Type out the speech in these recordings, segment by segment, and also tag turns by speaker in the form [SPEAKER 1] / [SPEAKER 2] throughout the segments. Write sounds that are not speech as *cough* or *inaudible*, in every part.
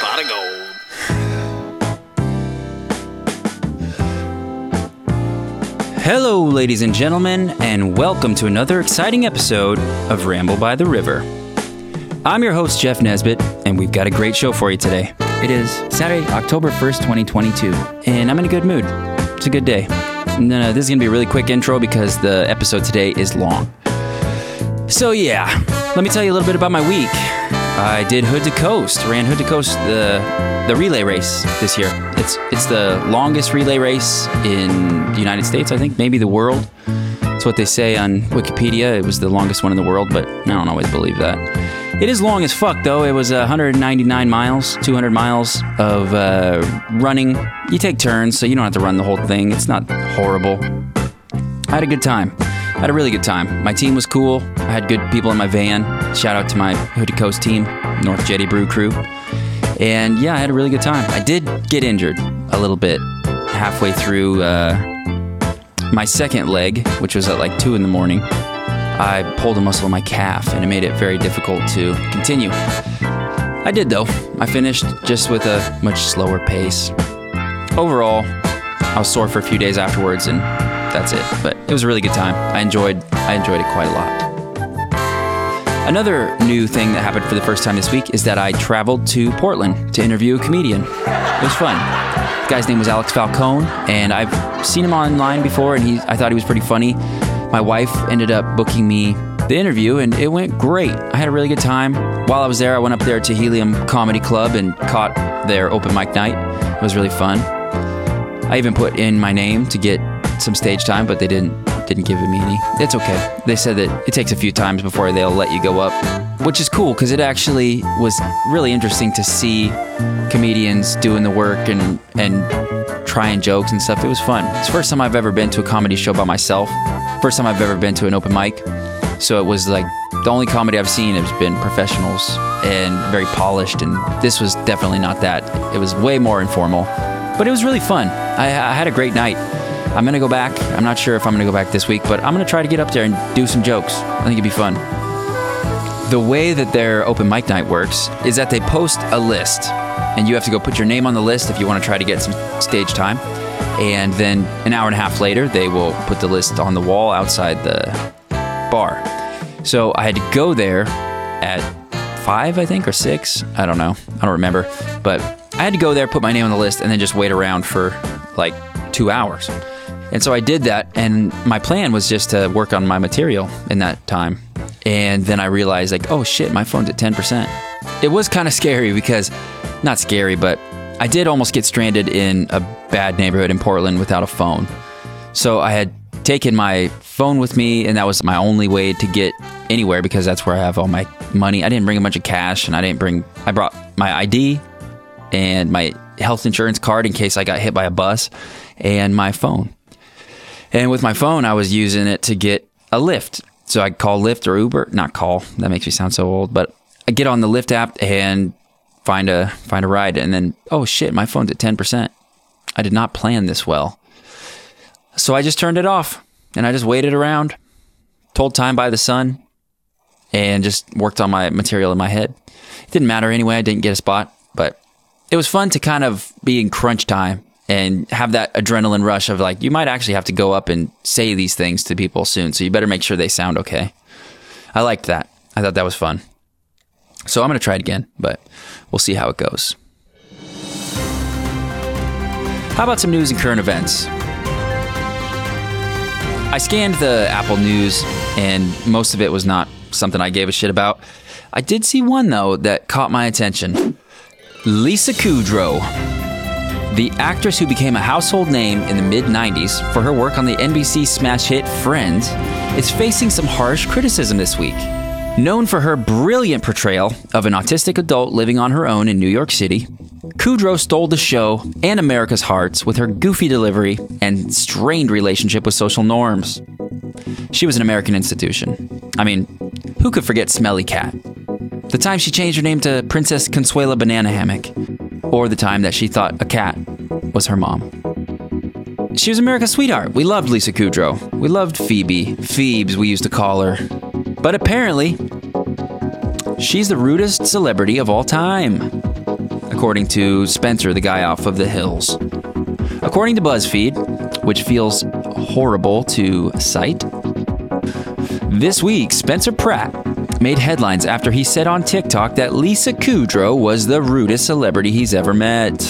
[SPEAKER 1] Pot of gold.
[SPEAKER 2] Hello, ladies and gentlemen, and welcome to another exciting episode of Ramble by the River. I'm your host, Jeff Nesbitt, and we've got a great show for you today. It is Saturday, October 1st, 2022, and I'm in a good mood. It's a good day. No, no, this is going to be a really quick intro because the episode today is long. So, yeah, let me tell you a little bit about my week. I did Hood to Coast, ran Hood to Coast the the relay race this year. It's it's the longest relay race in the United States, I think, maybe the world. That's what they say on Wikipedia. It was the longest one in the world, but I don't always believe that. It is long as fuck, though. It was uh, 199 miles, 200 miles of uh, running. You take turns, so you don't have to run the whole thing. It's not horrible. I had a good time. I had a really good time. My team was cool. I had good people in my van. Shout out to my Hoodie Coast team, North Jetty Brew crew. And yeah, I had a really good time. I did get injured a little bit halfway through uh, my second leg, which was at like 2 in the morning. I pulled a muscle in my calf and it made it very difficult to continue. I did though. I finished just with a much slower pace. Overall, I was sore for a few days afterwards and that's it. But it was a really good time. I enjoyed I enjoyed it quite a lot. Another new thing that happened for the first time this week is that I traveled to Portland to interview a comedian. It was fun. The guy's name was Alex Falcone, and I've seen him online before, and he I thought he was pretty funny. My wife ended up booking me the interview, and it went great. I had a really good time. While I was there, I went up there to Helium Comedy Club and caught their open mic night. It was really fun. I even put in my name to get some stage time, but they didn't didn't give me any. It's okay. They said that it takes a few times before they'll let you go up, which is cool because it actually was really interesting to see comedians doing the work and and trying jokes and stuff. It was fun. It's the first time I've ever been to a comedy show by myself. First time I've ever been to an open mic. So it was like the only comedy I've seen has been professionals and very polished, and this was definitely not that. It was way more informal, but it was really fun. I, I had a great night. I'm gonna go back. I'm not sure if I'm gonna go back this week, but I'm gonna try to get up there and do some jokes. I think it'd be fun. The way that their open mic night works is that they post a list, and you have to go put your name on the list if you want to try to get some stage time. And then an hour and a half later, they will put the list on the wall outside the bar. So I had to go there at five, I think, or six. I don't know. I don't remember. But I had to go there, put my name on the list, and then just wait around for like two hours. And so I did that, and my plan was just to work on my material in that time. And then I realized, like, oh shit, my phone's at 10%. It was kind of scary because, not scary, but I did almost get stranded in a bad neighborhood in Portland without a phone. So I had taken my phone with me, and that was my only way to get anywhere because that's where I have all my money. I didn't bring a bunch of cash, and I didn't bring, I brought my ID and my health insurance card in case I got hit by a bus, and my phone. And with my phone, I was using it to get a Lyft. So I'd call Lyft or Uber, not call, that makes me sound so old, but I get on the Lyft app and find a find a ride and then oh shit, my phone's at 10%. I did not plan this well. So I just turned it off and I just waited around, told time by the sun, and just worked on my material in my head. It didn't matter anyway, I didn't get a spot, but it was fun to kind of be in crunch time and have that adrenaline rush of like you might actually have to go up and say these things to people soon so you better make sure they sound okay i liked that i thought that was fun so i'm going to try it again but we'll see how it goes how about some news and current events I scanned the Apple News, and most of it was not something I gave a shit about. I did see one, though, that caught my attention Lisa Kudrow. The actress who became a household name in the mid 90s for her work on the NBC smash hit Friends is facing some harsh criticism this week. Known for her brilliant portrayal of an autistic adult living on her own in New York City, Kudrow stole the show and America's hearts with her goofy delivery and strained relationship with social norms. She was an American institution. I mean, who could forget Smelly Cat? The time she changed her name to Princess Consuela Banana Hammock, or the time that she thought a cat was her mom. She was America's sweetheart. We loved Lisa Kudrow. We loved Phoebe. Phoebes, we used to call her. But apparently, She's the rudest celebrity of all time, according to Spencer, the guy off of the hills. According to BuzzFeed, which feels horrible to cite, this week Spencer Pratt made headlines after he said on TikTok that Lisa Kudrow was the rudest celebrity he's ever met.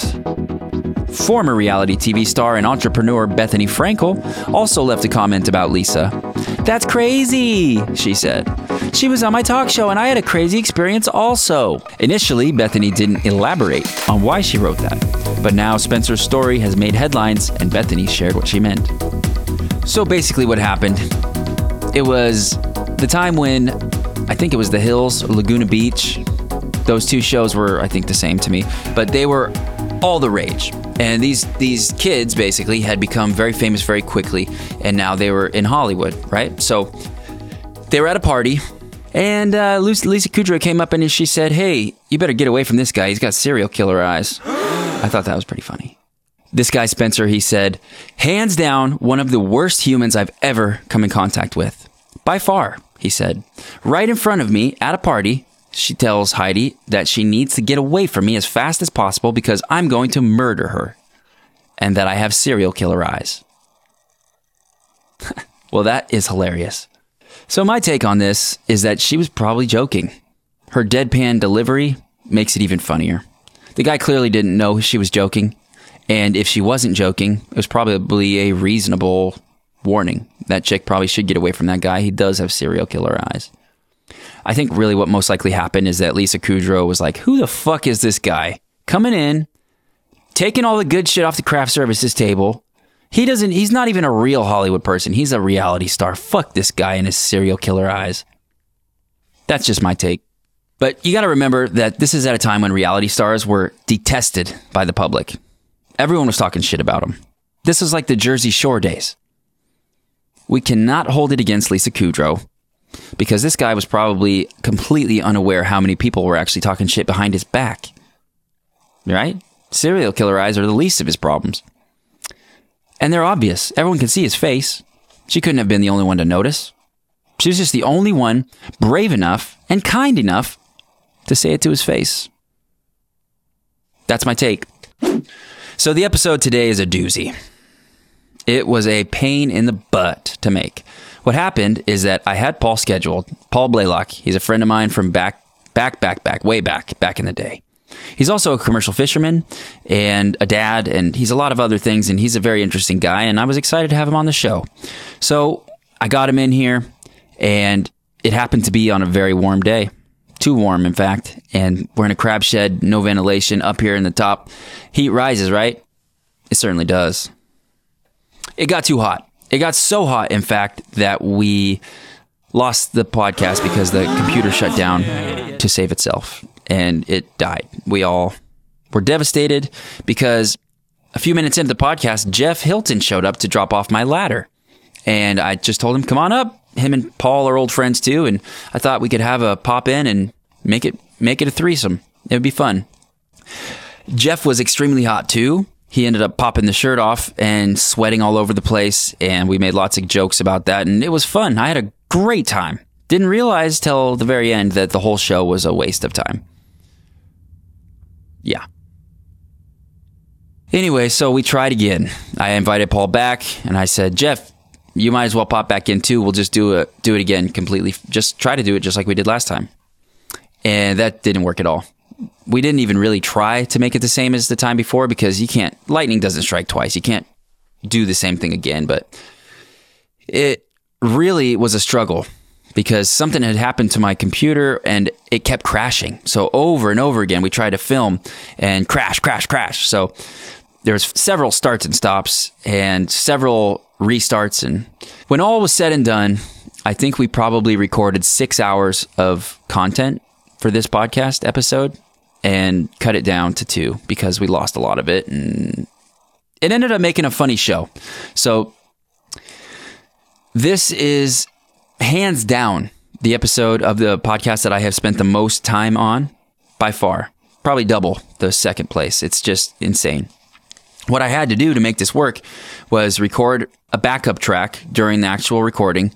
[SPEAKER 2] Former reality TV star and entrepreneur Bethany Frankel also left a comment about Lisa. That's crazy, she said. She was on my talk show and I had a crazy experience also. Initially, Bethany didn't elaborate on why she wrote that, but now Spencer's story has made headlines and Bethany shared what she meant. So basically, what happened it was the time when I think it was The Hills, Laguna Beach. Those two shows were, I think, the same to me, but they were all the rage. And these these kids basically had become very famous very quickly, and now they were in Hollywood, right? So they were at a party, and uh, Lisa, Lisa Kudrow came up and she said, "Hey, you better get away from this guy. He's got serial killer eyes." *gasps* I thought that was pretty funny. This guy Spencer, he said, "Hands down, one of the worst humans I've ever come in contact with, by far." He said, "Right in front of me at a party." She tells Heidi that she needs to get away from me as fast as possible because I'm going to murder her and that I have serial killer eyes. *laughs* well, that is hilarious. So, my take on this is that she was probably joking. Her deadpan delivery makes it even funnier. The guy clearly didn't know she was joking, and if she wasn't joking, it was probably a reasonable warning. That chick probably should get away from that guy. He does have serial killer eyes. I think really what most likely happened is that Lisa Kudrow was like, Who the fuck is this guy? Coming in, taking all the good shit off the craft services table. He doesn't, he's not even a real Hollywood person. He's a reality star. Fuck this guy and his serial killer eyes. That's just my take. But you got to remember that this is at a time when reality stars were detested by the public. Everyone was talking shit about them. This is like the Jersey Shore days. We cannot hold it against Lisa Kudrow because this guy was probably completely unaware how many people were actually talking shit behind his back. Right? Serial killer eyes are the least of his problems. And they're obvious. Everyone can see his face. She couldn't have been the only one to notice. She was just the only one brave enough and kind enough to say it to his face. That's my take. So the episode today is a doozy. It was a pain in the butt to make. What happened is that I had Paul scheduled. Paul Blaylock, he's a friend of mine from back, back, back, back, way back, back in the day. He's also a commercial fisherman and a dad, and he's a lot of other things, and he's a very interesting guy, and I was excited to have him on the show. So I got him in here, and it happened to be on a very warm day. Too warm, in fact, and we're in a crab shed, no ventilation up here in the top. Heat rises, right? It certainly does it got too hot. It got so hot, in fact, that we lost the podcast because the computer shut down to save itself and it died. We all were devastated because a few minutes into the podcast, Jeff Hilton showed up to drop off my ladder. And I just told him, come on up. Him and Paul are old friends too. And I thought we could have a pop in and make it, make it a threesome. It would be fun. Jeff was extremely hot too. He ended up popping the shirt off and sweating all over the place, and we made lots of jokes about that, and it was fun. I had a great time. Didn't realize till the very end that the whole show was a waste of time. Yeah. Anyway, so we tried again. I invited Paul back, and I said, Jeff, you might as well pop back in too. We'll just do it, do it again completely. Just try to do it just like we did last time. And that didn't work at all we didn't even really try to make it the same as the time before because you can't lightning doesn't strike twice you can't do the same thing again but it really was a struggle because something had happened to my computer and it kept crashing so over and over again we tried to film and crash crash crash so there's several starts and stops and several restarts and when all was said and done i think we probably recorded six hours of content for this podcast episode and cut it down to two because we lost a lot of it and it ended up making a funny show so this is hands down the episode of the podcast that i have spent the most time on by far probably double the second place it's just insane what I had to do to make this work was record a backup track during the actual recording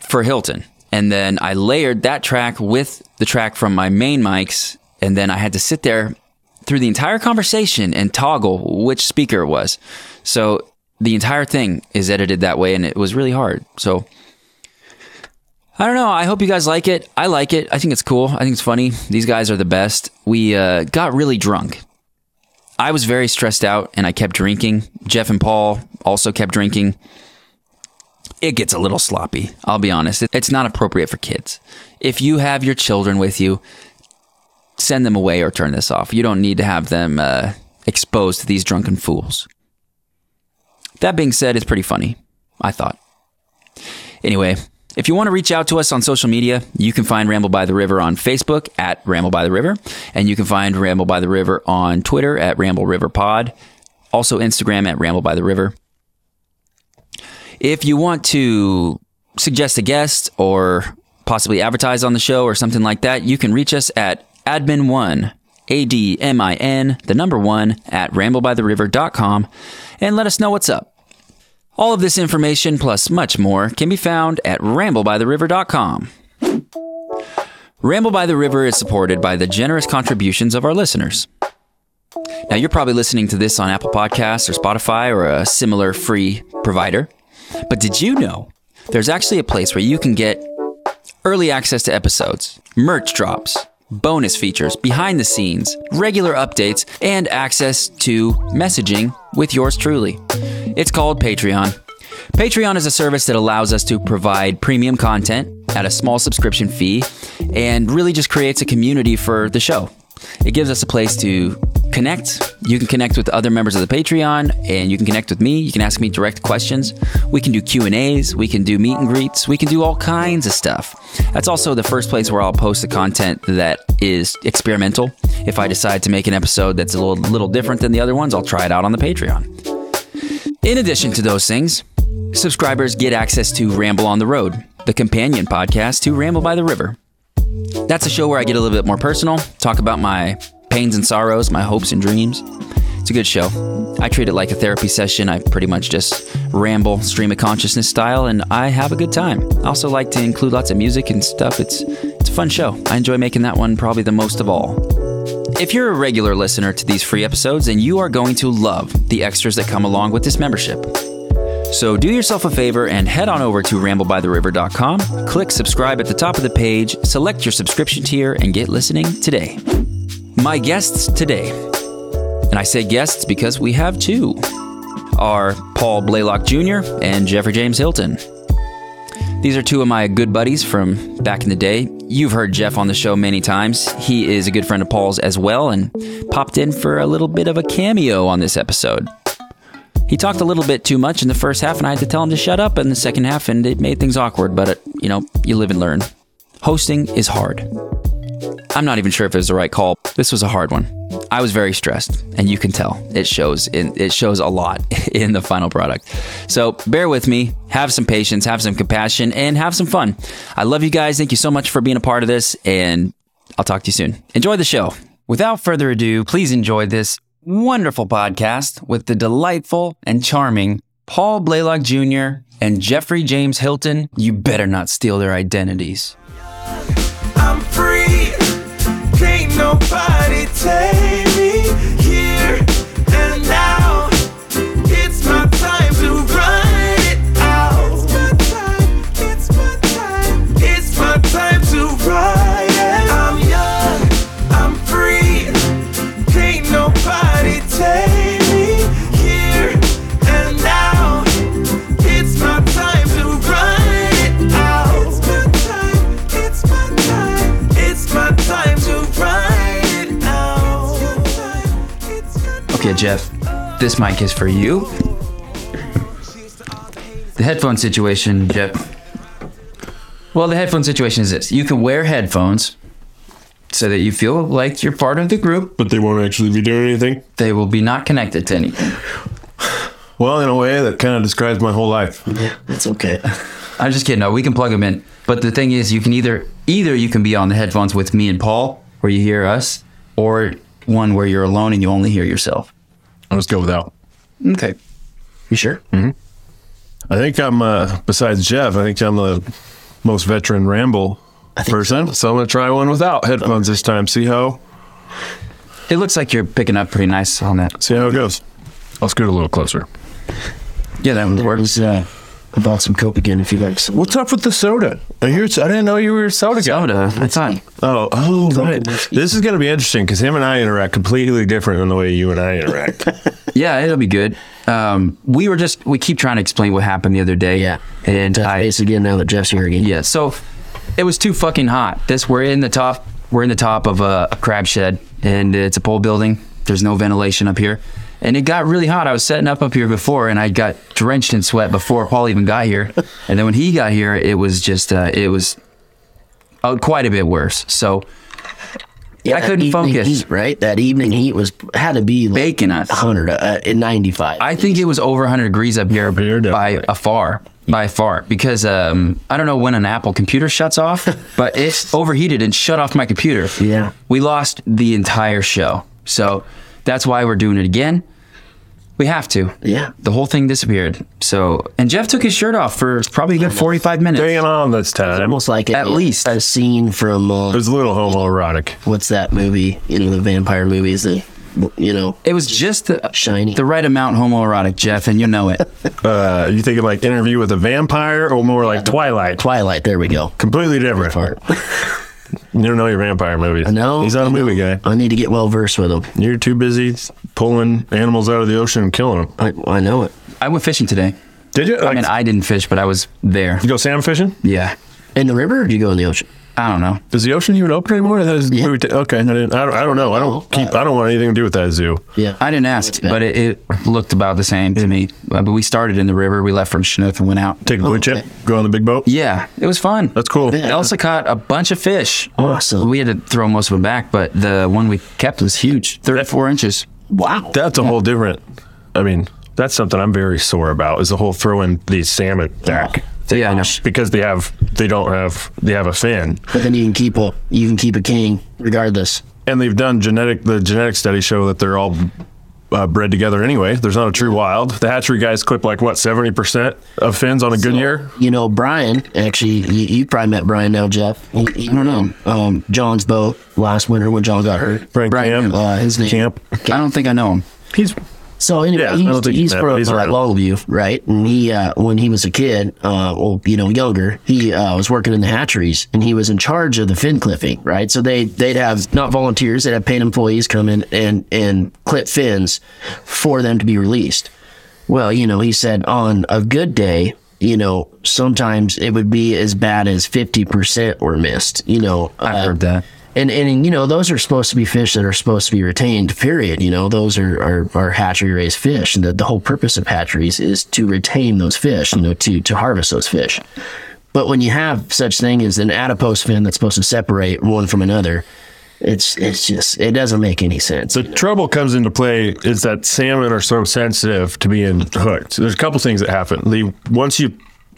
[SPEAKER 2] for Hilton. And then I layered that track with the track from my main mics. And then I had to sit there through the entire conversation and toggle which speaker it was. So the entire thing is edited that way. And it was really hard. So I don't know. I hope you guys like it. I like it. I think it's cool. I think it's funny. These guys are the best. We uh, got really drunk. I was very stressed out and I kept drinking. Jeff and Paul also kept drinking. It gets a little sloppy. I'll be honest. It- It's not appropriate for kids. If you have your children with you, send them away or turn this off. You don't need to have them uh, exposed to these drunken fools. That being said, it's pretty funny, I thought. Anyway, if you want to reach out to us on social media, you can find Ramble by the River on Facebook at Ramble by the River, and you can find Ramble by the River on Twitter at Ramble River Pod, also Instagram at Ramble by the River. If you want to suggest a guest or possibly advertise on the show or something like that, you can reach us at admin1, A D M I N, the number one, at ramblebytheriver.com and let us know what's up. All of this information plus much more can be found at ramblebytheriver.com. Ramble by the River is supported by the generous contributions of our listeners. Now, you're probably listening to this on Apple Podcasts or Spotify or a similar free provider. But did you know there's actually a place where you can get early access to episodes, merch drops, bonus features, behind the scenes, regular updates, and access to messaging with yours truly. It's called Patreon. Patreon is a service that allows us to provide premium content at a small subscription fee and really just creates a community for the show. It gives us a place to connect. You can connect with other members of the Patreon and you can connect with me. You can ask me direct questions. We can do Q&As, we can do meet and greets, we can do all kinds of stuff. That's also the first place where I'll post the content that is experimental. If I decide to make an episode that's a little, little different than the other ones, I'll try it out on the Patreon. In addition to those things, subscribers get access to Ramble on the Road, the companion podcast to Ramble by the River. That's a show where I get a little bit more personal, talk about my pains and sorrows, my hopes and dreams. It's a good show. I treat it like a therapy session. I pretty much just ramble, stream of consciousness style, and I have a good time. I also like to include lots of music and stuff. It's it's a fun show. I enjoy making that one probably the most of all. If you're a regular listener to these free episodes, then you are going to love the extras that come along with this membership. So do yourself a favor and head on over to ramblebytheriver.com, click subscribe at the top of the page, select your subscription tier, and get listening today. My guests today, and I say guests because we have two, are Paul Blaylock Jr. and Jeffrey James Hilton. These are two of my good buddies from back in the day. You've heard Jeff on the show many times. He is a good friend of Paul's as well and popped in for a little bit of a cameo on this episode. He talked a little bit too much in the first half, and I had to tell him to shut up in the second half, and it made things awkward, but it, you know, you live and learn. Hosting is hard. I'm not even sure if it was the right call. This was a hard one. I was very stressed, and you can tell. It shows in it shows a lot *laughs* in the final product. So bear with me, have some patience, have some compassion, and have some fun. I love you guys. Thank you so much for being a part of this, and I'll talk to you soon. Enjoy the show.
[SPEAKER 1] Without further ado, please enjoy this wonderful podcast with the delightful and charming Paul Blaylock Jr. and Jeffrey James Hilton. You better not steal their identities.
[SPEAKER 3] I'm free. Can't nobody take me here and now. It's my time to run it out. It's my time. It's my time. It's my time to run it. I'm young. I'm free. Can't nobody take me here and now. It's my time to run it out. It's my time. It's my time. It's my time to run it out.
[SPEAKER 1] Okay, Jeff, this mic is for you. The headphone situation, Jeff. Well, the headphone situation is this you can wear headphones so that you feel like you're part of the group,
[SPEAKER 4] but they won't actually be doing anything.
[SPEAKER 1] they will be not connected to anything.
[SPEAKER 4] Well, in a way, that kind of describes my whole life.
[SPEAKER 5] It's okay.
[SPEAKER 1] I'm just kidding. No, we can plug them in. But the thing is, you can either either you can be on the headphones with me and Paul, where you hear us, or one where you're alone and you only hear yourself.
[SPEAKER 4] Let's go without.
[SPEAKER 1] Okay.
[SPEAKER 5] You sure?
[SPEAKER 4] I think I'm, uh, besides Jeff, I think I'm the most veteran ramble person. So. I'm going to try one without headphones this time. See how
[SPEAKER 2] It looks like you're picking up pretty nice on that.
[SPEAKER 4] see how it goes. I'll scoot a little closer.
[SPEAKER 2] Yeah, that one works.
[SPEAKER 5] was uh, I bought some Coke again if you like some.
[SPEAKER 4] What's up with the soda? I hear. it's- I didn't know you were a
[SPEAKER 5] Oh,
[SPEAKER 4] soda guy.
[SPEAKER 2] Soda. I thought.
[SPEAKER 4] Oh, oh, right. This is going to be interesting because him and I interact completely different than the way you and I *laughs* interact.
[SPEAKER 2] Yeah, it'll be good. Um, we were just we keep trying to explain what happened the other day.
[SPEAKER 5] Yeah.
[SPEAKER 2] and
[SPEAKER 5] Touch
[SPEAKER 2] I
[SPEAKER 5] base again now that Jeff's here again.
[SPEAKER 2] yeah. So it was too fucking hot. This we're in the top we're in the top of a, a crab shed and it's a pole building. There's no ventilation up here, and it got really hot. I was setting up up here before, and I got drenched in sweat before Paul even got
[SPEAKER 5] *laughs*
[SPEAKER 2] here. And then when he got here, it was just uh, it was uh, quite a bit worse. So
[SPEAKER 5] Yeah,
[SPEAKER 2] I
[SPEAKER 5] that
[SPEAKER 2] couldn't
[SPEAKER 5] evening
[SPEAKER 2] focus.
[SPEAKER 5] Heat, right, that evening heat was had to be like
[SPEAKER 2] baking us.
[SPEAKER 5] hundred uh, at ninety five.
[SPEAKER 2] I think it was over 100 degrees up here
[SPEAKER 4] here,
[SPEAKER 2] by a far, by far, because um, I don't know when an Apple computer shuts off, but it overheated and shut off my computer.
[SPEAKER 5] Yeah.
[SPEAKER 2] we lost the entire show, so that's why we're doing it again. We have to.
[SPEAKER 5] Yeah.
[SPEAKER 2] the whole thing disappeared. So, and Jeff took his shirt off for probably a good 45 minutes.
[SPEAKER 4] Hanging on this time. It
[SPEAKER 5] Almost like a,
[SPEAKER 2] At least.
[SPEAKER 5] a scene from uh,
[SPEAKER 4] was a little homoerotic.
[SPEAKER 5] what's that movie? You know the vampire movies that you know
[SPEAKER 2] It was just the,
[SPEAKER 5] shiny.
[SPEAKER 2] the right amount homoerotic, Jeff, and you know it.
[SPEAKER 4] Uh, you thinking like interview with a vampire or more like Twilight?
[SPEAKER 5] Twilight. There we go.
[SPEAKER 4] completely different. You don't know your vampire movies. I
[SPEAKER 5] know.
[SPEAKER 4] He's not a movie guy.
[SPEAKER 5] I need to get well versed with them.
[SPEAKER 4] You're too busy pulling animals out of the ocean and killing them.
[SPEAKER 5] I, I know it.
[SPEAKER 2] I went fishing today.
[SPEAKER 4] Did you? Like,
[SPEAKER 2] I mean, I didn't fish, but I was there.
[SPEAKER 4] you go salmon fishing?
[SPEAKER 2] Yeah.
[SPEAKER 5] In the river, or do you go in the ocean?
[SPEAKER 2] I don't know.
[SPEAKER 4] Is the ocean even open anymore? That is movie ta- okay. I, didn't, I, don't, I don't know. I don't keep. I don't want anything to do with that zoo.
[SPEAKER 5] Yeah.
[SPEAKER 2] I didn't ask,
[SPEAKER 5] bad.
[SPEAKER 2] but it, it looked about the same to me. Uh, But we started in the river. We left from Chinook and went out.
[SPEAKER 4] Take a blue chip. Go on the big boat.
[SPEAKER 2] Yeah, it was fun.
[SPEAKER 4] That's cool.
[SPEAKER 5] Yeah.
[SPEAKER 2] Elsa caught a bunch of fish.
[SPEAKER 5] Awesome.
[SPEAKER 2] We had to throw most of them back, but the one we kept was huge, 34 inches.
[SPEAKER 5] wow.
[SPEAKER 4] That's a whole different. I mean, that's something I'm very sore about. Is the whole throwing these salmon back
[SPEAKER 2] So yeah, I know.
[SPEAKER 4] because they have they don't have they have a fin
[SPEAKER 5] But then you can keep a you can keep a king regardless.
[SPEAKER 4] and they've done genetic the genetic studies show that they're all uh, bred together anyway. There's not a true wild. The hatchery guys clip like what seventy percent of fins on a good year.
[SPEAKER 5] You know, Brian, actually, you, you probably met Brian now, Jeff. He, he, I don't know. Um, John's boat last winter when John got hurt.
[SPEAKER 4] Frank
[SPEAKER 2] Brian,
[SPEAKER 4] Camp.
[SPEAKER 5] Uh, his name.
[SPEAKER 4] Camp.
[SPEAKER 2] I don't think I know him.
[SPEAKER 4] He's
[SPEAKER 5] So anyway,
[SPEAKER 4] Yeah, I don't
[SPEAKER 5] he's,
[SPEAKER 4] think you
[SPEAKER 5] he's
[SPEAKER 4] met,
[SPEAKER 5] from
[SPEAKER 4] but he's
[SPEAKER 5] uh,
[SPEAKER 4] around.
[SPEAKER 5] Longview, right? And he, uh, when he was a kid, uh, well, you know, younger, he uh, was working in the hatcheries, and he was in charge of the fin clipping, right? So they they'd have not volunteers, they'd have paid employees come in and and clip fins for them to be released. Well, you know, he said on a good day, you know, sometimes it would be as bad as fifty percent were missed. You know,
[SPEAKER 2] I heard that.
[SPEAKER 5] and, and you know those are supposed to be fish that are supposed to be retained. Period. You know those are are, are hatchery raised fish, and the, the whole purpose of hatcheries is to retain those fish. You know to to harvest those fish. But when you have such thing as an adipose fin that's supposed to separate one from another, it's it's just it doesn't make any sense.
[SPEAKER 4] The trouble comes into play is that salmon are so sensitive to being hooked. There's a couple things that happen. They once you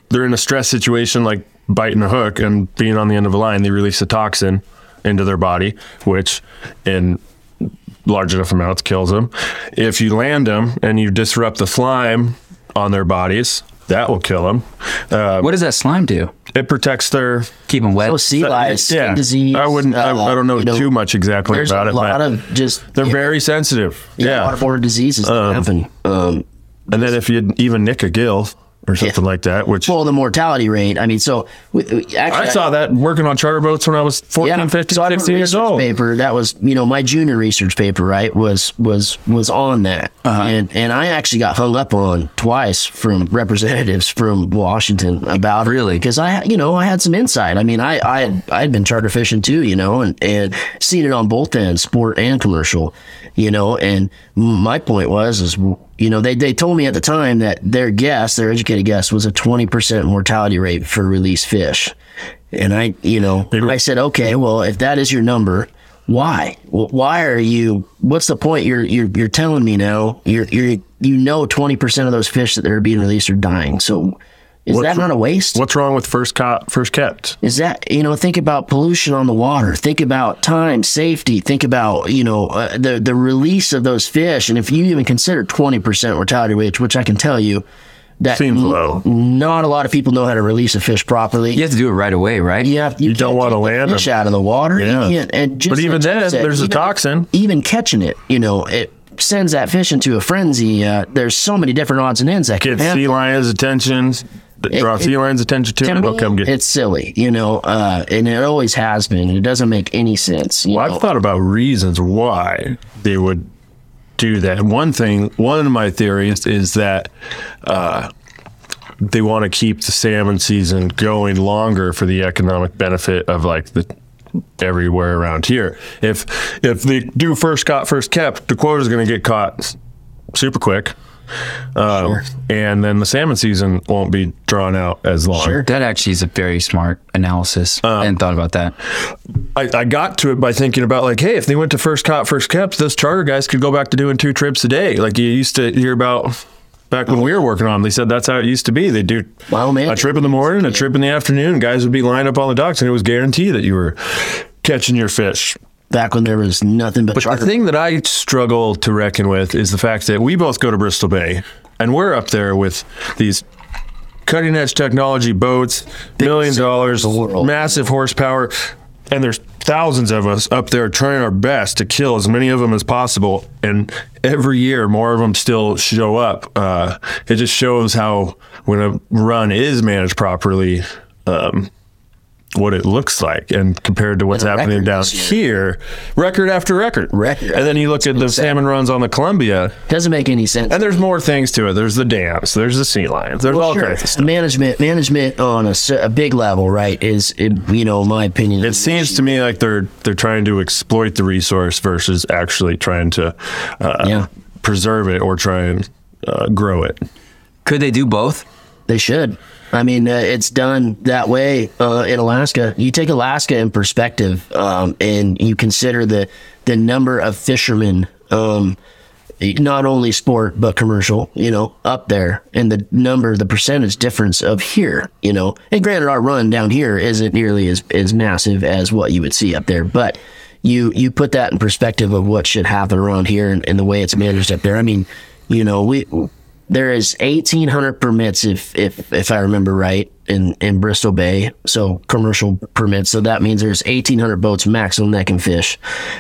[SPEAKER 4] they're in a stress situation like biting a hook and being on the end of a line, they release a toxin into their body, which in large enough amounts kills them. If you land them and you disrupt the slime on their bodies, that will kill them. Uh,
[SPEAKER 2] What does that slime do?
[SPEAKER 4] it protects their
[SPEAKER 2] Keep them wet.
[SPEAKER 5] Oh, sea lice, skin disease.
[SPEAKER 4] I wouldn't.
[SPEAKER 5] uh,
[SPEAKER 4] I, I don't know,
[SPEAKER 5] you
[SPEAKER 4] too much exactly
[SPEAKER 5] There's
[SPEAKER 4] about
[SPEAKER 5] a
[SPEAKER 4] it.
[SPEAKER 5] lot
[SPEAKER 4] but
[SPEAKER 5] of just
[SPEAKER 4] they're very sensitive.
[SPEAKER 5] yeah, waterborne diseases that happen. Um,
[SPEAKER 4] And then if you even nick a gill or something like that, which
[SPEAKER 5] well, the mortality rate. I mean, so we, we- actually,
[SPEAKER 4] I saw that working on charter boats when I was 14, 15,
[SPEAKER 5] I wrote
[SPEAKER 4] 16 years
[SPEAKER 5] research
[SPEAKER 4] old.
[SPEAKER 5] Paper that was, you know, my junior research paper, right? Was was was on that,
[SPEAKER 4] Uh-huh.
[SPEAKER 5] and and I actually got hung up on twice from representatives from Washington about
[SPEAKER 2] Really?
[SPEAKER 5] because I, you know, I had some insight. I mean, I I had, I had been charter fishing too, you know, and and seen it on both ends, sport and commercial, you know, and my point was is. You know, they, they told me at the time that their guess, their educated guess, was a 20% mortality rate for released fish. And I, you know, I said, okay, well, if that is your number, why? Well, why are you? What's the point? You're you're you're telling me now. You're you're you know twenty percent of those fish that are being released are dying. So is that not a waste?
[SPEAKER 4] What's wrong with first caught, first kept?
[SPEAKER 5] is that you know think about pollution on the water think about time safety think about you know uh, the the release of those fish and if you even consider 20% mortality rate which i can tell you that
[SPEAKER 4] Seems
[SPEAKER 5] n-
[SPEAKER 4] low.
[SPEAKER 5] Not a lot of people know how to release a fish properly.
[SPEAKER 1] You have to do it right away, right?
[SPEAKER 5] You, have, you,
[SPEAKER 4] don't
[SPEAKER 5] can't
[SPEAKER 4] wanna
[SPEAKER 5] keep the
[SPEAKER 4] land
[SPEAKER 5] fish
[SPEAKER 4] them.
[SPEAKER 5] out of the water.
[SPEAKER 4] Yeah.
[SPEAKER 5] You can't, and just
[SPEAKER 4] But
[SPEAKER 5] like
[SPEAKER 4] even
[SPEAKER 5] Jeff
[SPEAKER 4] then,
[SPEAKER 5] said,
[SPEAKER 4] there's a
[SPEAKER 5] even-
[SPEAKER 4] toxin.
[SPEAKER 5] Even catching it, you know, it sends that fish into a frenzy. Uh, there's so many different odds and ends that can
[SPEAKER 4] Get
[SPEAKER 5] happen.
[SPEAKER 4] sea lions' attention. Draw
[SPEAKER 5] it-
[SPEAKER 4] sea lions' attention to, it,
[SPEAKER 5] To
[SPEAKER 4] and they'll
[SPEAKER 5] me,
[SPEAKER 4] come get.
[SPEAKER 5] it's silly, you know, uh, and it always has been. It doesn't make any sense. you
[SPEAKER 4] Well,
[SPEAKER 5] know.
[SPEAKER 4] I've thought about reasons why they would do that. And One thing, one of my theories is that uh, they want to keep the salmon season going longer for the economic benefit of like the everywhere around here. If if they do first caught, first kept, the quota is going to get caught s- super quick. Um, And then the salmon season won't be drawn out as long.
[SPEAKER 1] That actually is a very smart analysis.
[SPEAKER 4] Uh.
[SPEAKER 1] I hadn't thought about that.
[SPEAKER 4] I, I got to it by thinking about like, hey, if they went to first caught, first kept, those charter guys could go back to doing two trips a day. Like you used to hear about back when we were working on them. They said that's how it used to be. They do
[SPEAKER 5] Wow, man.
[SPEAKER 4] a trip in the morning, a trip in the afternoon. Guys would be lined up on the docks, and it was guaranteed that you were catching your fish.
[SPEAKER 5] back when there was nothing but,
[SPEAKER 4] But
[SPEAKER 5] charter.
[SPEAKER 4] the thing that I struggle to reckon with is the fact that we both go to Bristol Bay, and we're up there with these cutting edge technology boats, million dollars,
[SPEAKER 5] world.
[SPEAKER 4] massive horsepower, and there's thousands of us up there trying our best to kill as many of them as possible. And every year, more of them still show up. Uh, it just shows how when a run is managed properly. Um, what it looks like and compared to what's
[SPEAKER 5] And a
[SPEAKER 4] happening
[SPEAKER 5] record
[SPEAKER 4] down
[SPEAKER 5] this
[SPEAKER 4] here, record after record.
[SPEAKER 5] Record.
[SPEAKER 4] And then you look at the salmon runs on the Columbia,
[SPEAKER 5] doesn't make any sense.
[SPEAKER 4] and there's more things to it. There's the dams, there's the sea lions, there's all kinds of stuff.
[SPEAKER 5] Management, management on a, cer- a big level, right? Is in, you know, my opinion.
[SPEAKER 4] It seems to me like they're they're trying to exploit the resource versus actually trying to uh,
[SPEAKER 5] Yeah.
[SPEAKER 4] preserve it or try and uh, grow it.
[SPEAKER 1] Could they do both?
[SPEAKER 5] They should. I mean, uh, it's done that way uh, in Alaska. You take Alaska in perspective, um, and you consider the the number of fishermen, um, not only sport but commercial, you know, up there, and the number, the percentage difference of here, you know. And granted, our run down here isn't nearly as as massive as what you would see up there, but you you put that in perspective of what should happen around here and, and the way it's managed up there. I mean, you know, we there is eighteen hundred permits if if if I remember right in in Bristol Bay. So commercial permits. So that means there's eighteen hundred boats maximum that can fish.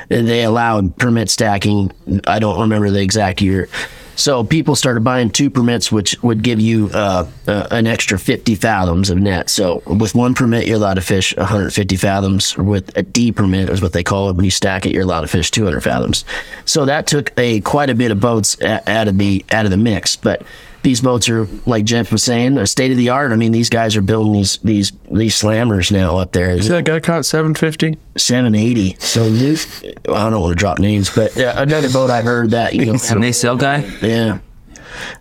[SPEAKER 5] And they allowed permit stacking. I don't remember the exact year. So people started buying two permits, which would give you uh, uh, an extra 50 fathoms of net. So with one permit, you're allowed to fish 150 fathoms. Or with a D permit is what they call it. When you stack it, you're allowed to fish 200 fathoms. So that took a quite a bit of boats a- out of the out of the mix. But these boats are, like Jeff was saying, are state of the art. I mean, these guys are building these these these slammers now up there.
[SPEAKER 4] That guy caught 750.
[SPEAKER 5] 780. So this, I don't want to drop names, but uh, another boat I heard that you know had a
[SPEAKER 1] Nacelle guy?
[SPEAKER 5] yeah.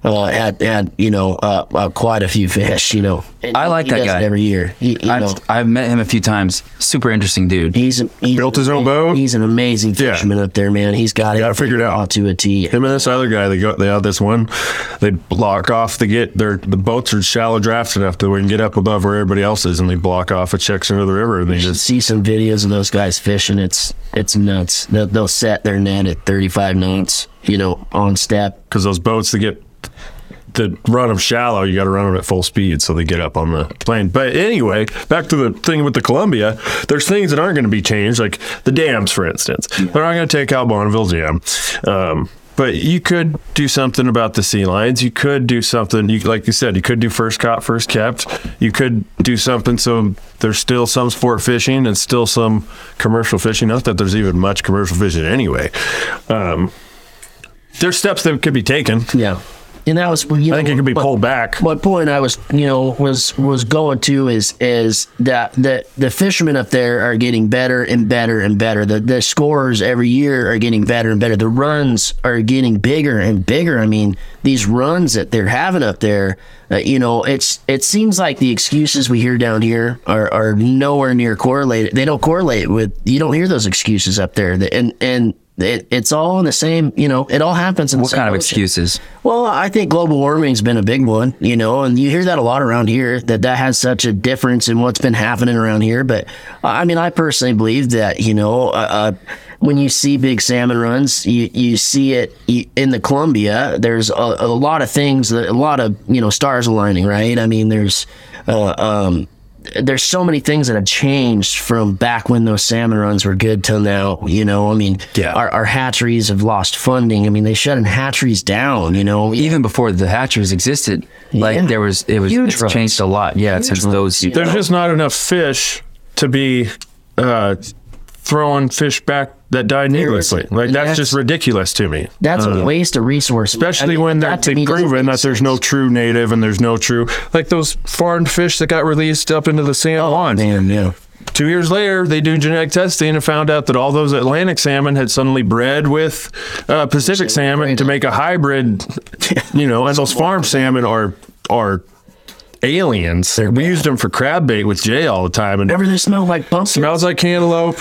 [SPEAKER 5] Well, I had, had you know uh, uh, quite a few fish. You know, And
[SPEAKER 1] I like
[SPEAKER 5] he
[SPEAKER 1] that
[SPEAKER 5] does
[SPEAKER 1] guy.
[SPEAKER 5] it every year. He, you know,
[SPEAKER 1] I've, I've met him a few times. Super interesting dude.
[SPEAKER 5] he's, a, he's
[SPEAKER 4] Built his own boat?
[SPEAKER 5] He's an amazing
[SPEAKER 4] Yeah.
[SPEAKER 5] fisherman up there, man. He's got it.
[SPEAKER 4] Gotta figure it out.
[SPEAKER 5] to a T.
[SPEAKER 4] Him and this other guy, they go, they have this one. They block off. They get their the boats are shallow drafts enough that we can get up above where everybody else is, and they block off a section of the river, and they
[SPEAKER 5] You
[SPEAKER 4] just
[SPEAKER 5] see some videos of those guys fishing. It's it's nuts. They'll, they'll set their net at 35 knots. You know, on step.
[SPEAKER 4] because those boats that get the run them shallow, you got to run them at full speed so they get up on the plane. But anyway, back to the thing with the Columbia. There's things that aren't going to be changed, like the dams, for instance. They're not going to take out Bonneville Dam. Um, but you could do something about the sea lions. You could do something, you, like you said, you could do first caught, first kept. You could do something so there's still some sport fishing and still some commercial fishing. Not that there's even much commercial fishing anyway. Um, there's steps that could be taken.
[SPEAKER 5] Yeah, and that was. You know,
[SPEAKER 4] I think it could be
[SPEAKER 5] but-
[SPEAKER 4] pulled back.
[SPEAKER 5] my point I was you know was was going to is is that that the fishermen up there are getting better and better and better. The the scores every year are getting better and better. The runs are getting bigger and bigger. I mean, these runs that they're having up there, uh, you know, it's it seems like the excuses we hear down here are, are nowhere near correlated. They don't correlate with you don't hear those excuses up there. The- And and it, it's all in the same, you know, it all happens in the
[SPEAKER 1] What
[SPEAKER 5] same
[SPEAKER 1] kind of
[SPEAKER 5] ocean.
[SPEAKER 1] excuses?
[SPEAKER 5] Well, I think global warming's been a big one, you know, and you hear that a lot around here that that has such a difference in what's been happening around here. But I mean, I personally believe that you know, uh, uh, when you see big salmon runs, you, you see it you, in the Columbia. There's a, a lot of things, that- a lot of you know stars aligning, right? I mean, there's uh, um, there's so many things that have changed from back when those salmon runs were good till now. You know, I mean,
[SPEAKER 4] Yeah.
[SPEAKER 5] our, our hatcheries have lost funding. I mean, they shut hatcheries down. You know,
[SPEAKER 2] Even before the hatcheries existed, like
[SPEAKER 5] Yeah.
[SPEAKER 2] there was, it was
[SPEAKER 5] Huge
[SPEAKER 2] it's changed a lot. Yeah, since those.
[SPEAKER 4] There's just not enough fish to be uh, throwing fish back that died needlessly. Like that's just ridiculous to me.
[SPEAKER 5] that's a waste of resource.
[SPEAKER 4] Uh. Especially when they're,
[SPEAKER 5] that to
[SPEAKER 4] they've
[SPEAKER 5] me doesn't
[SPEAKER 4] proven
[SPEAKER 5] make
[SPEAKER 4] that there's no true native and there's no true like those foreign fish that got released up into the San
[SPEAKER 5] Oh,
[SPEAKER 4] Juan.
[SPEAKER 5] Man, yeah.
[SPEAKER 4] Two years later, they do genetic testing and found out that all those Atlantic salmon had suddenly bred with uh, Pacific salmon to make a hybrid. You know, and those farm salmon are are aliens. we used them for crab bait with Jay all the time, and *laughs*
[SPEAKER 5] Ever they smell like pumpkin?
[SPEAKER 4] smells like cantaloupe.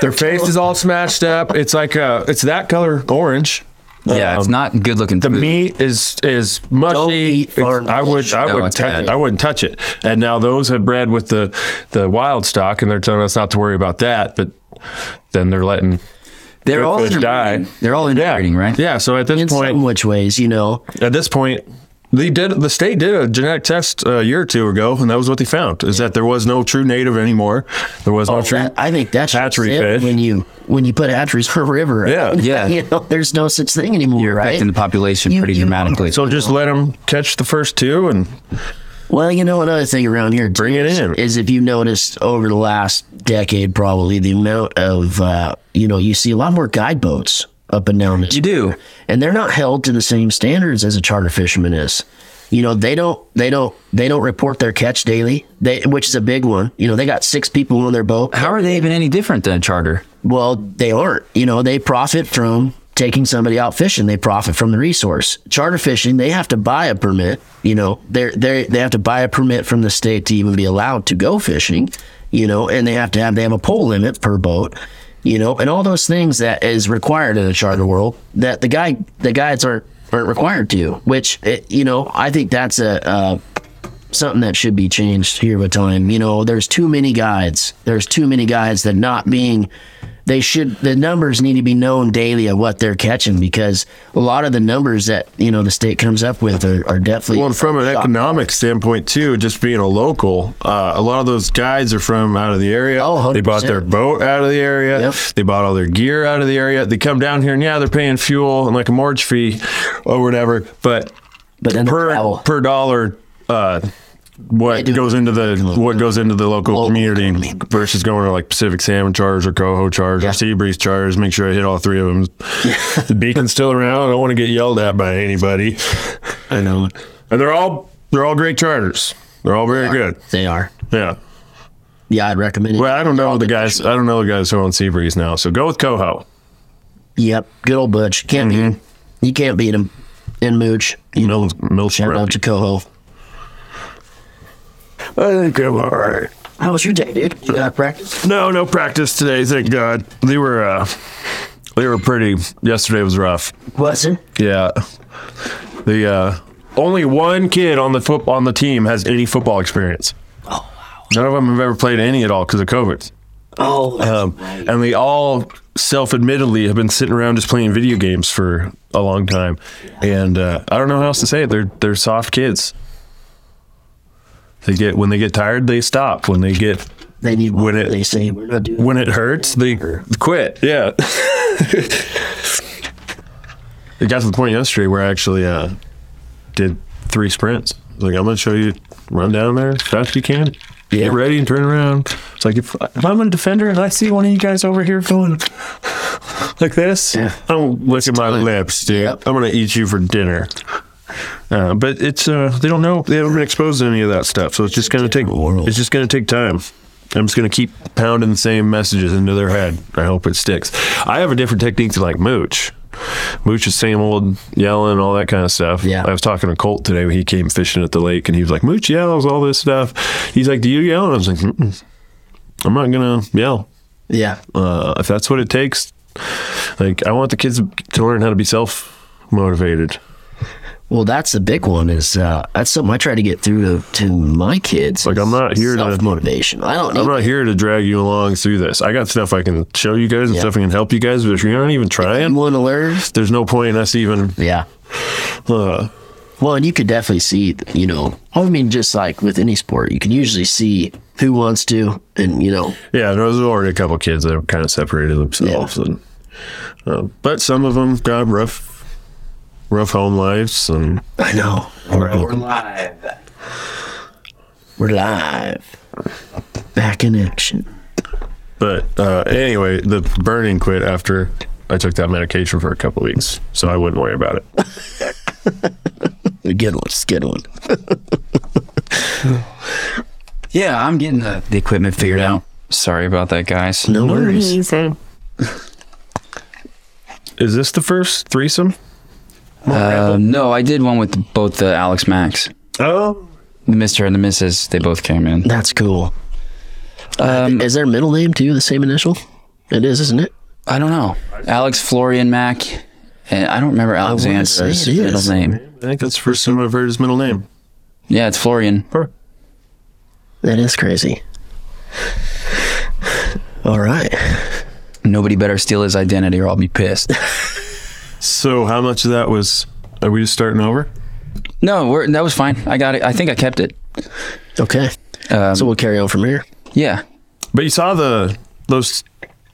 [SPEAKER 4] Their face is all smashed up. It's like uh it's that color orange.
[SPEAKER 2] Yeah, it's not good looking.
[SPEAKER 4] The
[SPEAKER 2] food.
[SPEAKER 4] meat is is mushy.
[SPEAKER 5] eat
[SPEAKER 4] It's-
[SPEAKER 5] farm
[SPEAKER 4] I would I
[SPEAKER 2] No,
[SPEAKER 4] wouldn't
[SPEAKER 2] it's
[SPEAKER 4] touch
[SPEAKER 2] bad.
[SPEAKER 4] it. I wouldn't touch it. And now those have bred with the the wild stock, and they're telling us not to worry about that. But then they're letting
[SPEAKER 2] they're
[SPEAKER 4] good
[SPEAKER 2] all
[SPEAKER 4] fish
[SPEAKER 2] interbreeding.
[SPEAKER 4] die.
[SPEAKER 2] They're all
[SPEAKER 4] yeah
[SPEAKER 2] interbreeding, right?
[SPEAKER 4] yeah. So at this
[SPEAKER 5] in
[SPEAKER 4] point,
[SPEAKER 5] some which ways, you know.
[SPEAKER 4] at this point. They did. The state did a genetic test a year or two ago, and that was what they found: is that there was no true native anymore. There was no true.
[SPEAKER 5] That- Oh, I think that's
[SPEAKER 4] Hatchery fish.
[SPEAKER 5] when you when you put hatcheries *laughs* for a river.
[SPEAKER 4] Yeah.
[SPEAKER 2] Yeah.
[SPEAKER 5] *laughs* you know, there's no such thing anymore,
[SPEAKER 2] You're
[SPEAKER 5] right?
[SPEAKER 2] affecting the population
[SPEAKER 5] You-
[SPEAKER 2] pretty
[SPEAKER 5] you-
[SPEAKER 2] dramatically.
[SPEAKER 4] so just let them catch the first two, and
[SPEAKER 5] Well, you know, another thing around here,
[SPEAKER 4] Bring it in.
[SPEAKER 5] is if you noticed over the last decade, probably the amount of uh, you know, you see a lot more guide boats up and down this
[SPEAKER 2] you do.
[SPEAKER 5] and they're not held to the same standards as a charter fisherman is. You know, they don't they don't they don't report their catch daily, they which is a big one. You know, they got six people on their boat.
[SPEAKER 2] How are they even any different than a charter?
[SPEAKER 5] Well, they aren't. You know, they profit from taking somebody out fishing. They profit from the resource. Charter fishing, they have to buy a permit. You know, they they they have to buy a permit from the state to even be allowed to go fishing. You know, and they have to have they have a pole limit per boat. You know, and all those things that is required in the charter world that the guy the guides aren't aren't required to. Which it, you know, I think that's a. Uh, something that should be changed here with time. You know, there's too many guides. There's too many guides that not being they should the numbers need to be known daily of what they're catching because a lot of the numbers that you know the state comes up with are, are definitely
[SPEAKER 4] Well, and from an economic standpoint too, just being a local, uh, a lot of those guides are from out of the area.
[SPEAKER 5] Oh, 100%.
[SPEAKER 4] they bought their boat out of the area.
[SPEAKER 5] Yep.
[SPEAKER 4] They bought all their gear out of the area. They come down here and yeah, they're paying fuel and like a mortgage fee or whatever. But
[SPEAKER 5] but then per,
[SPEAKER 4] per
[SPEAKER 5] travel.
[SPEAKER 4] per dollar, uh, what
[SPEAKER 5] do.
[SPEAKER 4] goes into the what goes into the local, community versus going to like Pacific Salmon Charters or Coho Charters or Seabreeze Charters. Make sure I hit all three of them. the beacon's still around. I don't want to get yelled at by anybody.
[SPEAKER 5] I know
[SPEAKER 4] And they're all they're all great charters. They're all very good.
[SPEAKER 5] they are.
[SPEAKER 4] Yeah.
[SPEAKER 5] Yeah, I'd recommend it.
[SPEAKER 4] Well, I don't know the guys. I don't know the guys who own Seabreeze now. So go with Coho.
[SPEAKER 5] yep, good old Butch can't
[SPEAKER 4] Mm-hmm.
[SPEAKER 5] beat him. You can't beat him in Mooch. You know,
[SPEAKER 4] Mil,
[SPEAKER 5] shout out
[SPEAKER 4] Milch.
[SPEAKER 5] to Coho.
[SPEAKER 4] I think I'm all right.
[SPEAKER 5] How was your day, dude? You got practice?
[SPEAKER 4] No, no practice today. Thank God. They were uh, they were pretty. Yesterday was rough.
[SPEAKER 5] Was it?
[SPEAKER 4] Yeah. The uh, only one kid on the foot on the team has any football experience. None of them have ever played any at all because of COVID.
[SPEAKER 5] Oh, that's
[SPEAKER 4] Um, and they all self-admittedly have been sitting around just playing video games for a long time, and uh, I don't know how else to say it. They're they're soft kids. They get when they get tired, they stop. When they get
[SPEAKER 5] they need
[SPEAKER 4] when it-
[SPEAKER 5] they say we're not doing
[SPEAKER 4] when it hurts, they quit. Yeah. it got to the point yesterday where I actually uh, did three sprints. I was like, I'm going to show you, run down there as fast as you can. Get ready and turn around. It's like, if, if I'm a defender and I see one of you guys over here going *laughs* like this, I'm licking my lips, dude. I'm going to eat you for dinner. Uh, but it's uh, they don't know they haven't been exposed to any of that stuff, so it's just gonna take
[SPEAKER 5] world.
[SPEAKER 4] it's just gonna take time. I'm just gonna keep pounding the same messages into their head. I hope it sticks. I have a different technique to like mooch. Mooch is same old yelling, all that kind of stuff.
[SPEAKER 5] Yeah.
[SPEAKER 4] I was talking to Colt today. when He came fishing at the lake, and he was like, "Mooch yells, all this stuff." He's like, "Do you yell?" And I was like, Mm-mm. "I'm not gonna yell
[SPEAKER 5] yeah.
[SPEAKER 4] uh, if that's what it takes. Like, I want the kids to learn how to be self motivated.
[SPEAKER 5] Well, that's the big one. Is uh, that's something I try to get through to, to my kids.
[SPEAKER 4] Like, I'm not here to-
[SPEAKER 5] motivation. I don't. Need
[SPEAKER 4] I'm not here to drag you along through this. I got stuff I can show you guys and
[SPEAKER 5] Yeah.
[SPEAKER 4] stuff I can help you guys, but if you're not even trying,
[SPEAKER 5] want to learn.
[SPEAKER 4] there's no point in us even.
[SPEAKER 5] Yeah.
[SPEAKER 4] Uh,
[SPEAKER 5] Well, and you could definitely see, you know, I mean, just like with any sport, you can usually see who wants to, and you know,
[SPEAKER 4] yeah, there was already a couple kids that kind of separated themselves, and uh, but some of them got rough, rough home lives, and
[SPEAKER 5] I know
[SPEAKER 6] We're live.
[SPEAKER 5] we're live, back in action.
[SPEAKER 4] But uh, anyway, the burning quit after I took that medication for a couple weeks, so I wouldn't worry about *laughs* it.
[SPEAKER 5] Good one, good one.
[SPEAKER 2] Yeah, I'm getting the, the equipment figured out. Sorry about that, guys.
[SPEAKER 5] No worries.
[SPEAKER 4] Is this the first threesome?
[SPEAKER 2] Uh, no, I did one with both the Alex Max,
[SPEAKER 4] Oh,
[SPEAKER 2] the Mister and the Missus. They both came in.
[SPEAKER 5] That's cool. Um, is their middle name too the same initial? It is, isn't it?
[SPEAKER 2] I don't know. Alex Florian Mac, and I don't remember
[SPEAKER 5] say
[SPEAKER 2] Alexander's
[SPEAKER 5] it
[SPEAKER 2] middle
[SPEAKER 5] is.
[SPEAKER 2] name.
[SPEAKER 4] I think that's the first time I've heard his middle name.
[SPEAKER 2] Yeah, it's Florian.
[SPEAKER 4] Her.
[SPEAKER 5] That is crazy. All right.
[SPEAKER 2] Nobody better steal his identity, or I'll be pissed.
[SPEAKER 4] So how much of that was? Are we just starting over?
[SPEAKER 2] *laughs* no, we're, that was fine. I got it. I think I kept it.
[SPEAKER 5] Okay.
[SPEAKER 2] Um,
[SPEAKER 5] So we'll carry on from here.
[SPEAKER 2] yeah,
[SPEAKER 4] But you saw the those.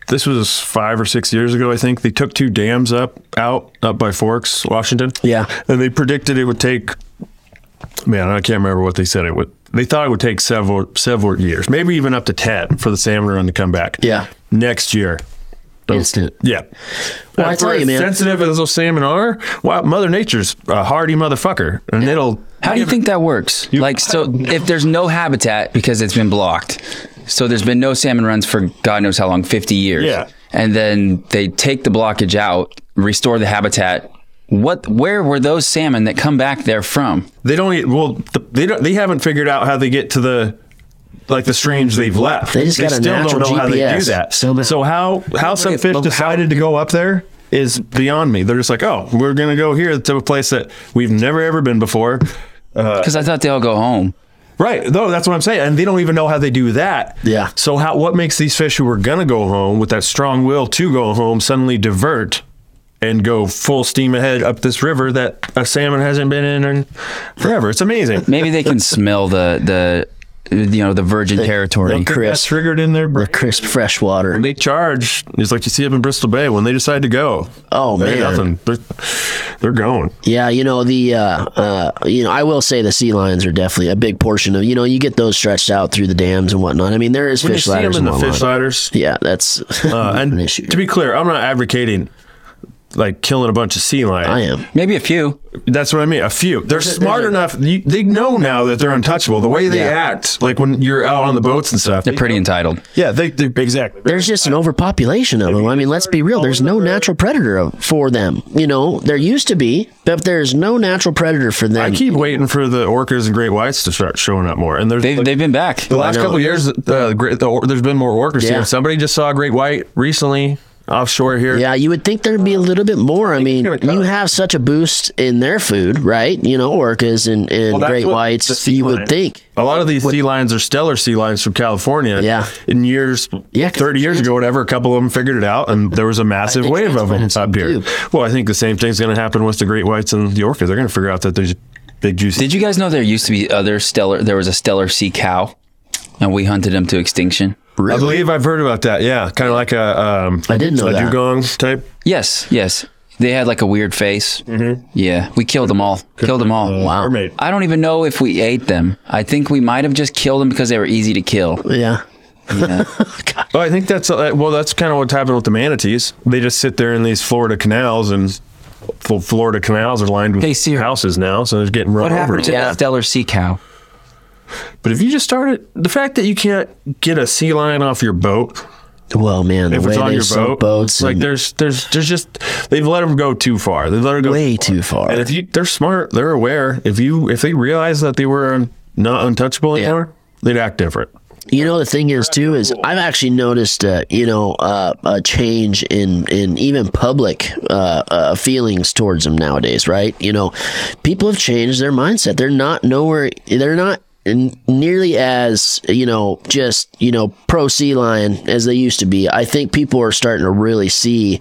[SPEAKER 4] This was five or six years ago, I think. They took two dams up out up by Forks, Washington.
[SPEAKER 5] Yeah.
[SPEAKER 4] and they predicted it would take. Man, I can't remember what they said it would. They thought it would take several several years, maybe even up to ten, for the salmon run to come back.
[SPEAKER 5] Yeah.
[SPEAKER 4] next year.
[SPEAKER 5] Instant.
[SPEAKER 4] Yeah.
[SPEAKER 5] Well, I
[SPEAKER 4] And for
[SPEAKER 5] tell you,
[SPEAKER 4] as
[SPEAKER 5] man.
[SPEAKER 4] Sensitive as those salmon are, well, Mother Nature's a hardy motherfucker, and it'll.
[SPEAKER 2] How do you think that works? like,
[SPEAKER 4] *laughs*
[SPEAKER 2] so if there's no habitat because it's been blocked, so there's been no salmon runs for God knows how long, 50 years.
[SPEAKER 4] Yeah.
[SPEAKER 2] And then they take the blockage out, restore the habitat. What? Where were those salmon that come back there from?
[SPEAKER 4] They don't. Eat, well, the, they don't. They haven't figured out how they get to the. Like the streams they've left.
[SPEAKER 5] They just got a natural
[SPEAKER 4] how they do
[SPEAKER 5] GPS.
[SPEAKER 4] that.
[SPEAKER 5] So-
[SPEAKER 4] So, how how some fish
[SPEAKER 2] but how-
[SPEAKER 4] decided to go up there is beyond me. They're just like, oh, we're gonna go here to a place that we've never ever been before. Uh,
[SPEAKER 2] Because I thought they all go home.
[SPEAKER 4] Right. No, that's what I'm saying. And they don't even know how they do that.
[SPEAKER 5] Yeah.
[SPEAKER 4] So how what makes these fish who were gonna go home with that strong will to go home suddenly divert and go full steam ahead up this river that a salmon hasn't been in in forever. It's
[SPEAKER 5] *laughs*
[SPEAKER 4] amazing.
[SPEAKER 2] Maybe they can *laughs* smell the the you know the virgin territory.
[SPEAKER 4] That's
[SPEAKER 5] Crisp,
[SPEAKER 4] triggered in their brain.
[SPEAKER 5] crisp fresh water.
[SPEAKER 4] They charge. It's like you see up in Bristol Bay when they decide to go.
[SPEAKER 5] Oh,
[SPEAKER 4] They're
[SPEAKER 5] man.
[SPEAKER 4] nothing. They're, they're going.
[SPEAKER 5] Yeah, you know the uh, uh, you know I will say the sea lions are definitely a big portion of you know you get those stretched out through the dams and whatnot. I mean there is
[SPEAKER 4] When you
[SPEAKER 5] fish
[SPEAKER 4] see them
[SPEAKER 5] ladders
[SPEAKER 4] in
[SPEAKER 5] and
[SPEAKER 4] the fish
[SPEAKER 5] whatnot.
[SPEAKER 4] ladders,
[SPEAKER 5] Yeah, that's
[SPEAKER 4] uh,
[SPEAKER 5] *laughs* an
[SPEAKER 4] and
[SPEAKER 5] issue.
[SPEAKER 4] to be clear, I'm not advocating like killing a bunch of sea lions.
[SPEAKER 5] I am.
[SPEAKER 2] Maybe a few.
[SPEAKER 4] That's what I mean. A few. They're smart enough. You, they know now that they're untouchable. The way they
[SPEAKER 5] Yeah.
[SPEAKER 4] act, like when you're out on the boats and stuff.
[SPEAKER 2] They're pretty entitled.
[SPEAKER 4] yeah, they, they exactly.
[SPEAKER 5] There's just an overpopulation of them. I mean, let's be real. There's no natural predator of- for them. You know, there used to be, but there's no natural predator for
[SPEAKER 4] I
[SPEAKER 5] them.
[SPEAKER 4] keep waiting for the orcas and great whites to start showing up more. And there's
[SPEAKER 2] They've
[SPEAKER 4] like,
[SPEAKER 2] they've been back.
[SPEAKER 4] the last couple of years, uh, great, the, or- there's been more orcas
[SPEAKER 5] Yeah.
[SPEAKER 4] here. Somebody just saw a great white recently offshore here.
[SPEAKER 5] Yeah, you would think there'd be a little bit more. I mean, you have such a boost in their food, right? You know, orcas and, and
[SPEAKER 4] that's
[SPEAKER 5] great
[SPEAKER 4] what the
[SPEAKER 5] whites.
[SPEAKER 4] sea
[SPEAKER 5] You would
[SPEAKER 4] lion-
[SPEAKER 5] think.
[SPEAKER 4] A lot of these sea lions are stellar sea lions from California.
[SPEAKER 5] Yeah.
[SPEAKER 4] In years,
[SPEAKER 5] Yeah, 'cause-
[SPEAKER 4] 30 years ago, whatever, a couple of them figured it out, and there was a massive
[SPEAKER 5] think
[SPEAKER 4] wave
[SPEAKER 5] that's
[SPEAKER 4] of
[SPEAKER 5] what
[SPEAKER 4] them
[SPEAKER 5] it's
[SPEAKER 4] up
[SPEAKER 5] gonna
[SPEAKER 4] here.
[SPEAKER 5] do.
[SPEAKER 4] Well, I think the same thing's going to happen with the great whites and the orcas. They're going to figure out that there's big juicy.
[SPEAKER 2] Did you guys know there used to be other stellar? There was a stellar sea cow, and we hunted them to extinction.
[SPEAKER 4] I believe I've heard about that. Yeah, kind of like a um,
[SPEAKER 5] I didn't know
[SPEAKER 4] a
[SPEAKER 5] that.
[SPEAKER 4] dugong type.
[SPEAKER 2] Yes, yes. They had like a weird face. Mm-hmm. uh, Yeah, we killed them all. Killed them all.
[SPEAKER 4] Wow. mermaid.
[SPEAKER 2] I don't even know if we ate them. I think we might have just killed them because they were easy to kill.
[SPEAKER 5] Yeah.
[SPEAKER 2] Yeah.
[SPEAKER 4] Oh, I think that's uh, well. That's kind of what's happened with the manatees. They just sit there in these Florida canals, and Fl- Florida canals are lined with
[SPEAKER 2] Hey, Sierra.
[SPEAKER 4] houses now, so they're getting run
[SPEAKER 2] what
[SPEAKER 4] over.
[SPEAKER 2] happened to that stellar sea cow?
[SPEAKER 4] But if you just started the fact that you can't get a sea lion off your boat
[SPEAKER 5] Well, man, the
[SPEAKER 4] if
[SPEAKER 5] way
[SPEAKER 4] it's on
[SPEAKER 5] they
[SPEAKER 4] your
[SPEAKER 5] sunk
[SPEAKER 4] boat,
[SPEAKER 5] boats
[SPEAKER 4] like
[SPEAKER 5] and
[SPEAKER 4] there's there's there's just they've let them go too far. They let her go
[SPEAKER 5] way too far.
[SPEAKER 4] And if you, they're smart, they're aware. If you, if they realize that they were not untouchable anymore, they'd act different.
[SPEAKER 5] You know, the thing is too is I've actually noticed, uh, you know, uh, a change in in even public uh, uh, feelings towards them nowadays, right? You know, people have changed their mindset. They're not nowhere. They're not n- nearly as you know just you know pro sea lion as they used to be i think people are starting to really see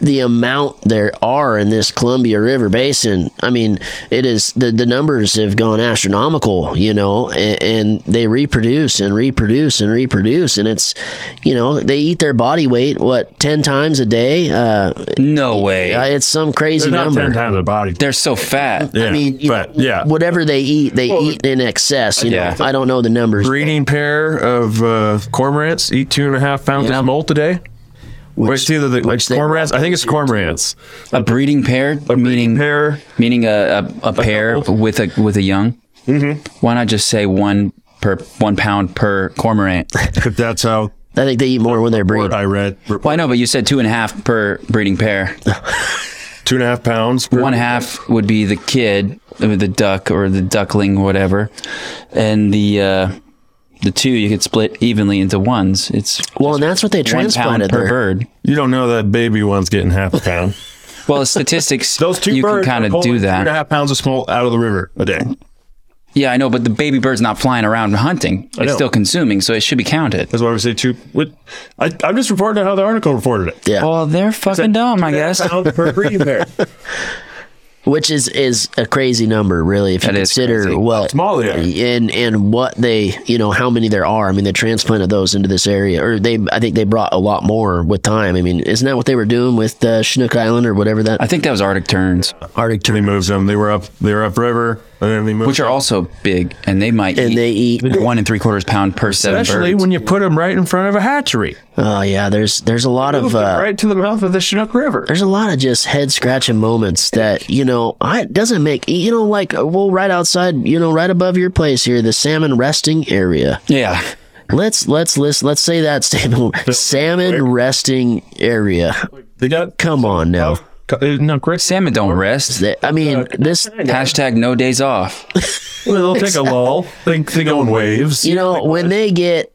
[SPEAKER 5] the amount there are in this columbia river basin i mean it is the, the numbers have gone astronomical you know and, and they reproduce and reproduce and reproduce and it's you know they eat their body weight what 10 times a day uh
[SPEAKER 2] No way.
[SPEAKER 5] yeah, it's some crazy
[SPEAKER 4] They're not
[SPEAKER 5] number
[SPEAKER 4] ten times the body.
[SPEAKER 2] They're so fat.
[SPEAKER 4] Yeah,
[SPEAKER 5] I mean, you
[SPEAKER 4] but
[SPEAKER 5] know,
[SPEAKER 4] yeah,
[SPEAKER 5] whatever they eat, they eat in excess. You
[SPEAKER 2] Yeah.
[SPEAKER 5] know, I don't know the numbers.
[SPEAKER 4] breeding pair of uh, cormorants eat two and a half pounds
[SPEAKER 5] Yeah.
[SPEAKER 4] of molt a day. Which, it's either the like
[SPEAKER 5] which they-
[SPEAKER 4] cormorants. I think it's cormorants.
[SPEAKER 2] A breeding pair, meaning
[SPEAKER 4] Pair.
[SPEAKER 2] meaning a, a, a pair with a with a young. Mm-hmm. Why not just say one per one pound per cormorant?
[SPEAKER 4] If that's how
[SPEAKER 5] I think they eat more when they're breed.
[SPEAKER 4] I read,
[SPEAKER 2] Well, I know, but you said two and a half per breeding pair.
[SPEAKER 4] two and a half pounds. per-
[SPEAKER 2] One half would be the kid, I mean, the duck or the duckling, whatever, and the uh, the two you could split evenly into ones. It's
[SPEAKER 5] Well, and that's what they
[SPEAKER 2] one pound
[SPEAKER 5] transplanted
[SPEAKER 2] per
[SPEAKER 5] there.
[SPEAKER 2] bird.
[SPEAKER 4] You don't know that baby one's getting half a pound.
[SPEAKER 5] *laughs*
[SPEAKER 2] Well, statistics
[SPEAKER 4] *laughs* Those two
[SPEAKER 2] you
[SPEAKER 4] birds
[SPEAKER 2] can kind
[SPEAKER 4] are
[SPEAKER 2] of do
[SPEAKER 4] pulling Two and a
[SPEAKER 2] that.
[SPEAKER 4] half pounds of smolt out of the river a day.
[SPEAKER 2] Yeah, I know, but the baby bird's not flying around hunting. It's
[SPEAKER 4] know.
[SPEAKER 2] still consuming, so it should be counted.
[SPEAKER 4] That's why we say two. What, I, I'm just reporting how the article reported it.
[SPEAKER 5] Yeah,
[SPEAKER 2] Well, they're fucking dumb, I guess.
[SPEAKER 4] Pounds per breeding pair.
[SPEAKER 5] which is is a crazy number, really, if you
[SPEAKER 2] That is crazy.
[SPEAKER 5] consider what
[SPEAKER 4] Small they are.
[SPEAKER 5] and and what they you know how many there are. I mean, they transplanted those into this area, or they I think they brought a lot more with time. I mean, isn't that what they were doing with uh, Chinook Island or whatever that
[SPEAKER 2] I think that was Arctic terns,
[SPEAKER 5] Arctic
[SPEAKER 4] They
[SPEAKER 5] term?
[SPEAKER 4] moved them. They were up. They were up river, and then they moved.
[SPEAKER 2] which are also big, and they might
[SPEAKER 5] And
[SPEAKER 2] eat
[SPEAKER 5] they eat.
[SPEAKER 2] one and three quarters pound per seven
[SPEAKER 4] especially
[SPEAKER 2] birds.
[SPEAKER 4] when you put them right in front of a hatchery,
[SPEAKER 5] Oh yeah, there's there's a lot of
[SPEAKER 4] Moved 'em
[SPEAKER 5] uh,
[SPEAKER 4] right to the mouth of the Chinook River.
[SPEAKER 5] there's a lot of just head scratching moments that you know I it doesn't make you know like uh, well right outside you know right above your place here the salmon resting area.
[SPEAKER 2] yeah,
[SPEAKER 5] Let's let's list let's say that *laughs* statement salmon resting area.
[SPEAKER 4] They got
[SPEAKER 5] Come on now.
[SPEAKER 4] co- uh, no great.
[SPEAKER 2] salmon don't rest.
[SPEAKER 5] Th- Oh. I mean this
[SPEAKER 2] Hashtag no days off.
[SPEAKER 4] They'll take a lull. They they go in waves.
[SPEAKER 5] you know when they get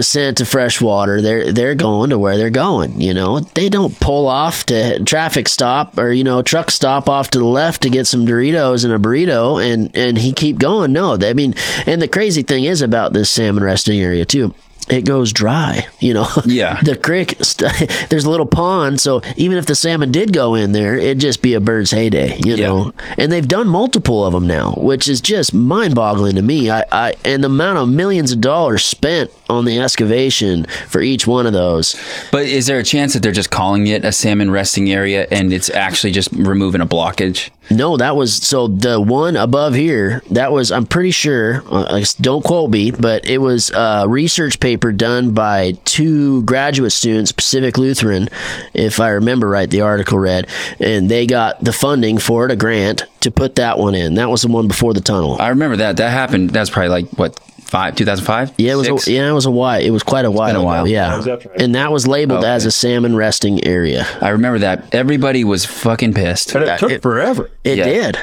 [SPEAKER 5] sent to fresh water they're they're going to where they're going you know they don't pull off to traffic stop or you know truck stop off to the left to get some doritos and a burrito and and he keep going no i mean and the crazy thing is about this salmon resting area too it goes dry you know *laughs*
[SPEAKER 2] Yeah.
[SPEAKER 5] the creek st- *laughs* there's a little pond so even if the salmon did go in there it'd just be a bird's heyday you
[SPEAKER 2] Yeah.
[SPEAKER 5] know and they've done multiple of them now which is just mind-boggling to me I, I and the amount of millions of dollars spent on the excavation for each one of those
[SPEAKER 2] But is there a chance that they're just calling it a salmon resting area and it's actually just removing a blockage?
[SPEAKER 5] no that was so the one above here that was i'm pretty sure uh, I s- don't quote me but it was a research paper done by two graduate students pacific lutheran if i remember right the article read and they got the funding for it a grant to put that one in that was the one before the tunnel
[SPEAKER 2] I remember that. That happened. That's probably like what five, two thousand five.
[SPEAKER 5] Yeah, it was. A, yeah, it was a while. It was quite a while.
[SPEAKER 2] a
[SPEAKER 5] ago,
[SPEAKER 2] while.
[SPEAKER 5] Yeah, and that was labeled as a salmon resting area.
[SPEAKER 2] I remember that. Everybody was fucking pissed.
[SPEAKER 4] And it took forever.
[SPEAKER 5] It
[SPEAKER 2] Yeah.
[SPEAKER 5] did.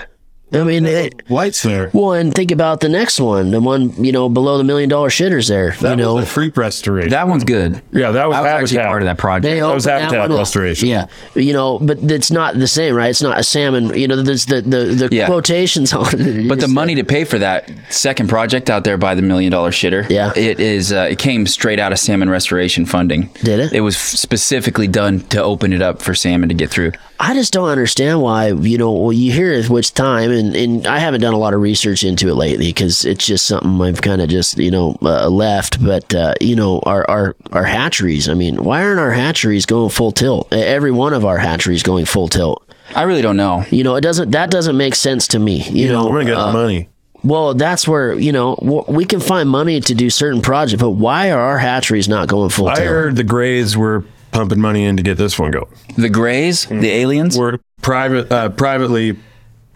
[SPEAKER 5] I mean, it,
[SPEAKER 4] Lights there.
[SPEAKER 5] well, and think about the next one, the one you know below the million dollar shitters. There, you know,
[SPEAKER 4] was a freak restoration.
[SPEAKER 2] That one's good.
[SPEAKER 4] yeah, that was,
[SPEAKER 2] I was actually
[SPEAKER 4] habitat.
[SPEAKER 2] part of that project.
[SPEAKER 5] They opened
[SPEAKER 4] was habitat
[SPEAKER 5] one up.
[SPEAKER 4] restoration.
[SPEAKER 5] Yeah, you know, but it's not the same, right? It's not a salmon. You know, there's the the, the
[SPEAKER 2] Yeah.
[SPEAKER 5] quotations *laughs* on it.
[SPEAKER 2] But the money to pay for that second project out there by the million dollar shitter,
[SPEAKER 5] Yeah.
[SPEAKER 2] it is. Uh, it came straight out of salmon restoration funding.
[SPEAKER 5] Did it?
[SPEAKER 2] It was specifically done to open it up for salmon to get through.
[SPEAKER 5] I just don't understand why, you know, well, you hear it which time, and, and I haven't done a lot of research into it lately because it's just something I've kind of just, you know, uh, left. But, uh, you know, our, our, our hatcheries, I mean, why aren't our hatcheries going full tilt? E-, Every one of our hatcheries going full tilt.
[SPEAKER 2] I really don't know.
[SPEAKER 5] You know, it doesn't, that doesn't make sense to me. You, know,
[SPEAKER 4] We're gonna get
[SPEAKER 2] uh,
[SPEAKER 4] the money.
[SPEAKER 5] well, that's where, you know, w- we can find money to do certain projects, but why are our hatcheries not going full
[SPEAKER 4] I
[SPEAKER 5] tilt?
[SPEAKER 4] heard the Grays were pumping money in to get this one going.
[SPEAKER 2] The Greys, the
[SPEAKER 4] Mm.
[SPEAKER 2] aliens.
[SPEAKER 4] We're private uh, privately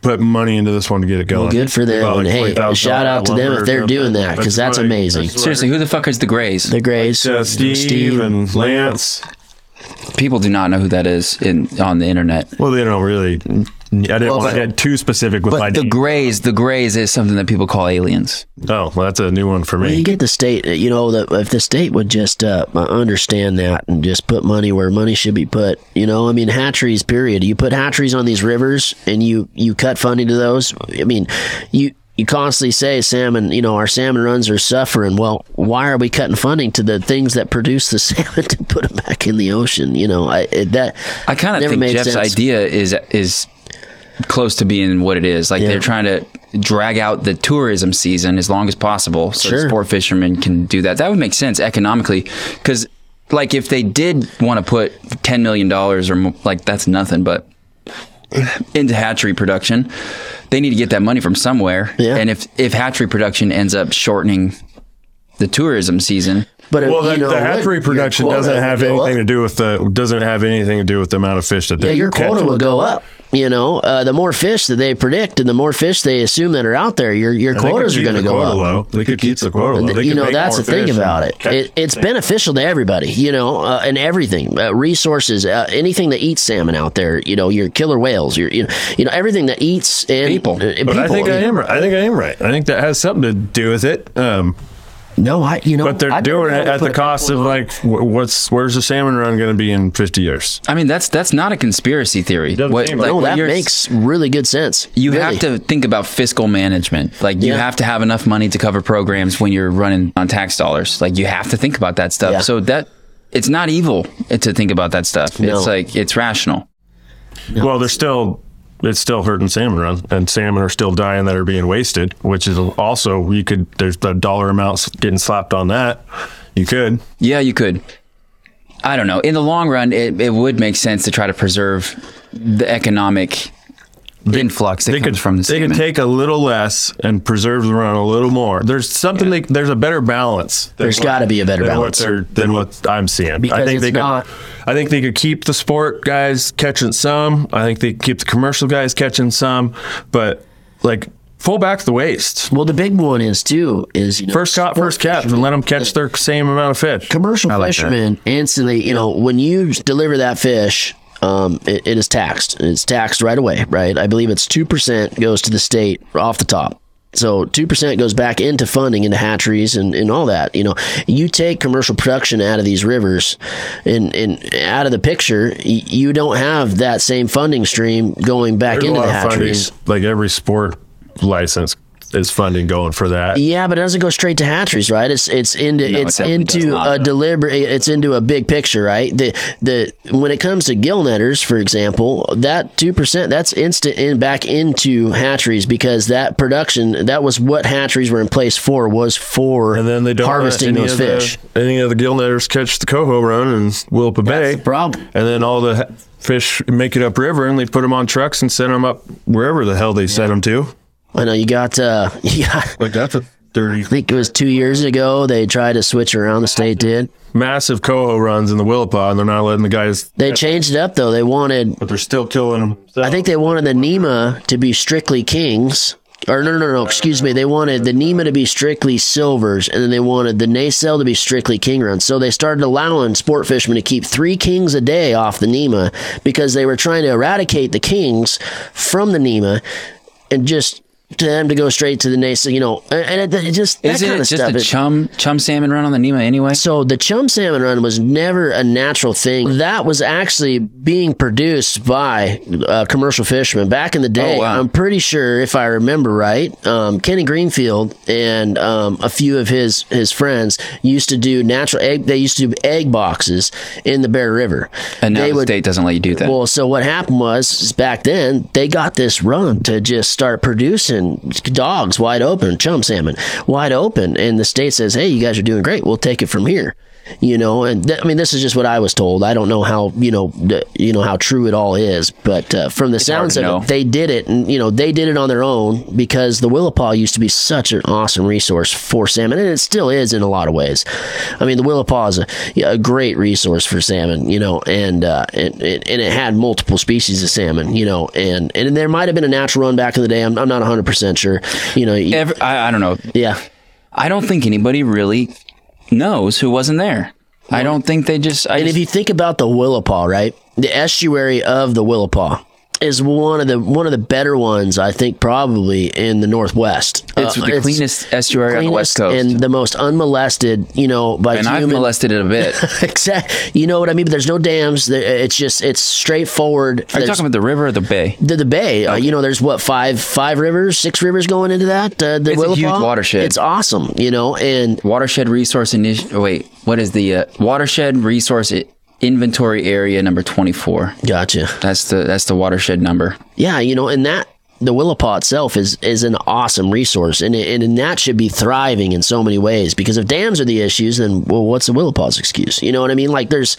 [SPEAKER 4] put money into this one to get it going.
[SPEAKER 5] Good for them.
[SPEAKER 4] About, like,
[SPEAKER 5] hey,
[SPEAKER 4] $20,000
[SPEAKER 5] shout out to them
[SPEAKER 4] lumber
[SPEAKER 5] if
[SPEAKER 4] or
[SPEAKER 5] they're doing
[SPEAKER 4] something.
[SPEAKER 5] that because that's
[SPEAKER 4] right.
[SPEAKER 5] amazing.
[SPEAKER 2] Seriously, who the fuck is the Greys?
[SPEAKER 5] The Grays,
[SPEAKER 4] Yeah, uh, Steve, and Lance.
[SPEAKER 2] People do not know who that is in on the internet.
[SPEAKER 4] Well, they don't really I didn't
[SPEAKER 2] Well,
[SPEAKER 4] want
[SPEAKER 2] but-
[SPEAKER 4] to get too specific with my
[SPEAKER 2] But the
[SPEAKER 4] name.
[SPEAKER 2] grays, the grays is something that people call aliens.
[SPEAKER 4] oh, well, that's a new one for
[SPEAKER 5] You
[SPEAKER 4] me.
[SPEAKER 5] get the state, uh, you know, that if the state would just uh, understand that and just put money where money should be put, you know, I mean, hatcheries, period. You put hatcheries on these rivers and you, you cut funding to those. I mean, you, you constantly say salmon, you know, our salmon runs are suffering. Well, why are we cutting funding to the things that produce the *laughs* salmon to put them back in the ocean? You know, I, it- that
[SPEAKER 2] I kind of
[SPEAKER 5] never
[SPEAKER 2] think
[SPEAKER 5] made
[SPEAKER 2] Jeff's
[SPEAKER 5] sense.
[SPEAKER 2] idea is is close to being what it is. Like they're trying to drag out the tourism season as long as possible, so the
[SPEAKER 5] Sure.
[SPEAKER 2] sport fishermen can do that. That would make sense economically, because like if they did want to put ten million dollars or mo- like that's nothing, but into hatchery production, they need to get that money from somewhere.
[SPEAKER 5] Yeah.
[SPEAKER 2] And if if hatchery production ends up shortening the tourism season,
[SPEAKER 5] But uh,
[SPEAKER 4] Well, the,
[SPEAKER 5] you know,
[SPEAKER 4] the
[SPEAKER 5] what?
[SPEAKER 4] hatchery
[SPEAKER 5] Your
[SPEAKER 4] production
[SPEAKER 5] quota
[SPEAKER 4] doesn't
[SPEAKER 5] would
[SPEAKER 4] have
[SPEAKER 5] go up.
[SPEAKER 4] anything to do with the doesn't have anything to do with the amount of fish that they
[SPEAKER 5] Yeah, your
[SPEAKER 4] catch.
[SPEAKER 5] quota will go up. You know, uh, the more fish that they predict and the more fish they assume that are out there, your your
[SPEAKER 4] And they could
[SPEAKER 5] quotas are
[SPEAKER 4] keep
[SPEAKER 5] going to
[SPEAKER 4] the
[SPEAKER 5] go
[SPEAKER 4] quota
[SPEAKER 5] up.
[SPEAKER 4] Low. They could keep the quota low. They
[SPEAKER 5] you
[SPEAKER 4] could
[SPEAKER 5] know,
[SPEAKER 4] make
[SPEAKER 5] that's the
[SPEAKER 4] more
[SPEAKER 5] thing
[SPEAKER 4] fish
[SPEAKER 5] about
[SPEAKER 4] and
[SPEAKER 5] it.
[SPEAKER 4] catch
[SPEAKER 5] it it's beneficial to everybody, you know, uh, and everything, uh, resources, uh, anything that eats salmon out there, you know, your killer whales, your, you know, you know everything that eats and
[SPEAKER 2] People.
[SPEAKER 5] uh, and
[SPEAKER 4] But I
[SPEAKER 5] people,
[SPEAKER 4] think I
[SPEAKER 5] you-
[SPEAKER 4] am. right. I think I am right. I think that has something to do with it. Um,
[SPEAKER 5] No, I, you know,
[SPEAKER 4] but they're
[SPEAKER 5] I'd
[SPEAKER 4] doing it
[SPEAKER 5] rather
[SPEAKER 4] at
[SPEAKER 5] put
[SPEAKER 4] the
[SPEAKER 5] a
[SPEAKER 4] cost of like, wh- what's where's the salmon run going to be in 50 years?
[SPEAKER 2] I mean that's that's not a conspiracy theory.
[SPEAKER 4] Doesn't seem like
[SPEAKER 5] No,
[SPEAKER 2] what
[SPEAKER 5] Oh, that
[SPEAKER 2] you're-
[SPEAKER 5] makes really good sense.
[SPEAKER 2] You
[SPEAKER 5] Really.
[SPEAKER 2] have to think about fiscal management. Like you
[SPEAKER 5] Yeah.
[SPEAKER 2] have to have enough money to cover programs when you're running on tax dollars. Like you have to think about that stuff.
[SPEAKER 5] Yeah.
[SPEAKER 2] So that it's not evil to think about that stuff.
[SPEAKER 5] No.
[SPEAKER 2] It's like it's rational.
[SPEAKER 4] Well, they're still it's still hurting salmon run, and salmon are still dying that are being wasted, which is also you could there's the dollar amounts getting slapped on that. You could.
[SPEAKER 2] Yeah, you could. I don't know. In the long run, it, it would make sense to try to preserve the economic influx that
[SPEAKER 4] They
[SPEAKER 2] comes
[SPEAKER 4] could
[SPEAKER 2] from the
[SPEAKER 4] they could
[SPEAKER 2] salmon.
[SPEAKER 4] take a little less and preserve the run a little more. There's something they, there's a better balance. than
[SPEAKER 5] There's
[SPEAKER 4] what-
[SPEAKER 5] got to be a better
[SPEAKER 4] than
[SPEAKER 5] balance.
[SPEAKER 4] what they're than what I'm seeing.
[SPEAKER 5] Because
[SPEAKER 4] I think
[SPEAKER 5] it's
[SPEAKER 4] they could,
[SPEAKER 5] not-
[SPEAKER 4] I think they could keep the sport guys catching some. I think they could keep the commercial guys catching some, but like pull back the waste.
[SPEAKER 5] Well, the big one is too is you know,
[SPEAKER 4] First caught, first catch, and let them catch their same amount of fish.
[SPEAKER 5] commercial fishermen instantly, you know, when you deliver that fish, um, it, it is taxed. It's taxed right away, right? I believe it's two percent goes to the state off the top. So two percent goes back into funding into hatcheries and, and all that. You know, you take commercial production out of these rivers, and, and out of the picture, y- you don't have that same funding stream going back
[SPEAKER 4] There's a
[SPEAKER 5] into
[SPEAKER 4] lot
[SPEAKER 5] the
[SPEAKER 4] of funding.
[SPEAKER 5] hatcheries.
[SPEAKER 4] Like every sport license is funding going for that.
[SPEAKER 5] Yeah, but it doesn't go straight to hatcheries, right? It's it's into it's
[SPEAKER 2] definitely does
[SPEAKER 5] into
[SPEAKER 2] not.
[SPEAKER 5] a deliberate. It's into a big picture, right? The the when it comes to gill netters, for example, that two percent that's instant in back into hatcheries because that production that was what hatcheries were in place for was for
[SPEAKER 4] And then they don't let
[SPEAKER 5] harvesting
[SPEAKER 4] any
[SPEAKER 5] those
[SPEAKER 4] of the-
[SPEAKER 5] fish.
[SPEAKER 4] any of the gill netters catch the coho run and Willapa Bay.
[SPEAKER 5] the problem.
[SPEAKER 4] And then all the ha- fish make it up river, and they put them on trucks and send them up wherever the hell they send 'em send them to.
[SPEAKER 5] I know you got uh *laughs* yeah. I
[SPEAKER 4] Like that's a dirty,
[SPEAKER 5] think it was two years ago they tried to switch around. The state did.
[SPEAKER 4] massive coho runs in the Willapa, and they're not letting the guys.
[SPEAKER 5] They changed it up though. They wanted
[SPEAKER 4] But they're still killing them.
[SPEAKER 5] I think they wanted the Nema to be strictly kings. Or no, no, no, no, excuse me. They wanted the Nema to be strictly silvers, and then they wanted the Nacelle to be strictly king runs. So they started allowing sport fishermen to keep three kings a day off the Nema because they were trying to eradicate the kings from the Nema and just to them to go straight to the Nacelle, you know, and and it, it just that
[SPEAKER 2] Isn't
[SPEAKER 5] kind
[SPEAKER 2] it
[SPEAKER 5] of
[SPEAKER 2] just
[SPEAKER 5] stuff.
[SPEAKER 2] a
[SPEAKER 5] it-
[SPEAKER 2] chum chum salmon run on the Nima anyway?
[SPEAKER 5] so the chum salmon run was never a natural thing. That was actually being produced by uh, commercial fishermen back in the day.
[SPEAKER 2] Oh, wow.
[SPEAKER 5] I'm pretty sure, if I remember right, um, Kenny Greenfield and um, a few of his his friends used to do natural egg. They used to do egg boxes in the Bear River.
[SPEAKER 2] And now
[SPEAKER 5] they
[SPEAKER 2] the state doesn't let you do that.
[SPEAKER 5] well, so what happened was is back then they got this run to just start producing dogs wide open, chum salmon wide open, and the state says, "Hey, you guys are doing great. We'll take it from here." You know, and th- I mean, this is just what I was told. I don't know how you know, th- you know how true it all is, but uh, from the sounds
[SPEAKER 2] to
[SPEAKER 5] of
[SPEAKER 2] know.
[SPEAKER 5] it, they did it, and you know, they did it on their own because the Willapa used to be such an awesome resource for salmon, and it still is in a lot of ways. I mean, the Willapa is a, yeah, a great resource for salmon, you know, and uh, and, and and it had multiple species of salmon, you know, and and there might have been a natural run back in the day. I'm, I'm not 100 percent sure, you know. you-
[SPEAKER 2] Every, I, I don't know.
[SPEAKER 5] yeah,
[SPEAKER 2] I don't think anybody really knows who wasn't there. I don't think they just. I
[SPEAKER 5] and
[SPEAKER 2] just
[SPEAKER 5] if you think about the Willapa, right, the estuary of the Willapa. is one of the one of the better ones I think probably in the Northwest. Uh,
[SPEAKER 2] It's the cleanest estuary on the West Coast.
[SPEAKER 5] and the most unmolested. You know, by
[SPEAKER 2] and I've
[SPEAKER 5] human-
[SPEAKER 2] molested it a *laughs* bit. Are
[SPEAKER 5] *laughs* Exact. You know what I mean? But there's no dams. There- It's just it's straightforward.
[SPEAKER 2] you talking about the river or the bay?
[SPEAKER 5] the, the bay? Uh, you know, there's what five five rivers, six rivers going into that. Uh, the
[SPEAKER 2] It's a
[SPEAKER 5] Willapa?
[SPEAKER 2] huge watershed.
[SPEAKER 5] It's awesome. You know, and
[SPEAKER 2] Watershed Resource Initiative. Wait, what is the uh, Watershed Resource I- Inventory Area number 24?
[SPEAKER 5] gotcha.
[SPEAKER 2] That's the that's the watershed number.
[SPEAKER 5] Yeah, you know, and that the Willapa itself is is an awesome resource, and and, and that should be thriving in so many ways. Because if dams are the issues, then well, what's the Willapa's excuse? You know what I mean? Like there's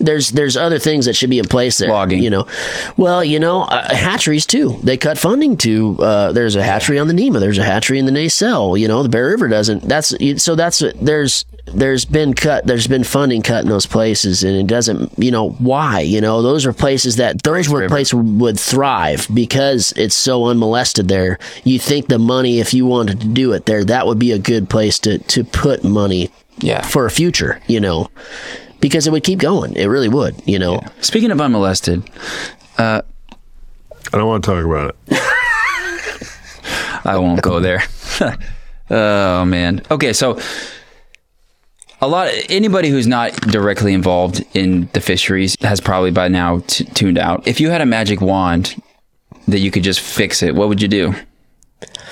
[SPEAKER 5] there's there's other things that should be in place there.
[SPEAKER 2] Logging.
[SPEAKER 5] you know. Well, you know, uh, hatcheries too. They cut funding to. Uh, there's a hatchery on the Nema. There's a hatchery in the Nacelle. You know, the Bear River doesn't. That's so. That's there's there's been cut. There's been funding cut in those places, and it doesn't. You know why? You know those are places that those were place would thrive because it's so unmolested there. You think the money, if you wanted to do it there, that would be a good place to to put money
[SPEAKER 2] Yeah.
[SPEAKER 5] for a future. You know. Because it would keep going. It really would, you know.
[SPEAKER 2] Speaking of unmolested,
[SPEAKER 4] I don't want to talk about it.
[SPEAKER 2] I won't go there. *laughs* oh man. Okay, so a lot anybody who's not directly involved in the fisheries has probably by now t- tuned out. If you had a magic wand that you could just fix it, what would you do?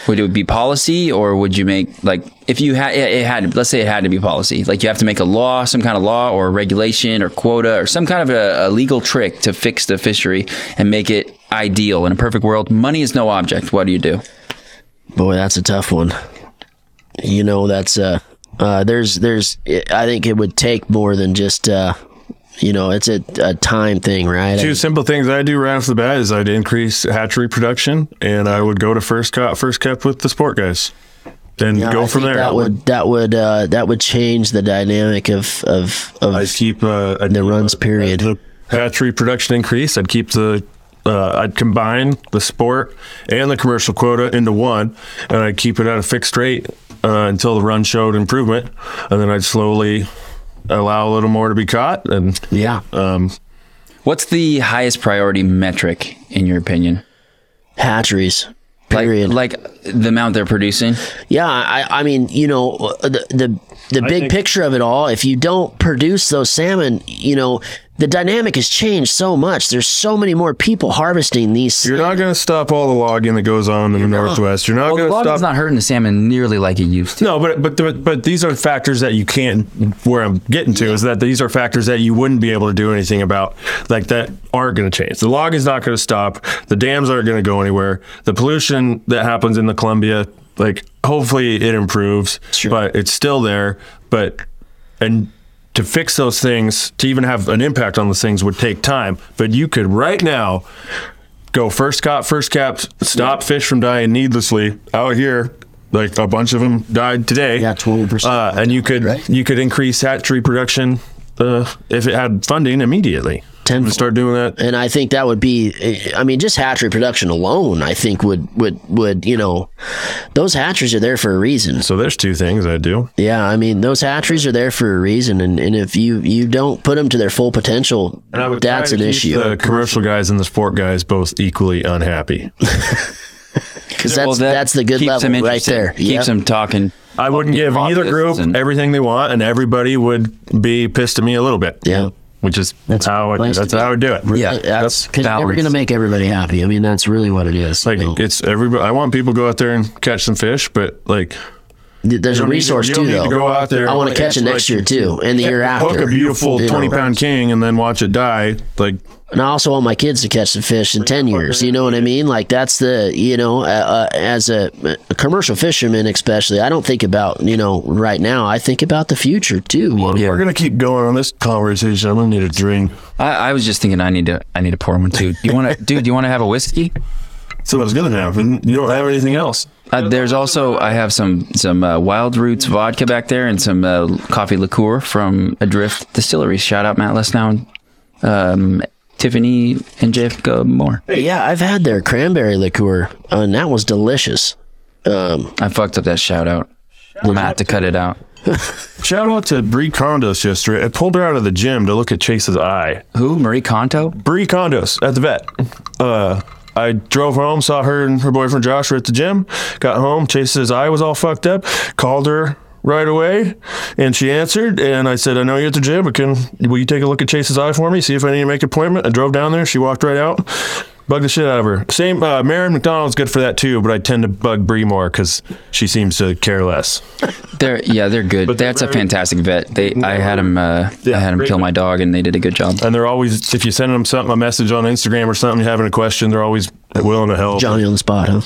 [SPEAKER 2] Would it be policy, or would you make like if you had it it had let's say it had to be policy, like you have to make a law, some kind of law or regulation or quota or some kind of a, a legal trick to fix the fishery and make it ideal in a perfect world. Money is no object. What do you do?
[SPEAKER 5] Boy, that's a tough one. You know, that's uh, uh there's there's I think it would take more than just uh you know, it's a, a time thing, right?
[SPEAKER 4] Two simple things I do right off the bat is I'd increase hatchery production, and I would go to first caught, first kept with the sport guys, and
[SPEAKER 5] I-
[SPEAKER 4] go
[SPEAKER 5] I
[SPEAKER 4] from
[SPEAKER 5] think
[SPEAKER 4] there.
[SPEAKER 5] That would that would uh that would change the dynamic of of of
[SPEAKER 4] I'd keep uh, I'd
[SPEAKER 5] the
[SPEAKER 4] keep,
[SPEAKER 5] runs
[SPEAKER 4] uh,
[SPEAKER 5] period.
[SPEAKER 4] The hatchery production increase. I'd keep the uh, I'd combine the sport and the commercial quota into one, and I'd keep it at a fixed rate uh, until the run showed improvement, and then I'd slowly allow a little more to be caught. And
[SPEAKER 5] yeah.
[SPEAKER 4] um,
[SPEAKER 2] What's the highest priority metric in your opinion?
[SPEAKER 5] Hatcheries.
[SPEAKER 2] Like,
[SPEAKER 5] Period.
[SPEAKER 2] like the amount they're producing.
[SPEAKER 5] Yeah, I, I mean, you know, uh, the the, the big
[SPEAKER 4] think-
[SPEAKER 5] picture of it all. If you don't produce those salmon, you know, the dynamic has changed so much. There's so many more people harvesting these.
[SPEAKER 4] you're not going to stop all the logging that goes on in the northwest. You're not
[SPEAKER 2] Well, the
[SPEAKER 4] going to
[SPEAKER 2] logging's
[SPEAKER 4] stop.
[SPEAKER 2] not hurting the salmon nearly like it used to.
[SPEAKER 4] no, but, but but but these are factors that you can't. Where I'm getting to is that these are factors that you wouldn't be able to do anything about, like that aren't going to change. The logging's not going to stop. The dams aren't going to go anywhere. The pollution that happens in the Columbia, like hopefully it improves, but it's still there. But and to fix those things, to even have an impact on those things would take time. But you could right now go first cop, first caps, stop fish from dying needlessly out here. Like a bunch of them died today.
[SPEAKER 5] Yeah, 12%.
[SPEAKER 4] Uh, and you could you could increase hatchery production uh, if it had funding immediately.
[SPEAKER 5] Tenfold.
[SPEAKER 4] Start doing that.
[SPEAKER 5] and I think that would be, eh, I mean, just hatchery production alone, I think would would would you know, those hatcheries are there for a reason.
[SPEAKER 4] So there's two things I do.
[SPEAKER 5] Yeah, I mean, those hatcheries are there for a reason, and, and if you you don't put them to their full potential,
[SPEAKER 4] And I would
[SPEAKER 5] that's
[SPEAKER 4] try
[SPEAKER 5] an
[SPEAKER 4] to keep
[SPEAKER 5] issue.
[SPEAKER 4] The commercial guys and the sport guys both equally unhappy.
[SPEAKER 5] Because that's
[SPEAKER 2] Well, that
[SPEAKER 5] that's the good
[SPEAKER 2] keeps them
[SPEAKER 5] level right
[SPEAKER 2] interested,
[SPEAKER 5] there.
[SPEAKER 2] Keeps
[SPEAKER 5] Yep.
[SPEAKER 2] them talking.
[SPEAKER 4] I wouldn't give either group
[SPEAKER 2] and-
[SPEAKER 4] everything they want, and everybody would be pissed at me a little bit.
[SPEAKER 5] Yeah.
[SPEAKER 4] which is that's
[SPEAKER 5] That's
[SPEAKER 4] how I,
[SPEAKER 5] nice to
[SPEAKER 4] that's
[SPEAKER 5] be.
[SPEAKER 4] how I would do it.
[SPEAKER 2] Yeah.
[SPEAKER 5] that's because you're never
[SPEAKER 2] balance.
[SPEAKER 5] going to make everybody happy. I mean, that's really what it is.
[SPEAKER 4] Like
[SPEAKER 5] you know.
[SPEAKER 4] it's everybody. I want people to go out there and catch some fish, but like
[SPEAKER 5] Th- there's a
[SPEAKER 4] don't need to-
[SPEAKER 5] resource
[SPEAKER 4] you
[SPEAKER 5] too,
[SPEAKER 4] don't need
[SPEAKER 5] though.
[SPEAKER 4] to go out there
[SPEAKER 5] I want to
[SPEAKER 4] and
[SPEAKER 5] catch it
[SPEAKER 4] like-
[SPEAKER 5] next year too, and the year after.
[SPEAKER 4] hook a beautiful
[SPEAKER 5] you know.
[SPEAKER 4] twenty pound king and then watch it die. Like
[SPEAKER 5] and I also want my kids to catch the fish in 10 years. You know what I mean? Like, that's the, you know, uh, uh, as a, a commercial fisherman, especially, I don't think about, you know, right now, I think about the future too. you know?
[SPEAKER 4] we're gonna keep going on this conversation. I'm gonna need a drink.
[SPEAKER 2] I, I was just thinking, I need to, I need to pour one too. Do you want to, dude? Do you want to have a whiskey?
[SPEAKER 4] So what's gonna happen? You don't have anything else.
[SPEAKER 2] Uh, there's also, I have some, some uh, Wild Roots vodka back there and some uh, coffee liqueur from Adrift Distillery. Shout out Matt Lesnow, um, Tiffany, and Jeff Moore.
[SPEAKER 5] Yeah, I've had their cranberry liqueur, uh, and that was delicious.
[SPEAKER 2] I fucked up that shout out. Matt to cut it out.
[SPEAKER 4] Shout out to Bree Condos yesterday. I pulled her out of the gym to look at Chase's eye.
[SPEAKER 2] Who? Marie Konto?
[SPEAKER 4] Bree Condos at the vet. Uh, I drove home, saw her and her boyfriend Josh were at the gym. Got home, Chase's eye was all fucked up. Called her right away, and she answered. And I said, "I know you're at the gym, but can will you take a look at Chase's eye for me? See if I need to make an appointment." I drove down there. She walked right out. Bugged the shit out of her. Same, uh, Maren McDonald's good for that too, but I tend to bug Bree more because she seems to care less.
[SPEAKER 2] They're yeah, they're good.
[SPEAKER 4] they're
[SPEAKER 2] That's a
[SPEAKER 4] very-
[SPEAKER 2] fantastic vet. They I had him uh,
[SPEAKER 4] Yeah,
[SPEAKER 2] I had him
[SPEAKER 4] great
[SPEAKER 2] kill
[SPEAKER 4] vet.
[SPEAKER 2] my dog and they did a good job.
[SPEAKER 4] And they're always, if you send them something, a message on Instagram or something, you're having a question, they're always willing to help.
[SPEAKER 5] Johnny on the spot, huh?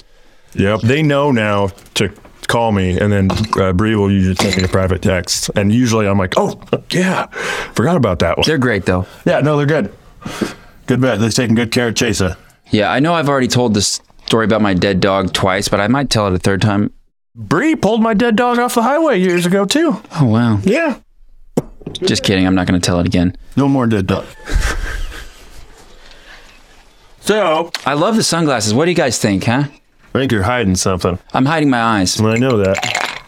[SPEAKER 4] Yep. They know now to call me, and then uh, Bree will usually send me a private text. And usually I'm like, oh, yeah, forgot about that one.
[SPEAKER 2] They're great though.
[SPEAKER 4] yeah, no, they're good. Good bet. They're taking good care of Chaser.
[SPEAKER 2] Yeah, I know I've already told this story about my dead dog twice, but I might tell it a third time.
[SPEAKER 4] Bree pulled my dead dog off the highway years ago, too.
[SPEAKER 2] Oh wow.
[SPEAKER 4] Yeah.
[SPEAKER 2] Just kidding, I'm not gonna tell it again.
[SPEAKER 4] No more dead dog. so,
[SPEAKER 2] I love the sunglasses. What do you guys think, huh?
[SPEAKER 4] I think you're hiding something.
[SPEAKER 2] I'm hiding my eyes.
[SPEAKER 4] I know that.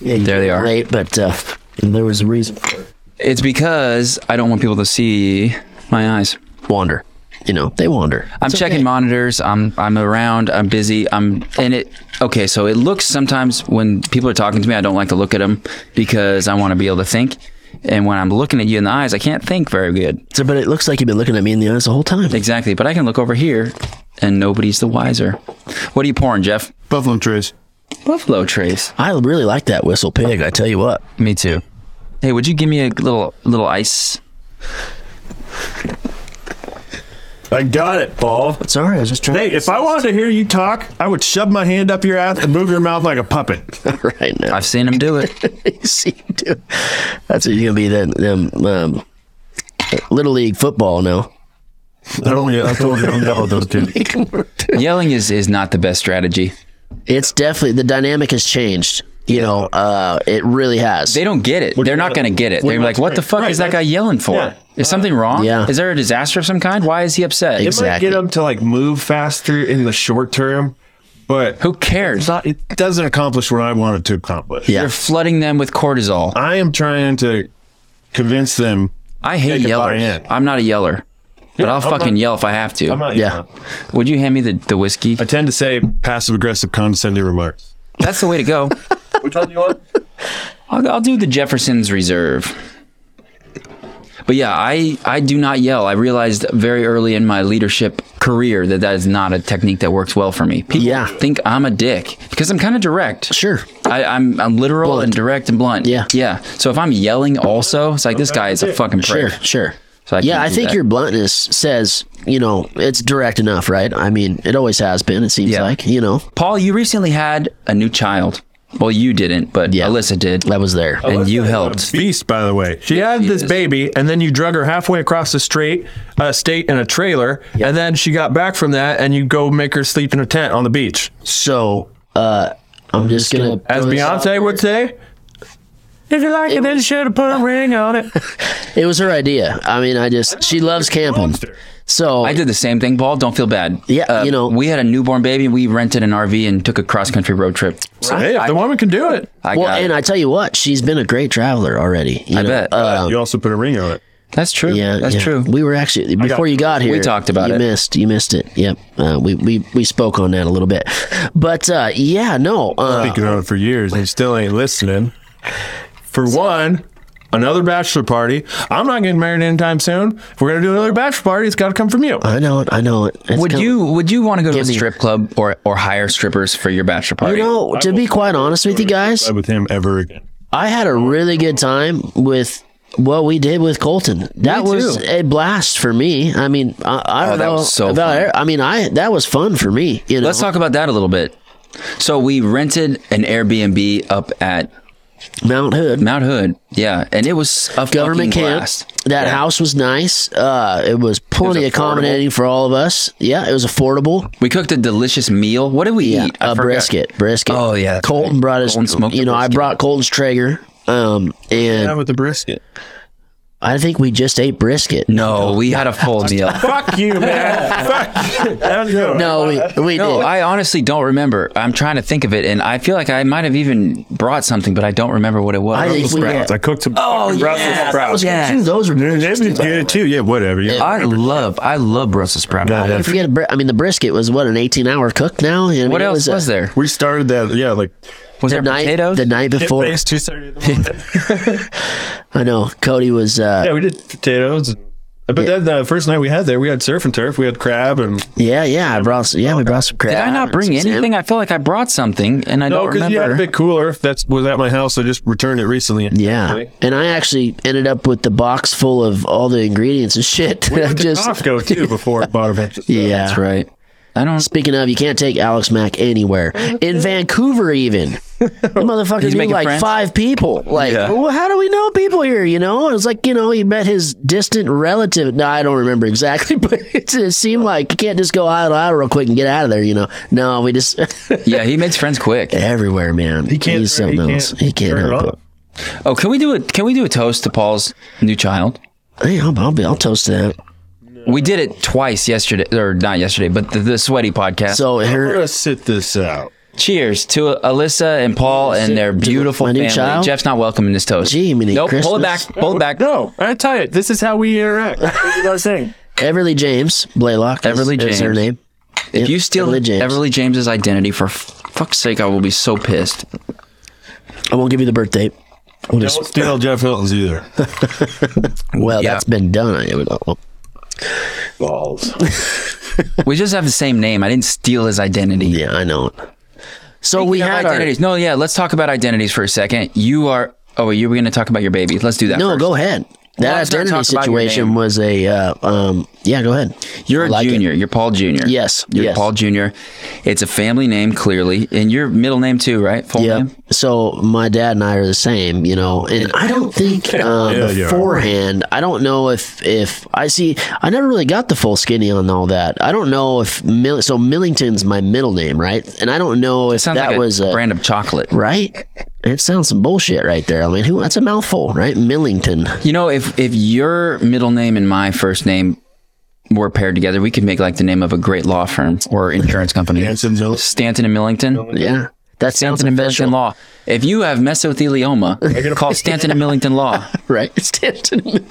[SPEAKER 5] Yeah, you
[SPEAKER 2] There they
[SPEAKER 5] did
[SPEAKER 2] are.
[SPEAKER 5] Great, but uh, there was a reason. for it.
[SPEAKER 2] It's because I don't want people to see my eyes.
[SPEAKER 5] Wander. You know, they wander.
[SPEAKER 2] I'm checking monitors. I'm I'm around. I'm busy. I'm and it. Okay, so it looks sometimes when people are talking to me, I don't like to look at them because I want to be able to think. And when I'm looking at you in the eyes, I can't think very good.
[SPEAKER 5] So, but it looks like you've been looking at me in the eyes the whole time.
[SPEAKER 2] Exactly. But I can look over here, and nobody's the wiser. What are you pouring, Jeff?
[SPEAKER 7] Buffalo Trace.
[SPEAKER 2] Buffalo Trace.
[SPEAKER 5] I really like that whistle pig. I tell you what.
[SPEAKER 2] Me too. Hey, would you give me a little little ice?
[SPEAKER 4] I got it, Paul.
[SPEAKER 5] Sorry, I was just trying.
[SPEAKER 4] Hey, if I wanted to hear you talk, I would shove my hand up your ass and move your mouth like a puppet.
[SPEAKER 5] *laughs* right now.
[SPEAKER 2] I've seen him do it. *laughs*
[SPEAKER 5] you *laughs* see, dude, that's what you're gonna be. Then, them um, little league football now.
[SPEAKER 4] I don't. I told you, I don't know those kids.
[SPEAKER 2] Yelling is is not the best strategy.
[SPEAKER 5] It's definitely the dynamic has changed. You know, uh, it really has.
[SPEAKER 2] They don't get it. They're not going to get it. They're
[SPEAKER 4] you
[SPEAKER 2] like, "What
[SPEAKER 4] want
[SPEAKER 2] the
[SPEAKER 4] to
[SPEAKER 2] fuck
[SPEAKER 4] drink?"
[SPEAKER 2] is
[SPEAKER 4] Right,
[SPEAKER 2] that guy yelling for?
[SPEAKER 4] yeah.
[SPEAKER 2] Is something wrong?
[SPEAKER 5] Yeah.
[SPEAKER 2] Is there a disaster of some kind? Why is he upset?
[SPEAKER 5] Ex-
[SPEAKER 7] Might
[SPEAKER 5] Exactly.
[SPEAKER 7] get them to like move faster in the short term, but
[SPEAKER 2] Who
[SPEAKER 7] it's
[SPEAKER 2] cares?
[SPEAKER 7] not, it doesn't accomplish what I wanted to accomplish.
[SPEAKER 5] yeah,
[SPEAKER 2] You're flooding them with cortisol.
[SPEAKER 7] I am trying to convince them.
[SPEAKER 2] I hate
[SPEAKER 7] Take it by
[SPEAKER 2] yellers.
[SPEAKER 7] hand.
[SPEAKER 2] I'm not a yeller, but I'll fucking yell if I have to.
[SPEAKER 5] yeah.
[SPEAKER 2] Would you hand me the, the whiskey?
[SPEAKER 7] I tend to say passive aggressive condescending remarks.
[SPEAKER 2] That's the way to go.
[SPEAKER 8] *laughs* Which one do you want?
[SPEAKER 2] I'll, I'll do the Jefferson's Reserve. But yeah, I, I do not yell. I realized very early in my leadership career that that is not a technique that works well for me. People
[SPEAKER 5] Yeah.
[SPEAKER 2] think I'm a dick because I'm kind of direct.
[SPEAKER 5] Sure.
[SPEAKER 2] I, I'm I'm literal and direct and blunt.
[SPEAKER 5] Yeah.
[SPEAKER 2] yeah. So if I'm yelling, also, it's like this guy is a fucking
[SPEAKER 5] Sure,
[SPEAKER 2] prick.
[SPEAKER 5] sure.
[SPEAKER 2] So I
[SPEAKER 5] yeah,
[SPEAKER 2] can't
[SPEAKER 5] I
[SPEAKER 2] do
[SPEAKER 5] think
[SPEAKER 2] that.
[SPEAKER 5] your bluntness says, you know, it's direct enough, right? I mean, it always has been, it seems
[SPEAKER 2] Yeah.
[SPEAKER 5] like, you know,
[SPEAKER 2] Paul, you recently had a new child. Well, you didn't, but
[SPEAKER 5] Yeah.
[SPEAKER 2] Alyssa did,
[SPEAKER 5] that was there.
[SPEAKER 8] Oh,
[SPEAKER 2] and you helped.
[SPEAKER 4] Beast, by the way. She had this baby, and then you drug her halfway across the straight uh, state in a trailer, and then she got back from that, and you go make her sleep in a tent on the beach.
[SPEAKER 5] So, uh, I'm just going to.
[SPEAKER 4] As Beyonce would say, "If you like it, then you should have put a ring on it."
[SPEAKER 5] It was her idea. I mean, I just. She loves camping. So,
[SPEAKER 2] I did the same thing, Paul. Don't feel bad. Uh,
[SPEAKER 5] Yeah, you know-
[SPEAKER 2] we had a newborn baby. We rented an RV and took a cross country road trip.
[SPEAKER 4] So, hey, if the woman can do it,
[SPEAKER 2] I
[SPEAKER 5] well,
[SPEAKER 2] got
[SPEAKER 5] and
[SPEAKER 2] it.
[SPEAKER 5] I tell you what, she's been a great traveler already. You
[SPEAKER 2] I
[SPEAKER 5] know?
[SPEAKER 2] bet.
[SPEAKER 5] Uh,
[SPEAKER 7] You also put a ring on it.
[SPEAKER 2] that's true.
[SPEAKER 5] yeah,
[SPEAKER 2] that's
[SPEAKER 5] yeah.
[SPEAKER 2] true.
[SPEAKER 5] We were actually before you got here.
[SPEAKER 2] we talked about
[SPEAKER 5] you
[SPEAKER 2] it.
[SPEAKER 5] Missed you missed it. Yep. Uh, we, we we spoke on that a little bit, but uh, yeah, no. Uh,
[SPEAKER 7] Thinking on it for years and still ain't listening.
[SPEAKER 4] for one, another bachelor party. I'm not getting married anytime soon. If we're gonna do another bachelor party, it's got to come from you.
[SPEAKER 5] I know it. I know it. It's
[SPEAKER 2] Would
[SPEAKER 5] kinda-
[SPEAKER 2] you Would you want to go to a
[SPEAKER 5] me-
[SPEAKER 2] strip club or or hire strippers for your bachelor party?
[SPEAKER 5] You know, to be quite honest with you guys,
[SPEAKER 7] Not with him ever again.
[SPEAKER 5] I had a really good time with what we did with Colton. That was
[SPEAKER 2] too. Oh,
[SPEAKER 5] a blast for me. I mean, I, I don't
[SPEAKER 2] that
[SPEAKER 5] know
[SPEAKER 2] was so
[SPEAKER 5] about
[SPEAKER 2] fun.
[SPEAKER 5] Eric. I mean, I that was fun for me. You know,
[SPEAKER 2] Let's talk about that a little bit. So we rented an Airbnb up at
[SPEAKER 5] Mount Hood.
[SPEAKER 2] Mount Hood. Yeah, and it was a fucking
[SPEAKER 5] Government camp.
[SPEAKER 2] blast.
[SPEAKER 5] That house was nice. Uh, it was plenty accommodating for all of us. Yeah, it was affordable.
[SPEAKER 2] We cooked a delicious meal. What did we
[SPEAKER 5] Yeah,
[SPEAKER 2] eat? I
[SPEAKER 5] uh,
[SPEAKER 2] forgot.
[SPEAKER 5] brisket, brisket.
[SPEAKER 2] Oh, yeah, that's
[SPEAKER 5] Colton
[SPEAKER 2] right.
[SPEAKER 5] brought us.
[SPEAKER 2] Colton smoked
[SPEAKER 5] you
[SPEAKER 2] the
[SPEAKER 5] know, I
[SPEAKER 2] brisket.
[SPEAKER 5] brought Colton's Traeger. Um, and
[SPEAKER 7] with the brisket.
[SPEAKER 5] I think we just ate brisket.
[SPEAKER 2] No, we had
[SPEAKER 7] *laughs*
[SPEAKER 2] a full meal.
[SPEAKER 4] Fuck you, *laughs* man. Fuck you. That's good.
[SPEAKER 5] No, we, we
[SPEAKER 2] No,
[SPEAKER 5] did.
[SPEAKER 2] I honestly don't remember. I'm trying to think of it, and I feel like I might have even brought something, but I don't remember what it was.
[SPEAKER 5] I think we
[SPEAKER 4] Sprouts.
[SPEAKER 5] did.
[SPEAKER 4] I cooked some oh, Brussels sprouts.
[SPEAKER 2] yeah.
[SPEAKER 5] Dude, those were
[SPEAKER 4] They've been good too. Yeah, whatever. Yeah.
[SPEAKER 2] I love, I love Brussels sprouts.
[SPEAKER 4] Yeah, yeah.
[SPEAKER 5] If we had a bri- I mean, the brisket was what an eighteen-hour cook now. I mean,
[SPEAKER 2] What
[SPEAKER 5] it
[SPEAKER 2] else was,
[SPEAKER 5] a-
[SPEAKER 2] there?
[SPEAKER 4] We started that. Yeah, like
[SPEAKER 2] Was
[SPEAKER 5] The
[SPEAKER 2] there
[SPEAKER 5] night,
[SPEAKER 2] potatoes?
[SPEAKER 5] the night before,
[SPEAKER 4] two thirty. *laughs* Yeah,
[SPEAKER 5] I know Cody was. Uh,
[SPEAKER 4] we did potatoes. But then the first night we had there, we had surf and turf. We had crab and
[SPEAKER 5] yeah, yeah, I brought. Some, yeah, we brought some crab.
[SPEAKER 2] Did I not bring anything? I feel like I brought something, and I
[SPEAKER 4] no,
[SPEAKER 2] don't
[SPEAKER 4] because
[SPEAKER 2] remember.
[SPEAKER 4] you had a big cooler that was at my house. I just returned it recently.
[SPEAKER 5] Yeah, and I actually ended up with the box full of all the ingredients and shit. *laughs*
[SPEAKER 4] we
[SPEAKER 5] I'm
[SPEAKER 4] went to
[SPEAKER 5] just
[SPEAKER 4] Costco too
[SPEAKER 5] *laughs*
[SPEAKER 4] before it bought a bunch of stuff.
[SPEAKER 5] yeah.
[SPEAKER 2] That's right. I don't.
[SPEAKER 5] Speaking of, you can't take Alex Mack anywhere in Vancouver,
[SPEAKER 4] *laughs*
[SPEAKER 5] even. The motherfucker
[SPEAKER 2] He's
[SPEAKER 5] knew
[SPEAKER 2] making
[SPEAKER 5] like
[SPEAKER 2] friends?
[SPEAKER 5] five people. Like, well, how do we know people here? You know, it's like you know he met his distant relative. No, I don't remember exactly, *laughs* but it, it seemed like you can't just go out out real quick and get out of there. You know, no, we just *laughs*
[SPEAKER 2] Yeah, he makes friends quick.
[SPEAKER 5] everywhere, man. He
[SPEAKER 4] can't-
[SPEAKER 5] He's something
[SPEAKER 4] he can't
[SPEAKER 5] else. He can't
[SPEAKER 4] turn it
[SPEAKER 5] help it.
[SPEAKER 4] off.
[SPEAKER 2] Oh, can we do it? Can we do a toast to Paul's new child?
[SPEAKER 5] Hey, I'll, I'll be. I'll toast to that.
[SPEAKER 2] We did it twice yesterday, or not yesterday, but the, the sweaty podcast.
[SPEAKER 5] So
[SPEAKER 4] We're
[SPEAKER 5] here,
[SPEAKER 4] gonna sit this out.
[SPEAKER 2] Cheers to Alyssa and Paul and their beautiful
[SPEAKER 5] my new
[SPEAKER 2] family.
[SPEAKER 5] child?
[SPEAKER 2] Jeff's not welcome in this toast.
[SPEAKER 5] Gee, mini
[SPEAKER 2] nope, pull it back.
[SPEAKER 5] Christmas.
[SPEAKER 2] Pull it back.
[SPEAKER 4] Oh,
[SPEAKER 9] No, I tell you, this is how we interact. That's what I was
[SPEAKER 4] *laughs*
[SPEAKER 9] saying.
[SPEAKER 5] Everly James Blaylock. is-
[SPEAKER 2] Everly
[SPEAKER 5] is her
[SPEAKER 2] James.
[SPEAKER 5] name.
[SPEAKER 2] If you steal
[SPEAKER 5] Everly
[SPEAKER 2] Everly,
[SPEAKER 5] James.
[SPEAKER 2] James's identity, for f- fuck's sake, I will be so pissed.
[SPEAKER 5] I won't give you the birthday. We'll just
[SPEAKER 4] Don't steal Jeff Hilton's either.
[SPEAKER 5] Well,
[SPEAKER 2] Yeah.
[SPEAKER 5] that's been done. I would- well,
[SPEAKER 4] Balls.
[SPEAKER 2] We just have the same name. I didn't steal his identity.
[SPEAKER 5] Yeah, I know. So we
[SPEAKER 2] Speaking of
[SPEAKER 5] had our
[SPEAKER 2] identities. No, yeah. Let's talk about identities for a second. You are. Oh, you were going to talk about your baby. Let's do that.
[SPEAKER 5] no.
[SPEAKER 2] first.
[SPEAKER 5] Go ahead. That
[SPEAKER 2] I was gonna
[SPEAKER 5] identity
[SPEAKER 2] talk about your
[SPEAKER 5] situation
[SPEAKER 2] name.
[SPEAKER 5] was a uh, um. Yeah, go ahead.
[SPEAKER 2] You're a
[SPEAKER 5] I like it.
[SPEAKER 2] junior. You're Paul Junior.
[SPEAKER 5] Yes,
[SPEAKER 2] You're
[SPEAKER 5] yes.
[SPEAKER 2] Paul Junior. It's a family name, clearly, and your middle name too, right? Full
[SPEAKER 5] Yep.
[SPEAKER 2] name.
[SPEAKER 5] So my dad and I are the same, you know, and
[SPEAKER 2] *laughs*
[SPEAKER 5] I don't think um,
[SPEAKER 4] Yeah, you are.
[SPEAKER 5] beforehand. I don't know if if I see. I never really got the full skinny on all that. I don't know if Mill- so Millington's my middle name, right? And I don't know if
[SPEAKER 2] Sounds
[SPEAKER 5] that
[SPEAKER 2] like a
[SPEAKER 5] was a
[SPEAKER 2] brand of chocolate.
[SPEAKER 5] right. It sounds some bullshit right there. I mean, who? That's a mouthful, right? Millington.
[SPEAKER 2] You know, if if your middle name and my first name were paired together, we could make like the name of a great law firm or insurance company.
[SPEAKER 4] Hanson Jones.
[SPEAKER 2] Stanton and Millington.
[SPEAKER 5] Yeah. That sounds
[SPEAKER 2] Stanton and Millington
[SPEAKER 5] official,
[SPEAKER 2] Law. If you have mesothelioma, call Stanton and Millington Law.
[SPEAKER 5] right? *laughs* Stanton.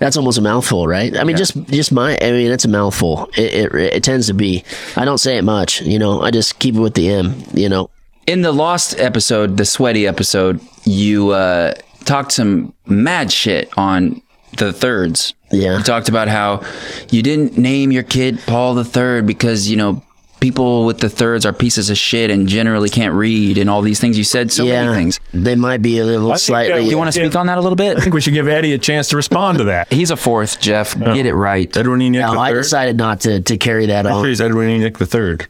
[SPEAKER 5] That's almost a mouthful, right? I mean, just just my. I mean, it's a mouthful. It, it it tends to be. I don't say it much, you know. I just keep it with the M, you know.
[SPEAKER 2] In the Lost episode, the sweaty episode, you uh, talked some mad shit on the thirds.
[SPEAKER 5] Yeah.
[SPEAKER 2] You talked about how you didn't name your kid Paul the Third because you know people with the thirds are pieces of shit and generally can't read and all these things. You said so
[SPEAKER 5] yeah,
[SPEAKER 2] many things.
[SPEAKER 5] they might be a little slightly.
[SPEAKER 4] that
[SPEAKER 2] You want to speak on that a little bit?
[SPEAKER 4] I think we should give Eddie a chance to respond to *laughs* that.
[SPEAKER 2] He's a fourth, Jeff. Get it right.
[SPEAKER 4] Edwin E. Nick
[SPEAKER 5] no,
[SPEAKER 4] the
[SPEAKER 5] I
[SPEAKER 4] third.
[SPEAKER 5] decided not to to carry that
[SPEAKER 4] I'm sure
[SPEAKER 5] on.
[SPEAKER 4] he's Edwin E. Nick the third.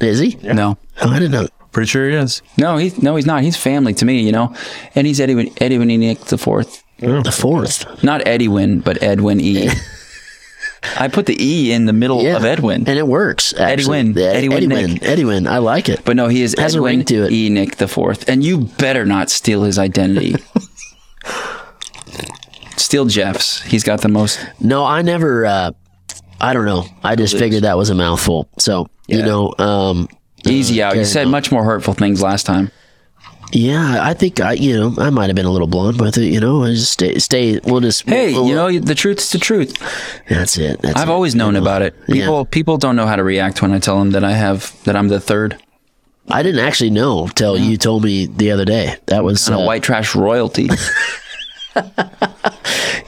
[SPEAKER 5] Is he?
[SPEAKER 2] No,
[SPEAKER 5] Oh, I didn't know.
[SPEAKER 4] Pretty sure he is.
[SPEAKER 2] no, he's no, he's not. He's family to me, you know. And he's Edwin Edwin E. Nick the fourth,
[SPEAKER 5] The fourth.
[SPEAKER 2] not Edwin, but Edwin E.
[SPEAKER 5] *laughs*
[SPEAKER 2] I put the E in the middle
[SPEAKER 5] Yeah.
[SPEAKER 2] of Edwin.
[SPEAKER 5] and it works. Actually.
[SPEAKER 2] Wynn.
[SPEAKER 5] Yeah,
[SPEAKER 2] Eddie Wynn
[SPEAKER 5] Eddie
[SPEAKER 2] Nick.
[SPEAKER 5] Wynn. Eddie Wynn. I like it.
[SPEAKER 2] But no, he is
[SPEAKER 5] Has a
[SPEAKER 2] Edwin
[SPEAKER 5] ring to it.
[SPEAKER 2] E. Nick the fourth, and you better not steal his
[SPEAKER 5] *laughs*
[SPEAKER 2] identity. steal Jeff's. He's got the most.
[SPEAKER 5] No, I never. Uh, I don't know. I just figured that was a mouthful. So you know, um,
[SPEAKER 2] Easy out. You
[SPEAKER 5] carry
[SPEAKER 2] said much more hurtful things last time.
[SPEAKER 5] yeah, I think I, you know, I might have been a little blunt with it. You know, I just stay, stay. We'll just.
[SPEAKER 2] Hey,
[SPEAKER 5] we'll-
[SPEAKER 2] you know the truth's the truth.
[SPEAKER 5] that's it. That's
[SPEAKER 2] I've
[SPEAKER 5] it.
[SPEAKER 2] always known about it.
[SPEAKER 5] Yeah.
[SPEAKER 2] People people don't know how to react when I tell them that I have that I'm the third.
[SPEAKER 5] I didn't actually know till you told me the other day. That was
[SPEAKER 2] I'm a
[SPEAKER 5] uh,
[SPEAKER 2] white trash
[SPEAKER 5] *laughs*
[SPEAKER 2] royalty.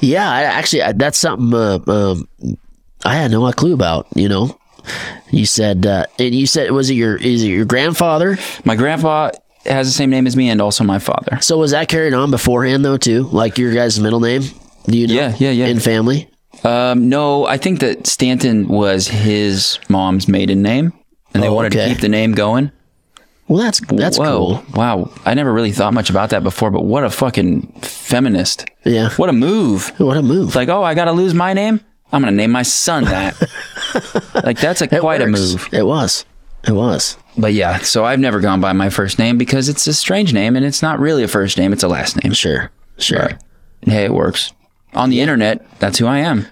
[SPEAKER 5] Yeah, I actually, I, that's something uh, um, I had no clue about. You know, you said, uh, and you said, was it your is it your grandfather?
[SPEAKER 2] my grandpa has the same name as me and also my father.
[SPEAKER 5] So was that carried on beforehand though too? Like your guys' middle name? Do you know?
[SPEAKER 2] Yeah, yeah, yeah.
[SPEAKER 5] In family.
[SPEAKER 2] Um, no, I think that Stanton was his mom's maiden name, and they
[SPEAKER 5] Oh,
[SPEAKER 2] wanted
[SPEAKER 5] okay.
[SPEAKER 2] to keep the name going.
[SPEAKER 5] Well, that's that's cool.
[SPEAKER 2] Whoa, wow! I never really thought much about that before, but what a fucking feminist!
[SPEAKER 5] Yeah.
[SPEAKER 2] What a move!
[SPEAKER 5] What a move.
[SPEAKER 2] It's like, oh, I gotta lose my name. I'm gonna name my son
[SPEAKER 5] *laughs*
[SPEAKER 2] that. like that's a,
[SPEAKER 5] It
[SPEAKER 2] quite
[SPEAKER 5] works.
[SPEAKER 2] a move.
[SPEAKER 5] It was. It was.
[SPEAKER 2] But yeah, so I've never gone by my first name because it's a strange name and it's not really a first name; it's a last name.
[SPEAKER 5] Sure. Sure.
[SPEAKER 2] Hey, it works. on the internet. That's who I am.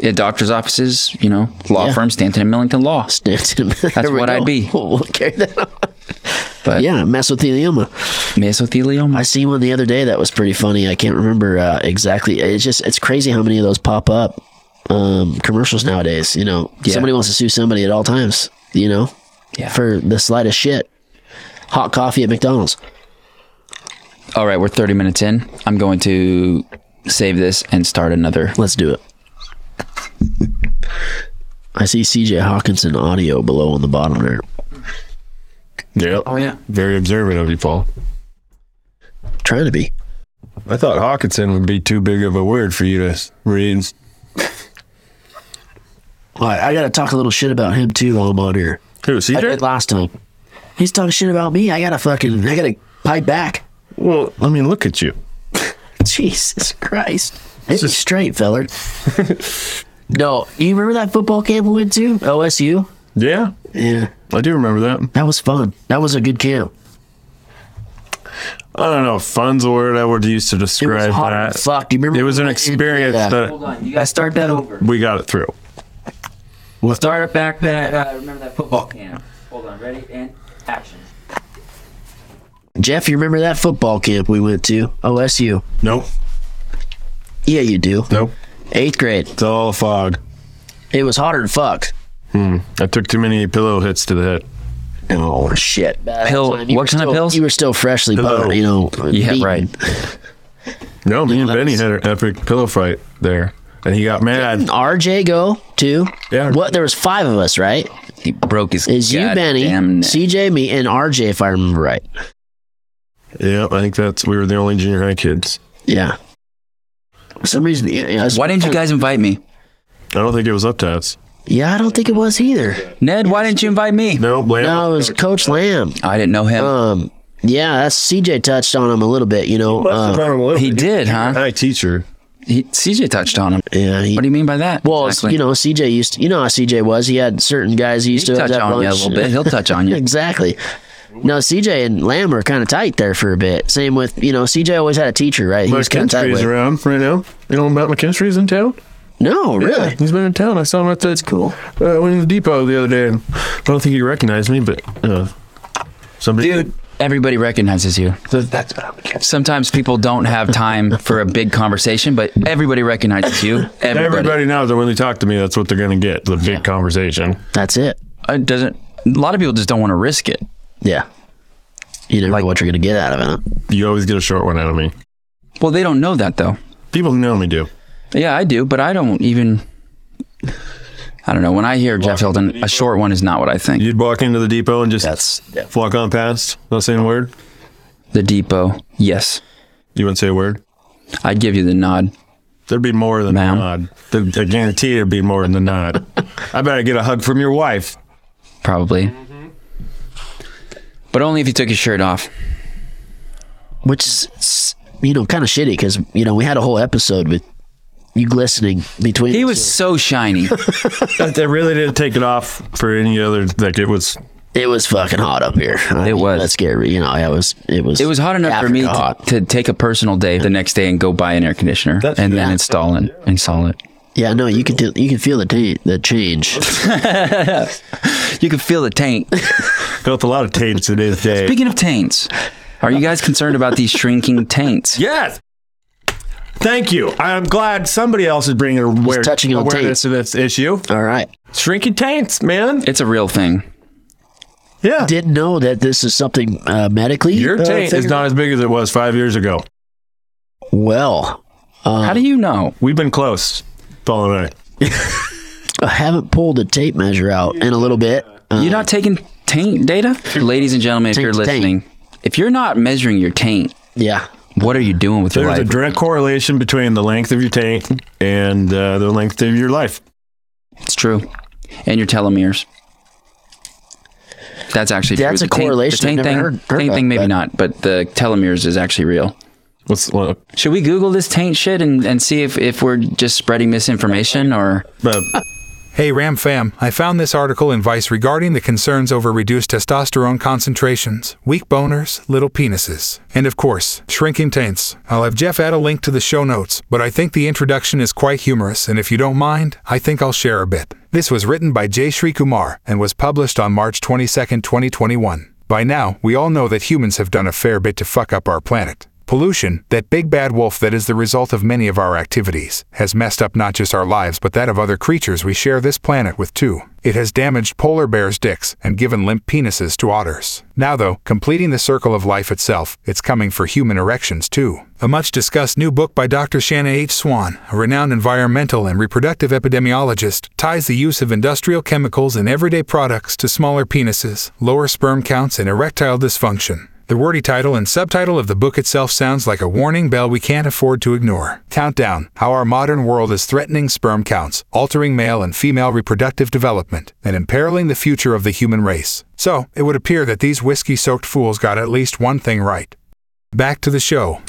[SPEAKER 2] At doctor's offices, you know, law
[SPEAKER 5] Yeah.
[SPEAKER 2] firm, Stanton and Millington Law.
[SPEAKER 5] *laughs* That's
[SPEAKER 2] what I'd be.
[SPEAKER 5] We'll carry that on.
[SPEAKER 2] But
[SPEAKER 5] Yeah, mesothelioma.
[SPEAKER 2] mesothelioma.
[SPEAKER 5] I seen one the other day that was pretty funny. I can't remember uh, exactly. It's just it's crazy how many of those pop up um, commercials nowadays. You know,
[SPEAKER 2] Yeah.
[SPEAKER 5] somebody wants to sue somebody at all times. You know,
[SPEAKER 2] Yeah.
[SPEAKER 5] for the slightest shit. Hot coffee at McDonald's.
[SPEAKER 2] All right, we're 30 minutes in. I'm going to save this and start another.
[SPEAKER 5] Let's do it. I see CJ Hawkinson audio below on the bottom there.
[SPEAKER 4] Yep.
[SPEAKER 2] Oh, yeah.
[SPEAKER 4] Very observant of you, Paul.
[SPEAKER 5] Trying to be.
[SPEAKER 4] I thought Hawkinson would be too big of a word for you to read.
[SPEAKER 5] All right, I got to talk a little shit about him too while I'm on here.
[SPEAKER 4] Who,
[SPEAKER 5] I did
[SPEAKER 4] CJ?
[SPEAKER 5] last time. He's talking shit about me. I gotta fucking, I gotta pipe back. *laughs*
[SPEAKER 4] Well, I mean, look at you.
[SPEAKER 5] Jesus Christ. Hit me
[SPEAKER 2] *laughs*
[SPEAKER 5] straight, feller. no, you remember that football camp we went to? OSU?
[SPEAKER 4] Yeah,
[SPEAKER 5] Yeah.
[SPEAKER 4] I do remember that.
[SPEAKER 5] That was fun. That was a good camp.
[SPEAKER 4] I don't know if fun's the word I would use to
[SPEAKER 5] It
[SPEAKER 4] describe
[SPEAKER 5] was hot
[SPEAKER 4] that.
[SPEAKER 5] as fuck. Do you remember?
[SPEAKER 4] It was an
[SPEAKER 5] when I-
[SPEAKER 4] experience
[SPEAKER 5] Yeah.
[SPEAKER 4] that
[SPEAKER 1] on, you guys start that over.
[SPEAKER 4] we got it through.
[SPEAKER 1] We'll start it back. That uh, remember that football camp. Hold on, ready and action.
[SPEAKER 5] Jeff, you remember that football camp we went to? OSU.
[SPEAKER 4] Nope.
[SPEAKER 5] Yeah, you do.
[SPEAKER 4] Nope.
[SPEAKER 5] Eighth grade.
[SPEAKER 4] It's all a fog.
[SPEAKER 5] It was hotter than fuck.
[SPEAKER 4] I took too many pillow hits to the head.
[SPEAKER 5] Oh shit!
[SPEAKER 2] Pill-
[SPEAKER 5] Time, you
[SPEAKER 2] what
[SPEAKER 5] were
[SPEAKER 2] kind of
[SPEAKER 5] still-
[SPEAKER 2] pills?
[SPEAKER 5] You were still freshly,
[SPEAKER 4] Hello.
[SPEAKER 5] boned, you know.
[SPEAKER 2] Yeah,
[SPEAKER 5] beaten. *laughs*
[SPEAKER 2] right.
[SPEAKER 4] No, me and
[SPEAKER 5] that
[SPEAKER 4] Benny
[SPEAKER 5] was-
[SPEAKER 4] had an epic pillow fight there, and he got mad.
[SPEAKER 5] Didn't RJ go too?
[SPEAKER 4] Yeah.
[SPEAKER 5] What? There was five of us, right?
[SPEAKER 2] He broke his.
[SPEAKER 5] Is you, Benny,
[SPEAKER 2] goddamn neck.
[SPEAKER 5] CJ, me, and RJ, if I remember right.
[SPEAKER 4] Yeah, I think that's we were the only junior high kids.
[SPEAKER 5] Yeah. For some reason, yeah, yeah, I was-
[SPEAKER 2] Why didn't you guys invite me?
[SPEAKER 4] I don't think it was up to us.
[SPEAKER 5] Yeah, I don't think it was either.
[SPEAKER 2] Ned, why didn't you invite me?
[SPEAKER 4] No, blame.
[SPEAKER 5] No, it was Coach Lamb.
[SPEAKER 2] I didn't know him.
[SPEAKER 5] Um, yeah, that's CJ touched on him a little bit, you know. Uh,
[SPEAKER 2] he did, huh?
[SPEAKER 4] Hi, teacher.
[SPEAKER 2] He, CJ touched on him.
[SPEAKER 5] yeah, he,
[SPEAKER 2] What do you mean by that?
[SPEAKER 5] well,
[SPEAKER 2] Exactly.
[SPEAKER 5] you know, CJ used to, you know how CJ was. He had certain guys he used
[SPEAKER 2] He'll
[SPEAKER 5] to
[SPEAKER 2] touch
[SPEAKER 5] have
[SPEAKER 2] on you a
[SPEAKER 5] lunch.
[SPEAKER 2] little
[SPEAKER 5] *laughs*
[SPEAKER 2] bit. He'll touch on you.
[SPEAKER 5] exactly. No, CJ and Lamb were kind of tight there for a bit. Same with you know, CJ always had a teacher, right? He
[SPEAKER 4] My
[SPEAKER 5] was kind of tight
[SPEAKER 4] country's
[SPEAKER 5] with.
[SPEAKER 4] around right now. You know about McKinstry's in town?
[SPEAKER 5] No, really.
[SPEAKER 4] Yeah, he's been in town. I saw him at the
[SPEAKER 5] cool.
[SPEAKER 4] uh, went in the depot the other day. And I don't think he recognized me, but uh, somebody.
[SPEAKER 2] Dude, everybody recognizes you.
[SPEAKER 7] That's what I'm against.
[SPEAKER 2] Sometimes people don't have time for a big conversation, but everybody recognizes you. Everybody.
[SPEAKER 4] Everybody knows that when they talk to me, that's what they're going to get the big conversation.
[SPEAKER 5] That's it.
[SPEAKER 2] It Uh, doesn't. A lot of people just don't want to risk it.
[SPEAKER 5] Yeah. You never know what you're gonna get out of it.
[SPEAKER 4] You always get a short one out of me.
[SPEAKER 2] Well, they don't know that though.
[SPEAKER 4] People who know me do.
[SPEAKER 2] Yeah, I do, but I don't even. I don't know. When I hear Jeff Hilton, a short one is not what I think.
[SPEAKER 4] You'd walk into the depot and just
[SPEAKER 5] That's yeah.
[SPEAKER 4] walk on past, not saying a word.
[SPEAKER 2] The Depot, yes,
[SPEAKER 4] You wouldn't say a word.
[SPEAKER 2] I'd give you the nod.
[SPEAKER 4] There'd be more than
[SPEAKER 2] Ma'am.
[SPEAKER 4] a nod. There- I guarantee there'd be more than a
[SPEAKER 5] *laughs*
[SPEAKER 4] nod. I better get a hug from your wife.
[SPEAKER 2] Probably. But only if you took your shirt off.
[SPEAKER 5] which is s- you know kind of shitty because you know we had a whole episode with you glistening between.
[SPEAKER 2] He
[SPEAKER 5] us.
[SPEAKER 2] was so shiny.
[SPEAKER 4] But they really didn't take it off for any other. Like it was.
[SPEAKER 5] It was fucking hot up here. It
[SPEAKER 2] was.
[SPEAKER 5] That's scary. You know, I was. It was.
[SPEAKER 2] It was hot enough for
[SPEAKER 5] Africa
[SPEAKER 2] me to,
[SPEAKER 5] hot.
[SPEAKER 2] to take a personal day the next day and go buy an air conditioner and then
[SPEAKER 5] yeah.
[SPEAKER 2] install it. Install it.
[SPEAKER 5] yeah, no, you can do, you can feel the ta- the
[SPEAKER 2] *laughs*
[SPEAKER 5] change.
[SPEAKER 2] You can feel the taint.
[SPEAKER 4] Felt a lot of taints to this
[SPEAKER 2] *laughs*
[SPEAKER 4] day.
[SPEAKER 2] Speaking of taints, are you guys concerned about these shrinking taints?
[SPEAKER 4] Yes. Thank you. I'm glad somebody else is bringing aware-
[SPEAKER 5] touching on
[SPEAKER 4] awareness to this issue.
[SPEAKER 5] All right,
[SPEAKER 4] Shrinking taints, man.
[SPEAKER 2] It's a real thing.
[SPEAKER 4] Yeah.
[SPEAKER 5] didn't know that this is something uh, medically.
[SPEAKER 4] Your
[SPEAKER 5] uh,
[SPEAKER 4] taint is
[SPEAKER 5] figured-
[SPEAKER 4] not as big as it was five years ago.
[SPEAKER 5] well. Uh-huh.
[SPEAKER 2] How do you know?
[SPEAKER 4] We've been close, Paul and I.
[SPEAKER 5] I haven't pulled the tape measure out in a little bit. Uh,
[SPEAKER 2] You're not taking taint data? Ladies and gentlemen, if
[SPEAKER 5] Taint
[SPEAKER 2] you're
[SPEAKER 5] to taint.
[SPEAKER 2] listening, if you're not measuring your taint,
[SPEAKER 5] yeah,
[SPEAKER 2] what are you doing with your
[SPEAKER 4] There's a
[SPEAKER 2] life?
[SPEAKER 4] direct correlation between the length of your taint and uh, the length of your life.
[SPEAKER 2] it's true. And your telomeres. That's actually
[SPEAKER 5] That's
[SPEAKER 2] true.
[SPEAKER 5] a correlation I've
[SPEAKER 2] Taint, the taint
[SPEAKER 5] never
[SPEAKER 2] thing,
[SPEAKER 5] heard- heard
[SPEAKER 2] taint
[SPEAKER 5] of,
[SPEAKER 2] thing maybe
[SPEAKER 5] but-
[SPEAKER 2] not, but the telomeres is actually real.
[SPEAKER 4] Let's look.
[SPEAKER 2] Should we Google this taint shit and, and see if, if we're just spreading misinformation or
[SPEAKER 4] But
[SPEAKER 10] Hey, Ram fam, I found this article in Vice regarding the concerns over reduced testosterone concentrations, weak boners, little penises, and of course, shrinking taints. I'll have Jeff add a link to the show notes, but I think the introduction is quite humorous, and if you don't mind, I think I'll share a bit. This was written by Jay Shri Kumar and was published on March 22, 2021. By now, we all know that humans have done a fair bit to fuck up our planet. Pollution, that big bad wolf that is the result of many of our activities, has messed up not just our lives but that of other creatures we share this planet with too. It has damaged polar bears' dicks and given limp penises to otters. Now, though, completing the circle of life itself, it's coming for human erections too. A much discussed new book by Dr. Shanna H. Swan, a renowned environmental and reproductive epidemiologist, ties the use of industrial chemicals in everyday products to smaller penises, lower sperm counts, and erectile dysfunction. The wordy title and subtitle of the book itself sounds like a warning bell we can't afford to ignore. Countdown How Our Modern World is Threatening Sperm Counts, Altering Male and Female Reproductive Development, and Imperiling the Future of the Human Race. So, it would appear that these whiskey soaked fools got at least one thing right. Back to the show.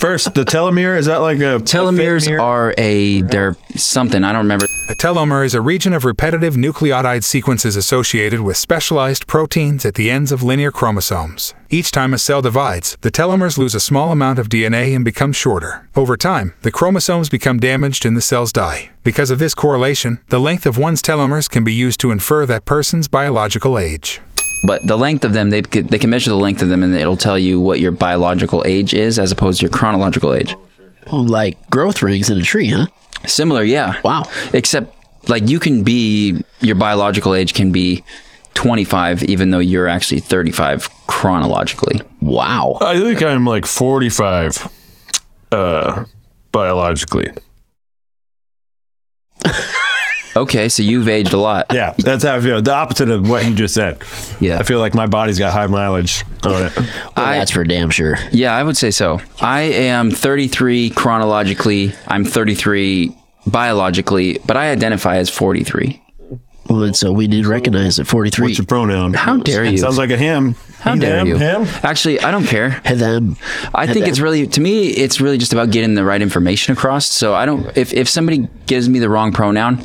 [SPEAKER 4] First, the telomere is that like a a
[SPEAKER 2] Telomeres
[SPEAKER 4] fit mirror?
[SPEAKER 2] are a they're something I don't remember.
[SPEAKER 10] A telomere is a region of repetitive nucleotide sequences associated with specialized proteins at the ends of linear chromosomes. Each time a cell divides, the telomeres lose a small amount of DNA and become shorter. Over time, the chromosomes become damaged and the cells die. Because of this correlation, the length of one's telomeres can be used to infer that person's biological age.
[SPEAKER 2] But the length of them, they c- they can measure the length of them, and it'll tell you what your biological age is as opposed to your chronological age.
[SPEAKER 5] Oh, Like growth rings in a tree, huh?
[SPEAKER 2] Similar, yeah.
[SPEAKER 5] Wow.
[SPEAKER 2] Except like you can be your biological age can be 25, even though you're actually 35 chronologically.
[SPEAKER 5] Wow.
[SPEAKER 4] I think I'm like 45 uh, biologically.
[SPEAKER 2] Okay, so you've aged a lot.
[SPEAKER 4] Yeah, that's how I feel. The opposite of what you just said.
[SPEAKER 2] Yeah.
[SPEAKER 4] I feel like my body's got high mileage on it.
[SPEAKER 5] Well, that's for damn sure.
[SPEAKER 2] Yeah, I would say so. I am 33 chronologically. I'm 33 biologically, but I identify as 43.
[SPEAKER 5] Well, and so we did recognize that 43.
[SPEAKER 4] What's your pronoun?
[SPEAKER 2] How dare you?
[SPEAKER 4] Sounds like a him.
[SPEAKER 2] How
[SPEAKER 4] He,
[SPEAKER 2] dare
[SPEAKER 4] them,
[SPEAKER 2] you?
[SPEAKER 4] Him?
[SPEAKER 2] Actually, I don't care.
[SPEAKER 5] Hey, them.
[SPEAKER 2] I think it's really to me. It's really just about getting the right information across. So I don't. If if somebody gives me the wrong pronoun,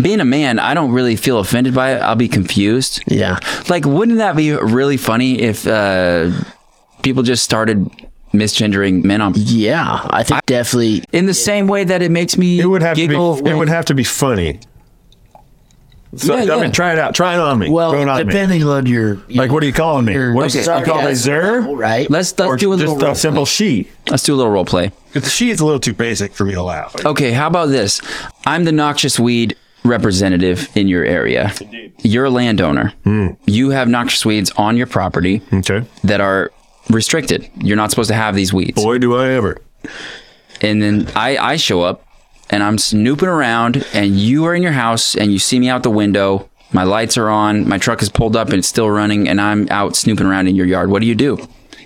[SPEAKER 2] being a man, I don't really feel offended by it. I'll be confused.
[SPEAKER 5] Yeah.
[SPEAKER 2] Like, wouldn't that be really funny if uh, people just started misgendering men on
[SPEAKER 5] Yeah. I think definitely.
[SPEAKER 2] in the same way that it makes me
[SPEAKER 4] It would have
[SPEAKER 2] giggle?
[SPEAKER 4] to be. It would have to be funny. So,
[SPEAKER 2] Yeah,
[SPEAKER 4] I
[SPEAKER 2] yeah.
[SPEAKER 4] mean, try it out. Try it on me.
[SPEAKER 5] Well,
[SPEAKER 4] Throw it on me.
[SPEAKER 5] depending on your.
[SPEAKER 4] Like, what are you calling me?
[SPEAKER 5] Your-
[SPEAKER 4] what is
[SPEAKER 2] Okay.
[SPEAKER 4] you call me,
[SPEAKER 5] Yes.
[SPEAKER 4] sir?
[SPEAKER 5] Right.
[SPEAKER 2] let's let's
[SPEAKER 4] Or
[SPEAKER 2] do a little
[SPEAKER 4] just
[SPEAKER 2] role
[SPEAKER 4] a simple she.
[SPEAKER 2] Let's do a little role play.
[SPEAKER 4] She is a little too basic for me to laugh.
[SPEAKER 2] Okay, how about this? I'm the noxious weed representative in your area. You're a landowner. You have noxious weeds on your property
[SPEAKER 4] Hmm. Okay.
[SPEAKER 2] that are restricted. You're not supposed to have these weeds.
[SPEAKER 4] Boy, do I ever.
[SPEAKER 2] And then I, I show up and I'm snooping around, and you are in your house and you see me out the window. My lights are on, my truck is pulled up and it's still running, and I'm out snooping around in your yard. What do you do?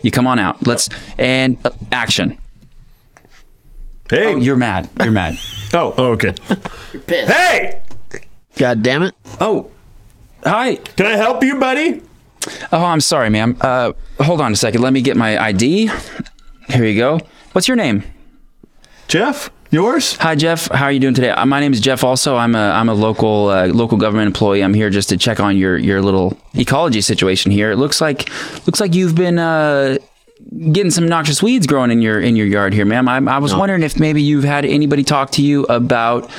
[SPEAKER 2] You come on out. Let's and uh, action.
[SPEAKER 4] Hey.
[SPEAKER 2] Oh, you're mad. You're mad.
[SPEAKER 4] oh, oh, okay.
[SPEAKER 5] Pissed.
[SPEAKER 4] *laughs* hey,
[SPEAKER 5] God damn it.
[SPEAKER 2] Oh, hi.
[SPEAKER 4] can I help you, buddy?
[SPEAKER 2] Oh, I'm sorry, ma'am. Uh, hold on a second. Let me get my ID. Here you go. What's your name?
[SPEAKER 4] Jeff, yours?
[SPEAKER 2] Hi, Jeff. How are you doing today? Uh, My name is Jeff. Also, I'm a I'm a local uh, local government employee. I'm here just to check on your your little ecology situation here. It looks like looks like you've been uh, getting some noxious weeds growing in your in your yard here, ma'am. I, I was wondering if maybe you've had anybody talk to you about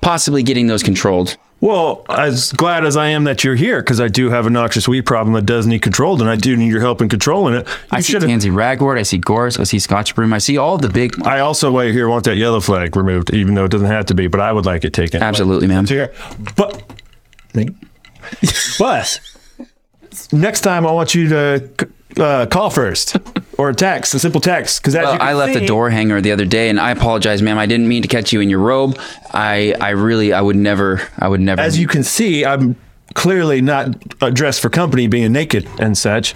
[SPEAKER 2] possibly getting those controlled.
[SPEAKER 4] Well, as glad as I am that you're here, because I do have a noxious weed problem that does need controlled, and I do need your help in controlling it. You
[SPEAKER 2] I see
[SPEAKER 4] should've-
[SPEAKER 2] Tansy ragwort. I see gorse. I see Scotch broom. I see all the big.
[SPEAKER 4] I also while you're here want that yellow flag removed, even though it doesn't have to be, but I would like it taken.
[SPEAKER 2] Absolutely, ma'am.
[SPEAKER 4] Here, but but next time I want you to uh, call first or a text, a simple text, because
[SPEAKER 2] Well, I left the door hanger the other day, and I apologize, ma'am. I didn't mean to catch you in your robe. I, I really, I would never, I would never.
[SPEAKER 4] As you can see, I'm clearly not uh, dressed for company, being naked and such.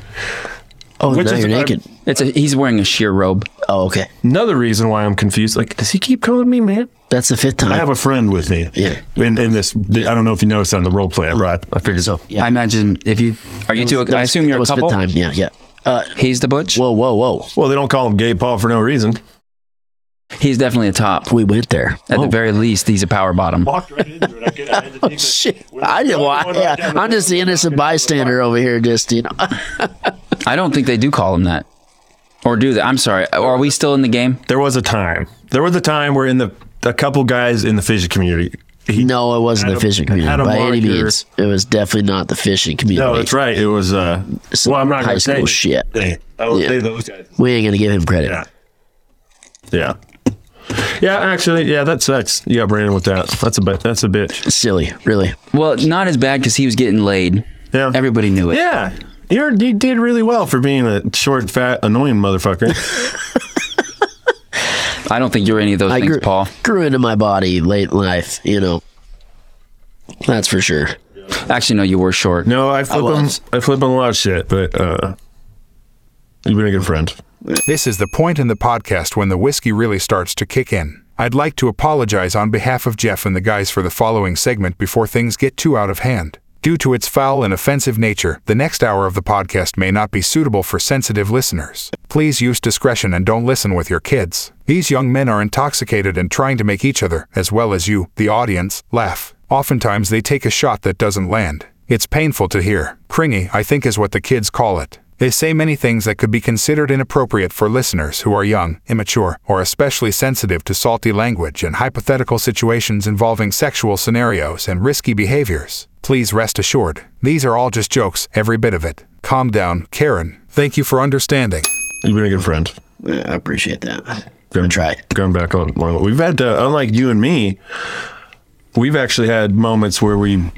[SPEAKER 5] Oh,
[SPEAKER 4] Which
[SPEAKER 5] now
[SPEAKER 4] is-
[SPEAKER 5] you're naked.
[SPEAKER 2] it's a, he's wearing a sheer robe.
[SPEAKER 5] Oh, okay.
[SPEAKER 4] Another reason why I'm confused. Like, does he keep calling me man?
[SPEAKER 5] That's the fifth time.
[SPEAKER 4] I have a friend with me.
[SPEAKER 5] Yeah.
[SPEAKER 4] In, in this, I don't know if you noticed on the role play, right? I figured so.
[SPEAKER 5] Yeah.
[SPEAKER 2] I imagine if you are you two. I assume you're
[SPEAKER 5] That
[SPEAKER 2] a
[SPEAKER 5] was fifth
[SPEAKER 2] couple.
[SPEAKER 5] time. Yeah. Yeah. Uh,
[SPEAKER 2] He's the butch.
[SPEAKER 5] whoa, whoa, whoa.
[SPEAKER 4] *laughs* Well, they don't call him Gay Paul for no reason.
[SPEAKER 2] He's definitely a top.
[SPEAKER 5] We went there.
[SPEAKER 2] At the very least, he's a power bottom.
[SPEAKER 11] Walked right into it. I, could, I had to take the
[SPEAKER 5] Shit. I didn't want, yeah, I'm just the innocent bystander over here, just, you know.
[SPEAKER 2] I don't think they do call him that. Or do they? I'm sorry. Are we still in the game?
[SPEAKER 4] There was a time. There was a time where in the a couple guys in the fishing community. He,
[SPEAKER 5] No, it wasn't the fishing community
[SPEAKER 4] had a
[SPEAKER 5] by any
[SPEAKER 4] marker.
[SPEAKER 5] means. It was definitely not the fishing community.
[SPEAKER 4] No, Oh, that's right. It was. Uh,
[SPEAKER 5] Some
[SPEAKER 4] well, I'm not
[SPEAKER 5] high
[SPEAKER 4] going to say
[SPEAKER 5] school shit.
[SPEAKER 4] They- I will
[SPEAKER 5] Yeah.
[SPEAKER 4] say those guys.
[SPEAKER 5] We ain't gonna give him credit.
[SPEAKER 4] Yeah. Yeah. Yeah, actually, yeah, that sucks. You got Brandon with that. That's a bit. That's a bitch.
[SPEAKER 5] Silly, really.
[SPEAKER 2] Well, not as bad because he was getting laid.
[SPEAKER 4] Yeah.
[SPEAKER 2] Everybody knew it.
[SPEAKER 4] Yeah. You're, you did really well for being a short, fat, annoying motherfucker.
[SPEAKER 2] I don't think you're any of those
[SPEAKER 5] I
[SPEAKER 2] things,
[SPEAKER 5] grew,
[SPEAKER 2] Paul.
[SPEAKER 5] grew into my body late in life, you know. That's for sure.
[SPEAKER 2] Actually, no, you were short.
[SPEAKER 4] No, I flip him. I flip him a lot of shit, but uh, you've been a good friend.
[SPEAKER 10] This is the point in the podcast when the whiskey really starts to kick in. I'd like to apologize on behalf of Jeff and the guys for the following segment before things get too out of hand. Due to its foul and offensive nature, the next hour of the podcast may not be suitable for sensitive listeners. Please use discretion and don't listen with your kids. These young men are intoxicated and trying to make each other, as well as you, the audience, laugh. Oftentimes they take a shot that doesn't land. It's painful to hear. Cringy, I think, is what the kids call it. They say many things that could be considered inappropriate for listeners who are young, immature, or especially sensitive to salty language and hypothetical situations involving sexual scenarios and risky behaviors. Please rest assured, these are all just jokes, every bit of it. Calm down, Karen. Thank you for understanding.
[SPEAKER 4] You've been a good friend.
[SPEAKER 5] Yeah, I appreciate that. Gonna try.
[SPEAKER 4] Going back on, on- we've had to, unlike you and me, we've actually had moments where we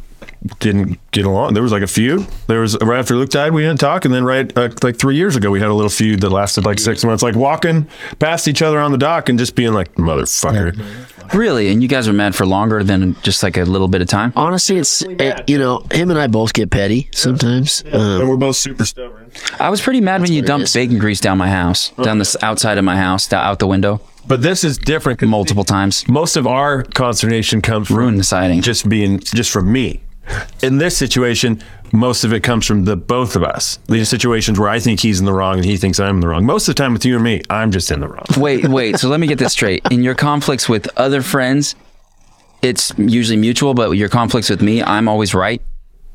[SPEAKER 4] didn't get along. There was like a feud. There was right after Luke died, we didn't talk, and then right uh, like three years ago, we had a little feud that lasted like six months. Like walking past each other on the dock and just being like, "Motherfucker."
[SPEAKER 2] Really? And you guys were mad for longer than just like a little bit of time?
[SPEAKER 5] Honestly, it's it, you know him and I both get petty sometimes. Um,
[SPEAKER 4] And we're both super stubborn.
[SPEAKER 2] I was pretty mad when you
[SPEAKER 5] what it
[SPEAKER 2] dumped
[SPEAKER 5] is.
[SPEAKER 2] bacon grease down my house, down the outside of my house, da- out the window,
[SPEAKER 4] But this is different. 'cause
[SPEAKER 2] multiple times.
[SPEAKER 4] Most of our consternation comes from
[SPEAKER 2] Ruined the siding.
[SPEAKER 4] just being just from me. In this situation, most of it comes from the both of us. These situations where I think he's in the wrong and he thinks I'm in the wrong. Most of the time with you and me, I'm just in the wrong.
[SPEAKER 2] Wait, wait. So let me get this straight. In your conflicts with other friends, it's usually mutual, but your conflicts with me, I'm always right.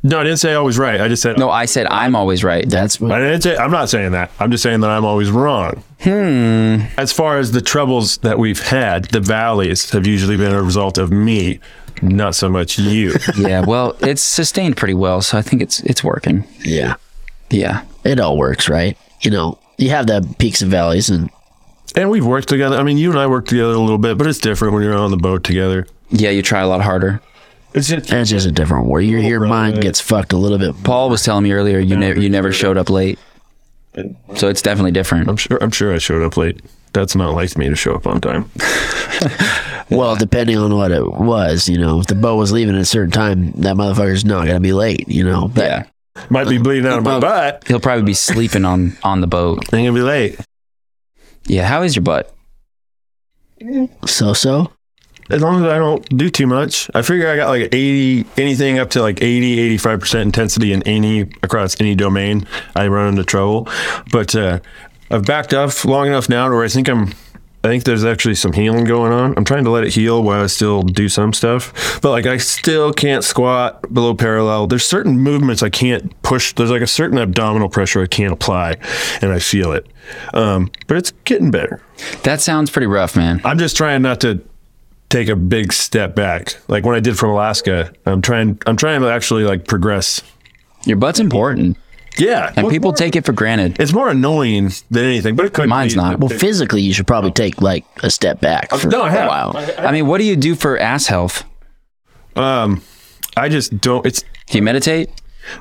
[SPEAKER 4] No, I didn't say I was right. I just said
[SPEAKER 2] No, I said I'm always right.
[SPEAKER 5] that's what
[SPEAKER 4] I didn't say, I'm not saying that. I'm just saying that I'm always wrong. Hmm. As far as the troubles that we've had, the valleys have usually been a result of me, not so
[SPEAKER 2] *laughs*
[SPEAKER 4] much you.
[SPEAKER 2] Yeah, well, it's sustained pretty well, so I think it's it's working.
[SPEAKER 5] yeah.
[SPEAKER 2] Yeah.
[SPEAKER 5] It all works, right? You know, you have that peaks and valleys, and
[SPEAKER 4] and we've worked together. I mean, you and I worked together a little bit, but it's different when you're on the boat together.
[SPEAKER 2] Yeah, you try a lot harder.
[SPEAKER 4] It's just
[SPEAKER 5] that's just a different world. Your your mind gets fucked a little bit.
[SPEAKER 2] Paul was telling me earlier you never you never showed up late. So it's definitely different.
[SPEAKER 4] I'm sure. I'm sure I showed up late. That's not like me to show up on time.
[SPEAKER 5] Well, depending on what it was, you know, if the boat was leaving at a certain time, that motherfucker's not gonna be late, you know. But
[SPEAKER 2] Yeah.
[SPEAKER 4] Might be bleeding out of my butt.
[SPEAKER 2] He'll probably be sleeping on on the boat.
[SPEAKER 4] I'm gonna be late.
[SPEAKER 2] Yeah, how is your butt?
[SPEAKER 5] so so,
[SPEAKER 4] As long as I don't do too much, I figure I got like 80, anything up to like 80, 85% intensity in any, across any domain, I run into trouble. But uh, I've backed off long enough now to where I think I'm, I think there's actually some healing going on. I'm trying to let it heal while I still do some stuff. But like I still can't squat below parallel. There's certain movements I can't push. There's like a certain abdominal pressure I can't apply and I feel it. Um, but it's getting better.
[SPEAKER 2] That sounds pretty rough, man.
[SPEAKER 4] I'm just trying not to take a big step back. Like when I did from Alaska, I'm trying I'm trying to actually like progress.
[SPEAKER 2] Your butt's important.
[SPEAKER 4] Yeah.
[SPEAKER 2] And
[SPEAKER 4] Well,
[SPEAKER 2] people take it for granted.
[SPEAKER 4] it's more annoying than anything, but it could
[SPEAKER 2] Mine's
[SPEAKER 4] be-
[SPEAKER 2] not.
[SPEAKER 5] well, physically, you should probably take like a step back for
[SPEAKER 4] No, I
[SPEAKER 5] a
[SPEAKER 4] have.
[SPEAKER 5] while.
[SPEAKER 2] I mean, what do you do for ass health?
[SPEAKER 4] Um I just don't it's
[SPEAKER 2] Do you meditate?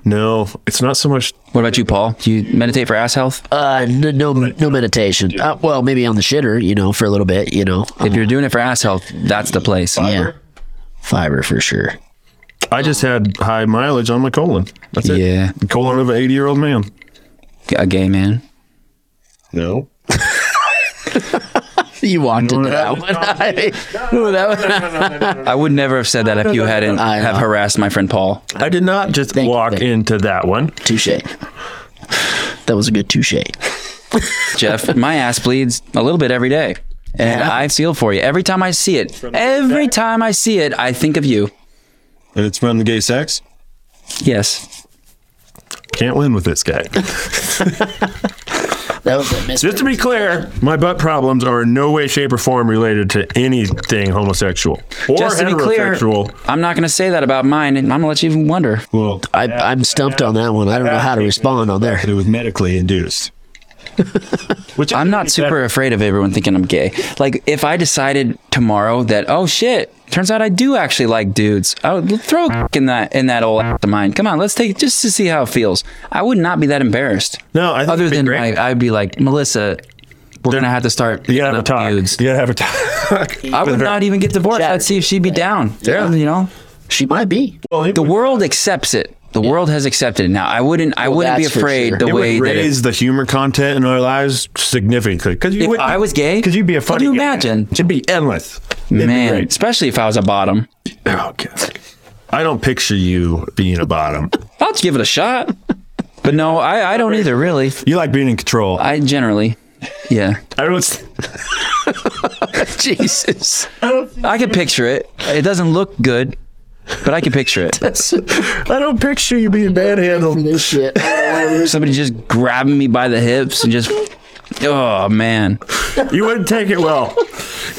[SPEAKER 4] no, it's not so much
[SPEAKER 2] What about you, Paul? Do you meditate for ass health?
[SPEAKER 5] Uh, no, no, no meditation. Uh, well, maybe on the shitter, you know, for a little bit, you know.
[SPEAKER 2] If you're doing it for ass health, that's the place.
[SPEAKER 5] Yeah, fiber for sure. *laughs*
[SPEAKER 4] I just had high mileage on my colon. That's it.
[SPEAKER 2] Yeah.
[SPEAKER 4] Colon of an 80-year-old man.
[SPEAKER 2] A gay man.
[SPEAKER 4] No.
[SPEAKER 5] You walked into that *laughs* one. I,
[SPEAKER 4] *laughs*
[SPEAKER 2] I would never have said that if you hadn't
[SPEAKER 5] I know.
[SPEAKER 2] have harassed my friend Paul.
[SPEAKER 4] I did not just
[SPEAKER 5] Thank you,
[SPEAKER 4] walk
[SPEAKER 5] thank you.
[SPEAKER 4] into that one.
[SPEAKER 5] touche. That was a good touche.
[SPEAKER 2] Jeff, my ass bleeds a little bit every day. And I feel for you. Every time I see it, every time I see it, I think of you.
[SPEAKER 12] It's from the gay sex.
[SPEAKER 2] Yes.
[SPEAKER 4] Can't win with this guy.
[SPEAKER 5] That was a
[SPEAKER 4] Just to be clear, my butt problems are in no way, shape, or form related to anything homosexual or
[SPEAKER 2] Just to be clear,
[SPEAKER 4] heterosexual.
[SPEAKER 2] I'm not going to say that about mine, and I'm going to let you even wonder.
[SPEAKER 12] Well,
[SPEAKER 5] I, I'm stumped on that one. I don't know how to respond on there.
[SPEAKER 12] that it was
[SPEAKER 4] *laughs*
[SPEAKER 12] medically induced.
[SPEAKER 4] Which
[SPEAKER 2] I'm not super afraid of everyone thinking I'm gay. Like, if I decided tomorrow that, oh shit, turns out I do actually like dudes. I would throw a *laughs* in that in that old ass of mine. Come on, let's take it just to see how it feels. I would not be that embarrassed.
[SPEAKER 4] No, I think
[SPEAKER 2] other
[SPEAKER 4] it'd be
[SPEAKER 2] than
[SPEAKER 4] great.
[SPEAKER 2] like, I'd be like Melissa. We're gonna have to start.
[SPEAKER 4] You gotta have a
[SPEAKER 2] looking up
[SPEAKER 4] talk.
[SPEAKER 2] dudes."
[SPEAKER 4] You gotta have a *laughs* talk.
[SPEAKER 2] I would not even get divorced.
[SPEAKER 5] Shattered.
[SPEAKER 2] I'd see if she'd be down.
[SPEAKER 5] Yeah.
[SPEAKER 2] you know,
[SPEAKER 5] She might be.
[SPEAKER 2] the world accepts it. The world has accepted it now. I wouldn't. I wouldn't be
[SPEAKER 5] that's for
[SPEAKER 2] afraid
[SPEAKER 5] sure.
[SPEAKER 2] the
[SPEAKER 4] it
[SPEAKER 2] way
[SPEAKER 4] would
[SPEAKER 2] that it,
[SPEAKER 4] raise the humor content in our lives significantly. Because
[SPEAKER 2] if I was gay,
[SPEAKER 4] because you'd be a
[SPEAKER 2] could
[SPEAKER 4] funny.
[SPEAKER 2] you
[SPEAKER 4] gay.
[SPEAKER 2] imagine?
[SPEAKER 4] It'd be endless.
[SPEAKER 2] man,
[SPEAKER 4] great.
[SPEAKER 2] especially if I was a bottom.
[SPEAKER 4] Oh, God. I don't picture you being a bottom.
[SPEAKER 2] I'll just give it a shot. But no, I, I don't either. Really,
[SPEAKER 12] You like being in control.
[SPEAKER 2] I generally,
[SPEAKER 4] *laughs*
[SPEAKER 2] yeah.
[SPEAKER 4] I don't.
[SPEAKER 2] Jesus, I can picture it. It doesn't look good, but I can picture it.
[SPEAKER 4] I don't picture you being manhandled.
[SPEAKER 5] This shit.
[SPEAKER 2] Somebody just grabbing me by the hips and just, oh man.
[SPEAKER 4] You wouldn't take it well.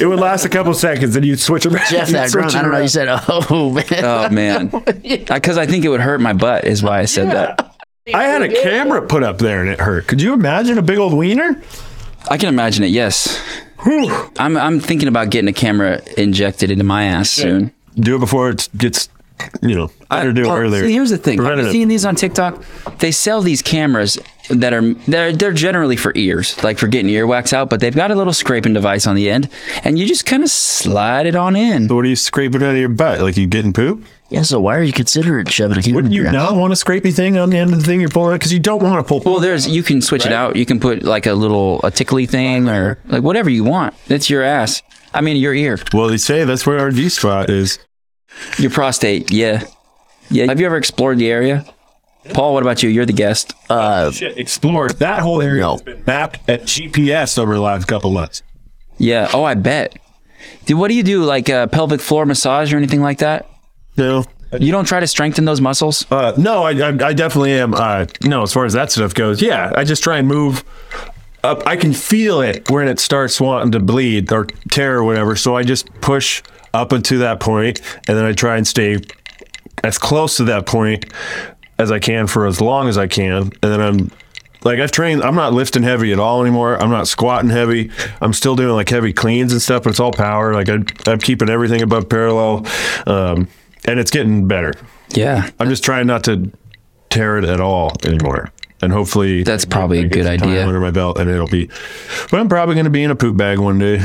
[SPEAKER 4] It would last a couple seconds, and you'd switch around.
[SPEAKER 5] Jeff,
[SPEAKER 4] you'd
[SPEAKER 5] that
[SPEAKER 4] switch
[SPEAKER 5] grunt.
[SPEAKER 4] it
[SPEAKER 5] I don't know.
[SPEAKER 4] around.
[SPEAKER 5] You said, "Oh man."
[SPEAKER 2] Oh
[SPEAKER 4] *laughs*
[SPEAKER 2] man, because I think it would hurt my butt is why I said that.
[SPEAKER 4] I had a camera put up there and it hurt. Could you imagine a big old wiener?
[SPEAKER 2] I can imagine it. Yes, I'm I'm thinking about getting a camera injected into my ass soon.
[SPEAKER 4] Do it before it gets, you know, better do it
[SPEAKER 2] Well,
[SPEAKER 4] earlier.
[SPEAKER 2] see, here's the thing: I've
[SPEAKER 4] Preventative.
[SPEAKER 2] seen these on TikTok. They sell these cameras that are they're they're generally for ears, like for getting earwax out, but they've got a little scraping device on the end, and you just kind of slide it on in.
[SPEAKER 12] What are you scraping out of your butt? Like you getting poop?
[SPEAKER 5] yeah. So why are you considering shoving a camera?
[SPEAKER 4] Wouldn't
[SPEAKER 5] in
[SPEAKER 4] you
[SPEAKER 5] your ass?
[SPEAKER 4] not want a scrapey thing on the end of the thing you're pulling out? Because you don't want to pull.
[SPEAKER 2] Well, there's you can switch it out. You can put like a little a tickly thing or like whatever you want. That's your ass. I mean your ear,
[SPEAKER 12] Well, they say that's where our G spot is.
[SPEAKER 2] your prostate. Yeah, yeah. Have you ever explored the area? Paul, what about you? You're the guest.
[SPEAKER 12] Shit, explore that whole area.
[SPEAKER 5] No.
[SPEAKER 12] has been mapped at GPS over the last couple months.
[SPEAKER 2] Yeah. Oh, I bet. Dude, what do you do? Like uh, pelvic floor massage or anything like that?
[SPEAKER 4] No,
[SPEAKER 2] You don't try to strengthen those muscles?
[SPEAKER 4] uh, no, I, I, I definitely am. Uh, no, as far as that stuff goes, yeah, I just try and move up. I can feel it when it starts wanting to bleed or tear or whatever. So I just push up until that point, and then I try and stay as close to that point as I can for as long as I can, and then I'm. Like I've trained, I'm not lifting heavy at all anymore. I'm not squatting heavy. I'm still doing like heavy cleans and stuff, but it's all power. Like I, I'm keeping everything above parallel, um, and it's getting better.
[SPEAKER 2] Yeah.
[SPEAKER 4] I'm just trying not to tear it at all anymore. And hopefully
[SPEAKER 2] That's probably a
[SPEAKER 4] I get
[SPEAKER 2] good
[SPEAKER 4] some time
[SPEAKER 2] idea.
[SPEAKER 4] under my belt and it'll be but I'm probably gonna be in a poop bag one day.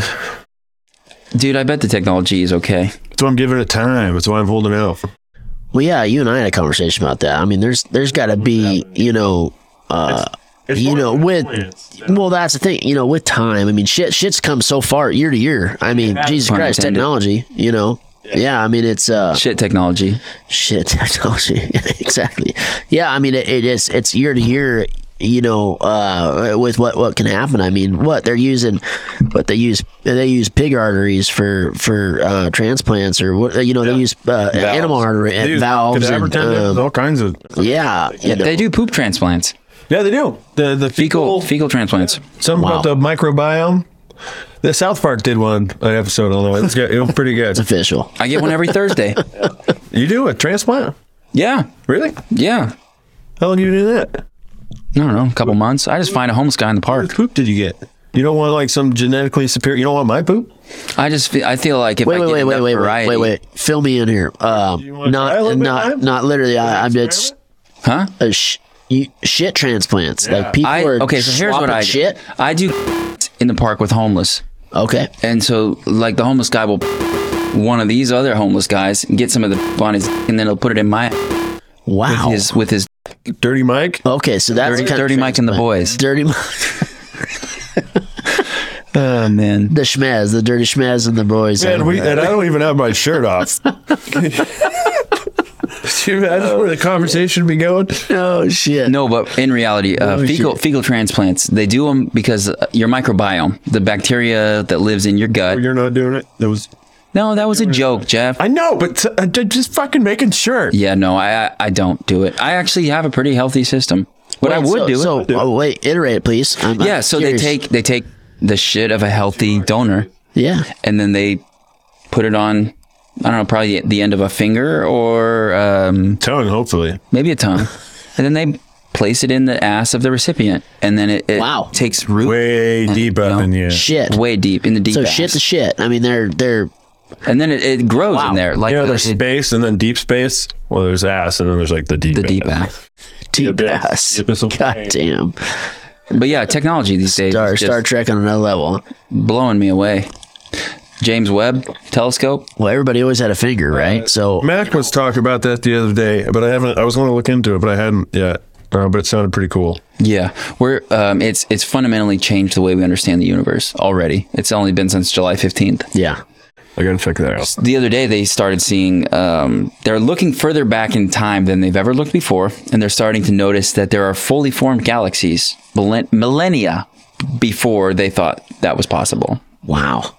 [SPEAKER 2] Dude, I bet the technology is okay.
[SPEAKER 4] That's why I'm giving it time. That's why I'm holding out.
[SPEAKER 5] Well, yeah. You and I had a conversation about that. I mean, there's there's got to be, you know, uh, you know, with well, that's the thing. You know, with time. I mean, shit, shit's come so far year to year. I mean, Jesus
[SPEAKER 2] Pun
[SPEAKER 5] Christ,
[SPEAKER 2] intended.
[SPEAKER 5] technology. You know. Yeah, I mean it's uh
[SPEAKER 2] Shit technology.
[SPEAKER 5] shit *laughs* technology exactly yeah i mean it, it is it's year to year you know uh with what what can happen i mean what they're using what they use they use pig arteries for for uh transplants or what you know they use uh, animal artery and valves and,
[SPEAKER 2] uh,
[SPEAKER 5] um,
[SPEAKER 4] all kinds of
[SPEAKER 5] yeah you know.
[SPEAKER 2] They do poop transplants.
[SPEAKER 4] Yeah, they do. The the
[SPEAKER 2] Fecal
[SPEAKER 4] fecal,
[SPEAKER 2] fecal transplants.
[SPEAKER 4] something
[SPEAKER 5] Wow.
[SPEAKER 4] about the microbiome. The South Park did one an episode on it. It's good. It was pretty good. *laughs*
[SPEAKER 5] official
[SPEAKER 2] I get one every
[SPEAKER 5] *laughs*
[SPEAKER 2] Thursday.
[SPEAKER 4] You do a transplant?
[SPEAKER 2] Yeah.
[SPEAKER 4] Really?
[SPEAKER 2] Yeah.
[SPEAKER 4] How long you do that?
[SPEAKER 2] I don't know, a couple months. I just find a homeless guy in the
[SPEAKER 4] What
[SPEAKER 2] park.
[SPEAKER 4] poop did you get? You don't want like some genetically superior. You don't want my poop?
[SPEAKER 2] I just feel, I feel like if
[SPEAKER 5] wait
[SPEAKER 2] I
[SPEAKER 5] wait
[SPEAKER 2] get
[SPEAKER 5] wait
[SPEAKER 2] enough
[SPEAKER 5] wait wait
[SPEAKER 2] variety,
[SPEAKER 5] wait wait fill me in here
[SPEAKER 4] try
[SPEAKER 5] um
[SPEAKER 4] a
[SPEAKER 5] not
[SPEAKER 4] little bit,
[SPEAKER 5] not
[SPEAKER 4] Ryan?
[SPEAKER 5] not literally i i'm it's
[SPEAKER 2] huh?
[SPEAKER 5] a sh- you, shit transplants like people
[SPEAKER 2] I
[SPEAKER 5] are
[SPEAKER 2] okay. So here's what
[SPEAKER 5] swapping
[SPEAKER 2] I
[SPEAKER 5] shit
[SPEAKER 2] I do in the park with homeless,
[SPEAKER 5] okay
[SPEAKER 2] and so like the homeless guy will one of these other homeless guys and get some of the on his and then he'll put it in my
[SPEAKER 5] wow
[SPEAKER 2] his with his
[SPEAKER 4] Dirty Mike?
[SPEAKER 5] Okay, so that's
[SPEAKER 2] dirty,
[SPEAKER 5] kind of
[SPEAKER 2] dirty Mike and the
[SPEAKER 5] transplant.
[SPEAKER 2] boys.
[SPEAKER 5] Dirty Mike,
[SPEAKER 2] Oh man,
[SPEAKER 5] *laughs* the schmez, the dirty schmez and the boys.
[SPEAKER 2] *laughs*
[SPEAKER 4] Man, we, and I don't even have my shirt off.
[SPEAKER 13] That's where the conversation be going.
[SPEAKER 5] Oh shit.
[SPEAKER 2] No, but in reality, uh,
[SPEAKER 5] Oh,
[SPEAKER 2] fecal
[SPEAKER 5] shit.
[SPEAKER 2] fecal transplants they do them because uh, your microbiome, the bacteria that lives in your gut.
[SPEAKER 13] You're not doing it. That was.
[SPEAKER 2] No, that was a joke, Jeff.
[SPEAKER 13] I know, but uh, ju- just fucking making sure.
[SPEAKER 2] Yeah, no, I I- I don't do it. I actually have a pretty healthy system, but I
[SPEAKER 5] Wait,
[SPEAKER 2] would do
[SPEAKER 5] so,
[SPEAKER 2] it.
[SPEAKER 5] So oh, wait, iterate it, please. I'm, I'm
[SPEAKER 2] yeah, so
[SPEAKER 5] curious.
[SPEAKER 2] they take they take the shit of a healthy donor
[SPEAKER 5] Yeah.
[SPEAKER 2] and then they put it on. I don't know, probably the end of a finger or um,
[SPEAKER 4] Tongue, hopefully.
[SPEAKER 2] maybe a
[SPEAKER 5] *laughs*
[SPEAKER 2] tongue, and then they place it in the ass of the recipient, and then it, it
[SPEAKER 5] Wow.
[SPEAKER 2] takes root
[SPEAKER 4] Way deep up in you.
[SPEAKER 5] Shit.
[SPEAKER 2] way deep in the deep.
[SPEAKER 5] so
[SPEAKER 2] ass.
[SPEAKER 5] shit to shit. I mean, they're they're
[SPEAKER 2] and then it, it grows in there like
[SPEAKER 4] You know,
[SPEAKER 2] the,
[SPEAKER 4] there's
[SPEAKER 2] it-
[SPEAKER 4] space and then deep space. Well, there's ass and then there's like the deep
[SPEAKER 2] the deep ass.
[SPEAKER 5] deep ass.
[SPEAKER 4] abyssal
[SPEAKER 5] *laughs* God damn.
[SPEAKER 2] But yeah, technology these days
[SPEAKER 5] Star,
[SPEAKER 2] is just
[SPEAKER 5] Star Trek on another level.
[SPEAKER 2] blowing me away. James Webb telescope.
[SPEAKER 5] Well, everybody always had a finger, right? So
[SPEAKER 4] Mac was talking about that the other day, but I haven't. I was going to look into it, but I hadn't yet. Uh, but it sounded pretty cool.
[SPEAKER 2] Yeah, we're um, it's it's fundamentally changed the way we understand the universe already. It's only been since July fifteenth.
[SPEAKER 5] yeah.
[SPEAKER 4] I gotta check that out.
[SPEAKER 2] The other day they started seeing um, they're looking further back in time than they've ever looked before, and they're starting to notice that there are fully formed galaxies millen- millennia before they thought that was possible.
[SPEAKER 5] Wow.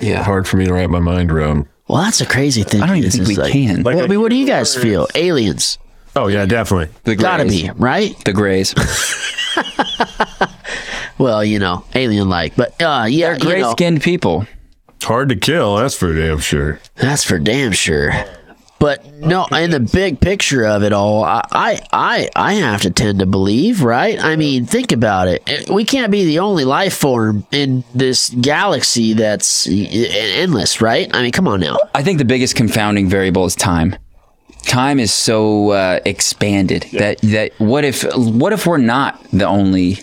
[SPEAKER 4] Hard for me to wrap my mind around.
[SPEAKER 5] Well, that's a crazy thing.
[SPEAKER 2] I don't even
[SPEAKER 5] It's
[SPEAKER 2] think
[SPEAKER 5] just
[SPEAKER 2] we
[SPEAKER 5] like-
[SPEAKER 2] can.
[SPEAKER 5] Well, I mean, what do you guys feel? Aliens.
[SPEAKER 4] Oh yeah, definitely.
[SPEAKER 2] the
[SPEAKER 5] Gotta
[SPEAKER 2] grays.
[SPEAKER 5] be, right?
[SPEAKER 2] the
[SPEAKER 5] *laughs*
[SPEAKER 2] grays.
[SPEAKER 5] Well, you know, alien like. But uh yeah, you
[SPEAKER 2] gray
[SPEAKER 5] know,
[SPEAKER 2] skinned people.
[SPEAKER 4] Hard to kill. That's for damn sure.
[SPEAKER 5] that's for damn sure. But no, in the big picture of it all, I, I, I, I have to tend to believe, right? I mean, think about it. We can't be the only life form in this galaxy that's e- e- endless, right? I mean, come on now.
[SPEAKER 2] I think the biggest confounding variable is time. Time is so uh, expanded that that what if what if we're not the only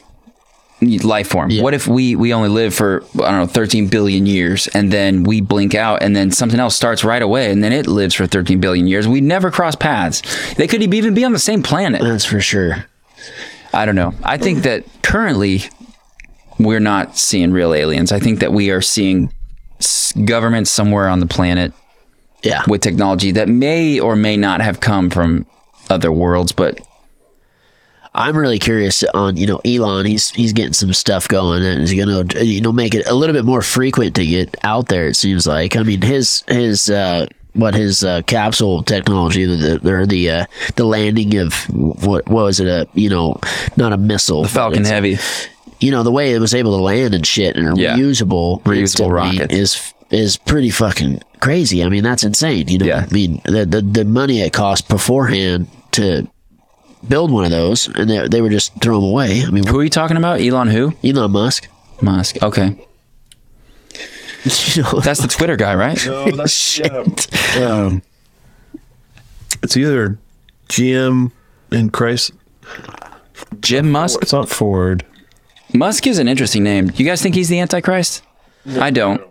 [SPEAKER 2] life form? What if we we only live for I don't know 13 billion years and then we blink out and then something else starts right away and then it lives for 13 billion years. We never cross paths. They could even be on the same planet.
[SPEAKER 5] That's for sure.
[SPEAKER 2] I don't know. I think that currently we're not seeing real aliens. I think that we are seeing s- governments somewhere on the planet
[SPEAKER 5] Yeah.
[SPEAKER 2] with technology that may or may not have come from other worlds, but
[SPEAKER 5] I'm really curious on you know Elon. He's he's getting some stuff going, and he's gonna you know make it a little bit more frequent to get out there. It seems like. I mean, his his uh, what his uh, capsule technology, the, the or the uh, the landing of what, what was it a you know not a missile, the
[SPEAKER 2] Falcon Heavy.
[SPEAKER 5] You know the way it was able to land and shit and
[SPEAKER 2] Yeah.
[SPEAKER 5] reusable instantly
[SPEAKER 2] rockets.
[SPEAKER 5] is is pretty fucking crazy. I mean, that's insane. You know,
[SPEAKER 2] Yeah.
[SPEAKER 5] I mean the, the the money it cost beforehand to build one of those, and they, they were just throw them away. I mean,
[SPEAKER 2] Who are you talking about? Elon who?
[SPEAKER 5] Elon Musk. *laughs*
[SPEAKER 2] Musk. Okay.
[SPEAKER 5] You know,
[SPEAKER 2] That's the Twitter guy, right?
[SPEAKER 4] *laughs*
[SPEAKER 5] shit.
[SPEAKER 4] Um, It's either GM and Christ.
[SPEAKER 2] Jim Musk.
[SPEAKER 4] It's not Ford.
[SPEAKER 2] Musk is an interesting name. You guys think he's the Antichrist? I don't.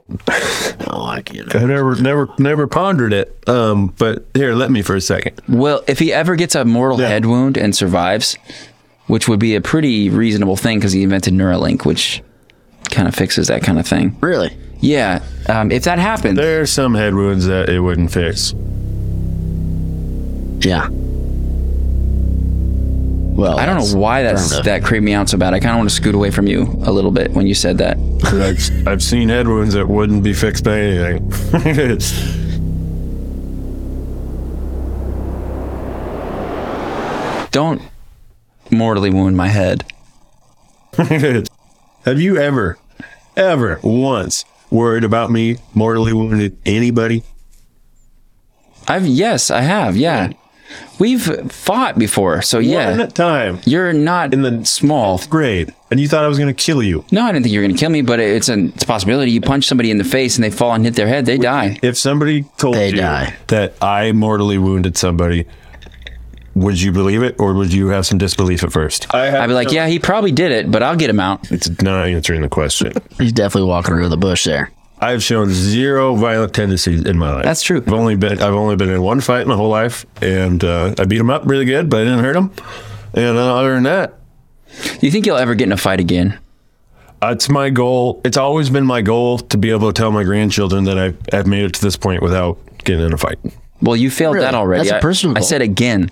[SPEAKER 5] No, I can't.
[SPEAKER 4] I never, never, never pondered it. Um, but here, let me for a second.
[SPEAKER 2] Well, if he ever gets a mortal head wound and survives, which would be a pretty reasonable thing because he invented Neuralink, which kind of fixes that kind of thing.
[SPEAKER 5] Really?
[SPEAKER 2] Yeah. Um, if that happens,
[SPEAKER 4] There's some head wounds that it wouldn't fix.
[SPEAKER 5] Yeah. Well,
[SPEAKER 2] I don't
[SPEAKER 5] that's-
[SPEAKER 2] know why that's,
[SPEAKER 5] enough.
[SPEAKER 2] that creeped me out so bad. I kind of want to scoot away from you a little bit when you said that.
[SPEAKER 4] I've, I've seen head wounds that wouldn't be fixed by anything. *laughs*
[SPEAKER 2] Don't mortally wound my head.
[SPEAKER 4] Have you ever, ever once worried about me mortally wounded anybody?
[SPEAKER 2] I've yes, I have. Yeah, we've fought before, so yeah,
[SPEAKER 4] One time,
[SPEAKER 2] you're not in the
[SPEAKER 4] the-
[SPEAKER 2] small.
[SPEAKER 4] grade, and you thought I was going to kill you.
[SPEAKER 2] No, I didn't think you were gonna kill me, but it's a, it's a possibility. You punch somebody in the face and they fall and hit their head, they die.
[SPEAKER 4] If somebody told
[SPEAKER 5] They
[SPEAKER 4] you
[SPEAKER 5] die.
[SPEAKER 4] that I mortally wounded somebody, would you believe it, or would you have some disbelief at first?
[SPEAKER 2] I'd be like, yeah, he probably did it, but I'll get him out.
[SPEAKER 4] It's not answering the question. *laughs*
[SPEAKER 5] He's definitely walking around the bush there.
[SPEAKER 4] I've shown zero violent tendencies in my life.
[SPEAKER 2] That's true.
[SPEAKER 4] I've only been I've only been in one fight my whole life, and uh, I beat him up really good, but I didn't hurt him. And uh, other than that,
[SPEAKER 2] Do you think you'll ever get in a fight again?
[SPEAKER 4] uh, it's my goal. It's always been my goal to be able to tell my grandchildren that I've I've made it to this point without getting in a fight.
[SPEAKER 2] Well, you failed
[SPEAKER 5] Really?
[SPEAKER 2] that already.
[SPEAKER 5] That's a
[SPEAKER 2] I-
[SPEAKER 5] personal
[SPEAKER 2] I,
[SPEAKER 5] goal.
[SPEAKER 2] said again.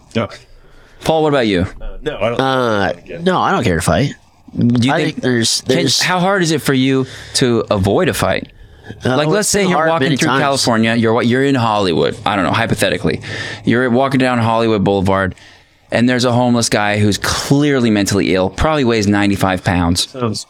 [SPEAKER 2] Paul, what about you?
[SPEAKER 4] no, I don't.
[SPEAKER 5] Uh, no, I don't care to fight.
[SPEAKER 2] Do you
[SPEAKER 5] I
[SPEAKER 2] think,
[SPEAKER 5] think there's
[SPEAKER 2] can-
[SPEAKER 5] there's
[SPEAKER 2] how hard is it for you to avoid a fight?
[SPEAKER 5] uh,
[SPEAKER 2] like
[SPEAKER 5] well,
[SPEAKER 2] let's
[SPEAKER 5] it's
[SPEAKER 2] say
[SPEAKER 5] been
[SPEAKER 2] you're
[SPEAKER 5] hard
[SPEAKER 2] walking
[SPEAKER 5] many
[SPEAKER 2] through
[SPEAKER 5] times.
[SPEAKER 2] California, you're wa- you're in Hollywood. I don't know, hypothetically. You're walking down Hollywood Boulevard and there's a homeless guy who's clearly mentally ill, probably weighs 95 pounds.
[SPEAKER 4] Sounds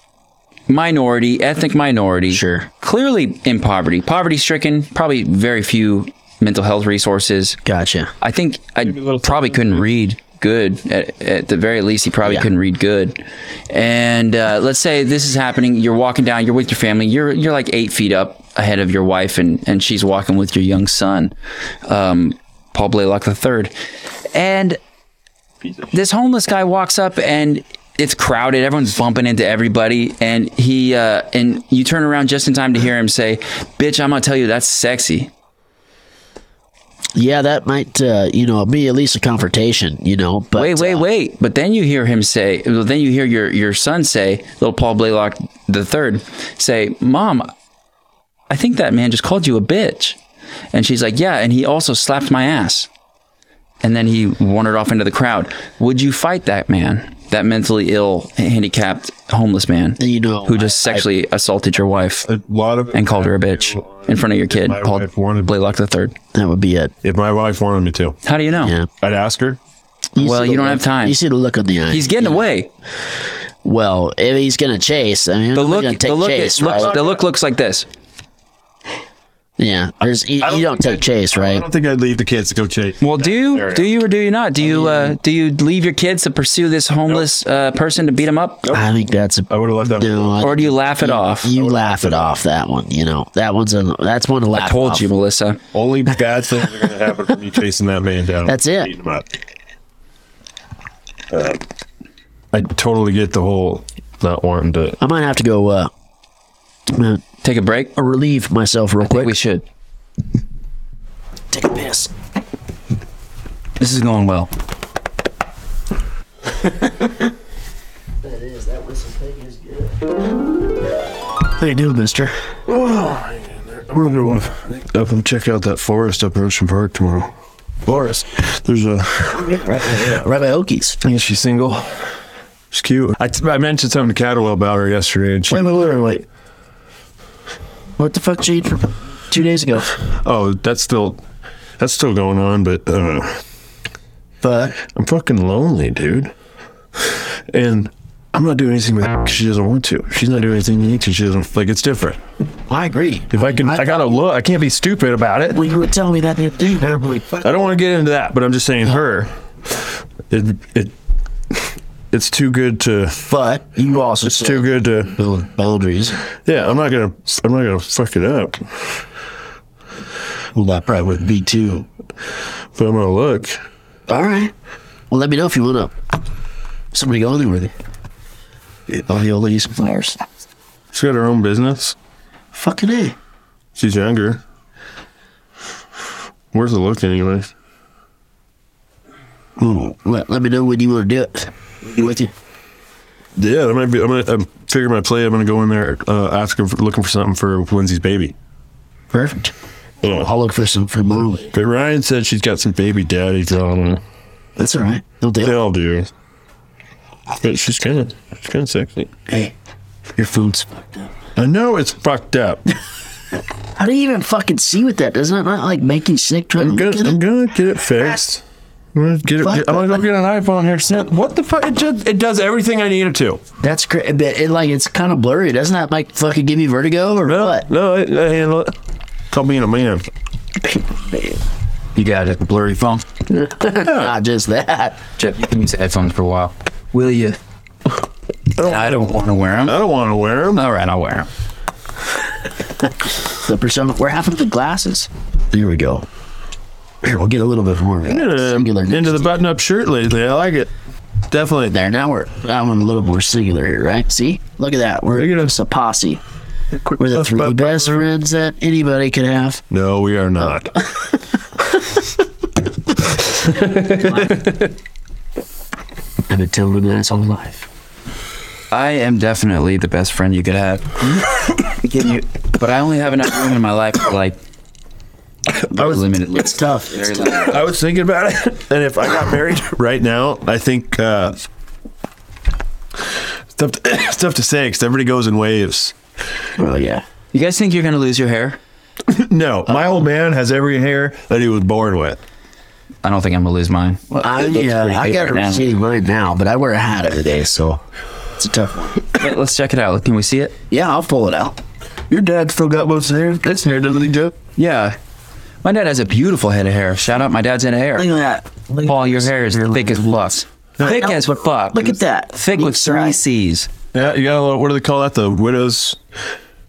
[SPEAKER 2] Minority, ethnic minority.
[SPEAKER 5] Sure.
[SPEAKER 2] Clearly in poverty. Poverty stricken, probably very few mental health resources.
[SPEAKER 5] Gotcha.
[SPEAKER 2] I think I probably couldn't read good. At, at the very least, he probably
[SPEAKER 5] Yeah.
[SPEAKER 2] couldn't read good. And uh, let's say this is happening. You're walking down. You're with your family. You're you're like eight feet up ahead of your wife, and and she's walking with your young son, um, Paul Blaylock the third, and this homeless guy walks up and it's crowded everyone's bumping into everybody and he uh, and you turn around just in time to hear him say bitch i'm gonna tell you that's sexy
[SPEAKER 5] Yeah, that might uh, you know be at least a confrontation. You know, but
[SPEAKER 2] wait, wait,
[SPEAKER 5] uh,
[SPEAKER 2] wait. But then you hear him say, well, then you hear your, your son say, little Paul Blaylock the third say, mom, I think that man just called you a bitch. And she's like, yeah. And he also slapped my ass. And then he wandered off into the crowd. Would you fight that man? That mentally ill, handicapped, homeless man
[SPEAKER 5] You know,
[SPEAKER 2] who just sexually assaulted your wife
[SPEAKER 4] a lot of it
[SPEAKER 2] and called her a bitch in front of your kid,
[SPEAKER 4] my
[SPEAKER 2] Paul
[SPEAKER 4] wife wanted-
[SPEAKER 2] Blaylock the third.
[SPEAKER 5] that would be it.
[SPEAKER 4] If my wife wanted me to,
[SPEAKER 2] How do you know?
[SPEAKER 5] Yeah.
[SPEAKER 4] I'd ask her.
[SPEAKER 5] You
[SPEAKER 2] Well,
[SPEAKER 5] see the
[SPEAKER 2] you don't
[SPEAKER 5] look-
[SPEAKER 2] have time.
[SPEAKER 5] You see the look on the eye.
[SPEAKER 2] He's getting away.
[SPEAKER 5] well. If he's gonna chase, I mean,
[SPEAKER 2] The look,
[SPEAKER 5] gonna take
[SPEAKER 2] the look,
[SPEAKER 5] chase,
[SPEAKER 2] looks-
[SPEAKER 5] right?
[SPEAKER 2] the look looks like this.
[SPEAKER 5] yeah, there's you,
[SPEAKER 4] I don't
[SPEAKER 5] you don't
[SPEAKER 4] think
[SPEAKER 5] take chase,
[SPEAKER 4] I
[SPEAKER 5] right?
[SPEAKER 4] don't think I'd leave the kids to go chase.
[SPEAKER 2] Well, do you do you or do you not? Do you uh, do you leave your kids to pursue this homeless uh, person to beat him up,
[SPEAKER 5] I think that's a
[SPEAKER 4] I would have left that.
[SPEAKER 5] no. I,
[SPEAKER 2] or do you laugh it off?
[SPEAKER 5] you laugh it off that one. You know that one's a that's one to laugh.
[SPEAKER 2] I told
[SPEAKER 5] off.
[SPEAKER 2] you, Melissa.
[SPEAKER 4] Only bad things are going to happen from you chasing that man down.
[SPEAKER 5] That's it.
[SPEAKER 4] Beating him up. Uh, I totally get the whole not wanting to.
[SPEAKER 5] I might have to go uh, I'm gonna
[SPEAKER 2] Take a break.
[SPEAKER 5] relieve myself real quick.
[SPEAKER 2] We should.
[SPEAKER 5] Take a piss.
[SPEAKER 2] This is going well.
[SPEAKER 5] That is that whistle thing is good. How you doing, Mister?
[SPEAKER 4] I'm gonna go up and check out that forest up at Ocean Park tomorrow. Forest. There's a.
[SPEAKER 5] Right by Okies.
[SPEAKER 4] I guess she's single. She's cute. I, t- I mentioned something to Catterwell about her yesterday, and she.
[SPEAKER 5] Wait, wait, wait, wait. What the fuck changed from two days ago?
[SPEAKER 4] Oh, that's still, that's still going on, but uh,
[SPEAKER 5] But
[SPEAKER 4] I'm fucking lonely, dude. And I'm not doing anything with because she doesn't want to. She's not doing anything unique because she doesn't like. It's different.
[SPEAKER 5] I agree.
[SPEAKER 4] If I can, I, gotta look. I can't be stupid about it.
[SPEAKER 5] Well, you were telling me that the other day. and I really fuck-
[SPEAKER 4] I don't want to get into that, but I'm just saying her. It it. It's too good to.
[SPEAKER 5] But you also
[SPEAKER 4] It's too good to.
[SPEAKER 5] good. boundaries.
[SPEAKER 4] Yeah, I'm not gonna. I'm not gonna fuck it up.
[SPEAKER 5] Well, that probably would be too.
[SPEAKER 4] But I'm gonna look.
[SPEAKER 5] All right. Well, let me know if you want to. Somebody go there with it. Oh, you'll leave some flowers.
[SPEAKER 4] She's got her own business.
[SPEAKER 5] Fucking A.
[SPEAKER 4] She's younger. Worth a look, anyway.
[SPEAKER 5] Hmm.
[SPEAKER 4] Mm-hmm.
[SPEAKER 5] Let, let me know when you want to do it. Be with you.
[SPEAKER 4] Yeah, that might be. I'm gonna I'm figure my play. I'm gonna go in there, uh, asking, for, looking for something for Lindsay's baby.
[SPEAKER 5] Perfect.
[SPEAKER 4] Ugh.
[SPEAKER 5] I'll look for some for Molly.
[SPEAKER 4] But Ryan said she's got some baby daddy drama.
[SPEAKER 5] That's all right. They'll
[SPEAKER 4] They
[SPEAKER 5] do it.
[SPEAKER 4] all do. But she's kind of, she's kind of sexy.
[SPEAKER 5] Hey, your phone's fucked up.
[SPEAKER 4] I know it's fucked *laughs* up.
[SPEAKER 5] How do you even fucking see with that? Doesn't it not like make you sick trying
[SPEAKER 4] I'm
[SPEAKER 5] to look
[SPEAKER 4] gonna,
[SPEAKER 5] at
[SPEAKER 4] I'm
[SPEAKER 5] it?
[SPEAKER 4] gonna get it fixed. I'm gonna get it.
[SPEAKER 5] Fuck
[SPEAKER 4] I'm gonna go
[SPEAKER 5] that.
[SPEAKER 4] get an iPhone here. Soon. What the fuck? It just, it does everything I need it to.
[SPEAKER 5] That's crazy. It, like it's kind of blurry. Doesn't that like fucking give you vertigo or
[SPEAKER 4] No,
[SPEAKER 5] what?
[SPEAKER 4] no, I, I handle it. Call me in a man.
[SPEAKER 14] You got a blurry phone.
[SPEAKER 5] Not just that.
[SPEAKER 14] Jeff, you can use headphones for a while. Will you? I don't want to wear them.
[SPEAKER 4] I don't want to wear them.
[SPEAKER 14] All right, I'll wear them.
[SPEAKER 5] The persona. We're having the glasses. There we go. Here, we'll get a little bit more singular.
[SPEAKER 4] Into the button-up shirt lately. I like it. Definitely.
[SPEAKER 5] there. Now we're I'm a little more singular here, right? See, look at that. We're it's a posse. We're the three best friends that anybody could have.
[SPEAKER 4] No, we are not.
[SPEAKER 5] I've been telling them that his whole life.
[SPEAKER 14] I am definitely the best friend you could have. Give you- but I only have enough room in my life for like
[SPEAKER 2] I was limited. It's
[SPEAKER 5] tough.
[SPEAKER 2] Very limited.
[SPEAKER 4] *laughs* I was thinking about it, and if I got married *laughs* right now, I think uh, it's, tough to, *coughs* it's tough to say because everybody goes in waves.
[SPEAKER 5] Well, yeah.
[SPEAKER 2] You guys think you're gonna lose your hair?
[SPEAKER 4] no, my old man has every hair that he was born with.
[SPEAKER 2] I don't think I'm gonna lose mine.
[SPEAKER 5] I, yeah, I got a receding mine now, but I wear a hat every day, so it's a tough one.
[SPEAKER 2] Wait, let's check it out. Can we see it?
[SPEAKER 5] Yeah, I'll pull it out.
[SPEAKER 15] Your dad still got most of the hair. This hair doesn't he, Joe?
[SPEAKER 2] Yeah. My dad has a beautiful head of hair. Shout out, my dad's head of hair.
[SPEAKER 5] Look at that. Look
[SPEAKER 2] Paul, your hair is thick as fuck. Thick as fuck.
[SPEAKER 5] Look at that.
[SPEAKER 2] Thick with
[SPEAKER 5] Meets the eye.
[SPEAKER 2] three C's.
[SPEAKER 4] Yeah, you got a little, what do they call that? The widow's.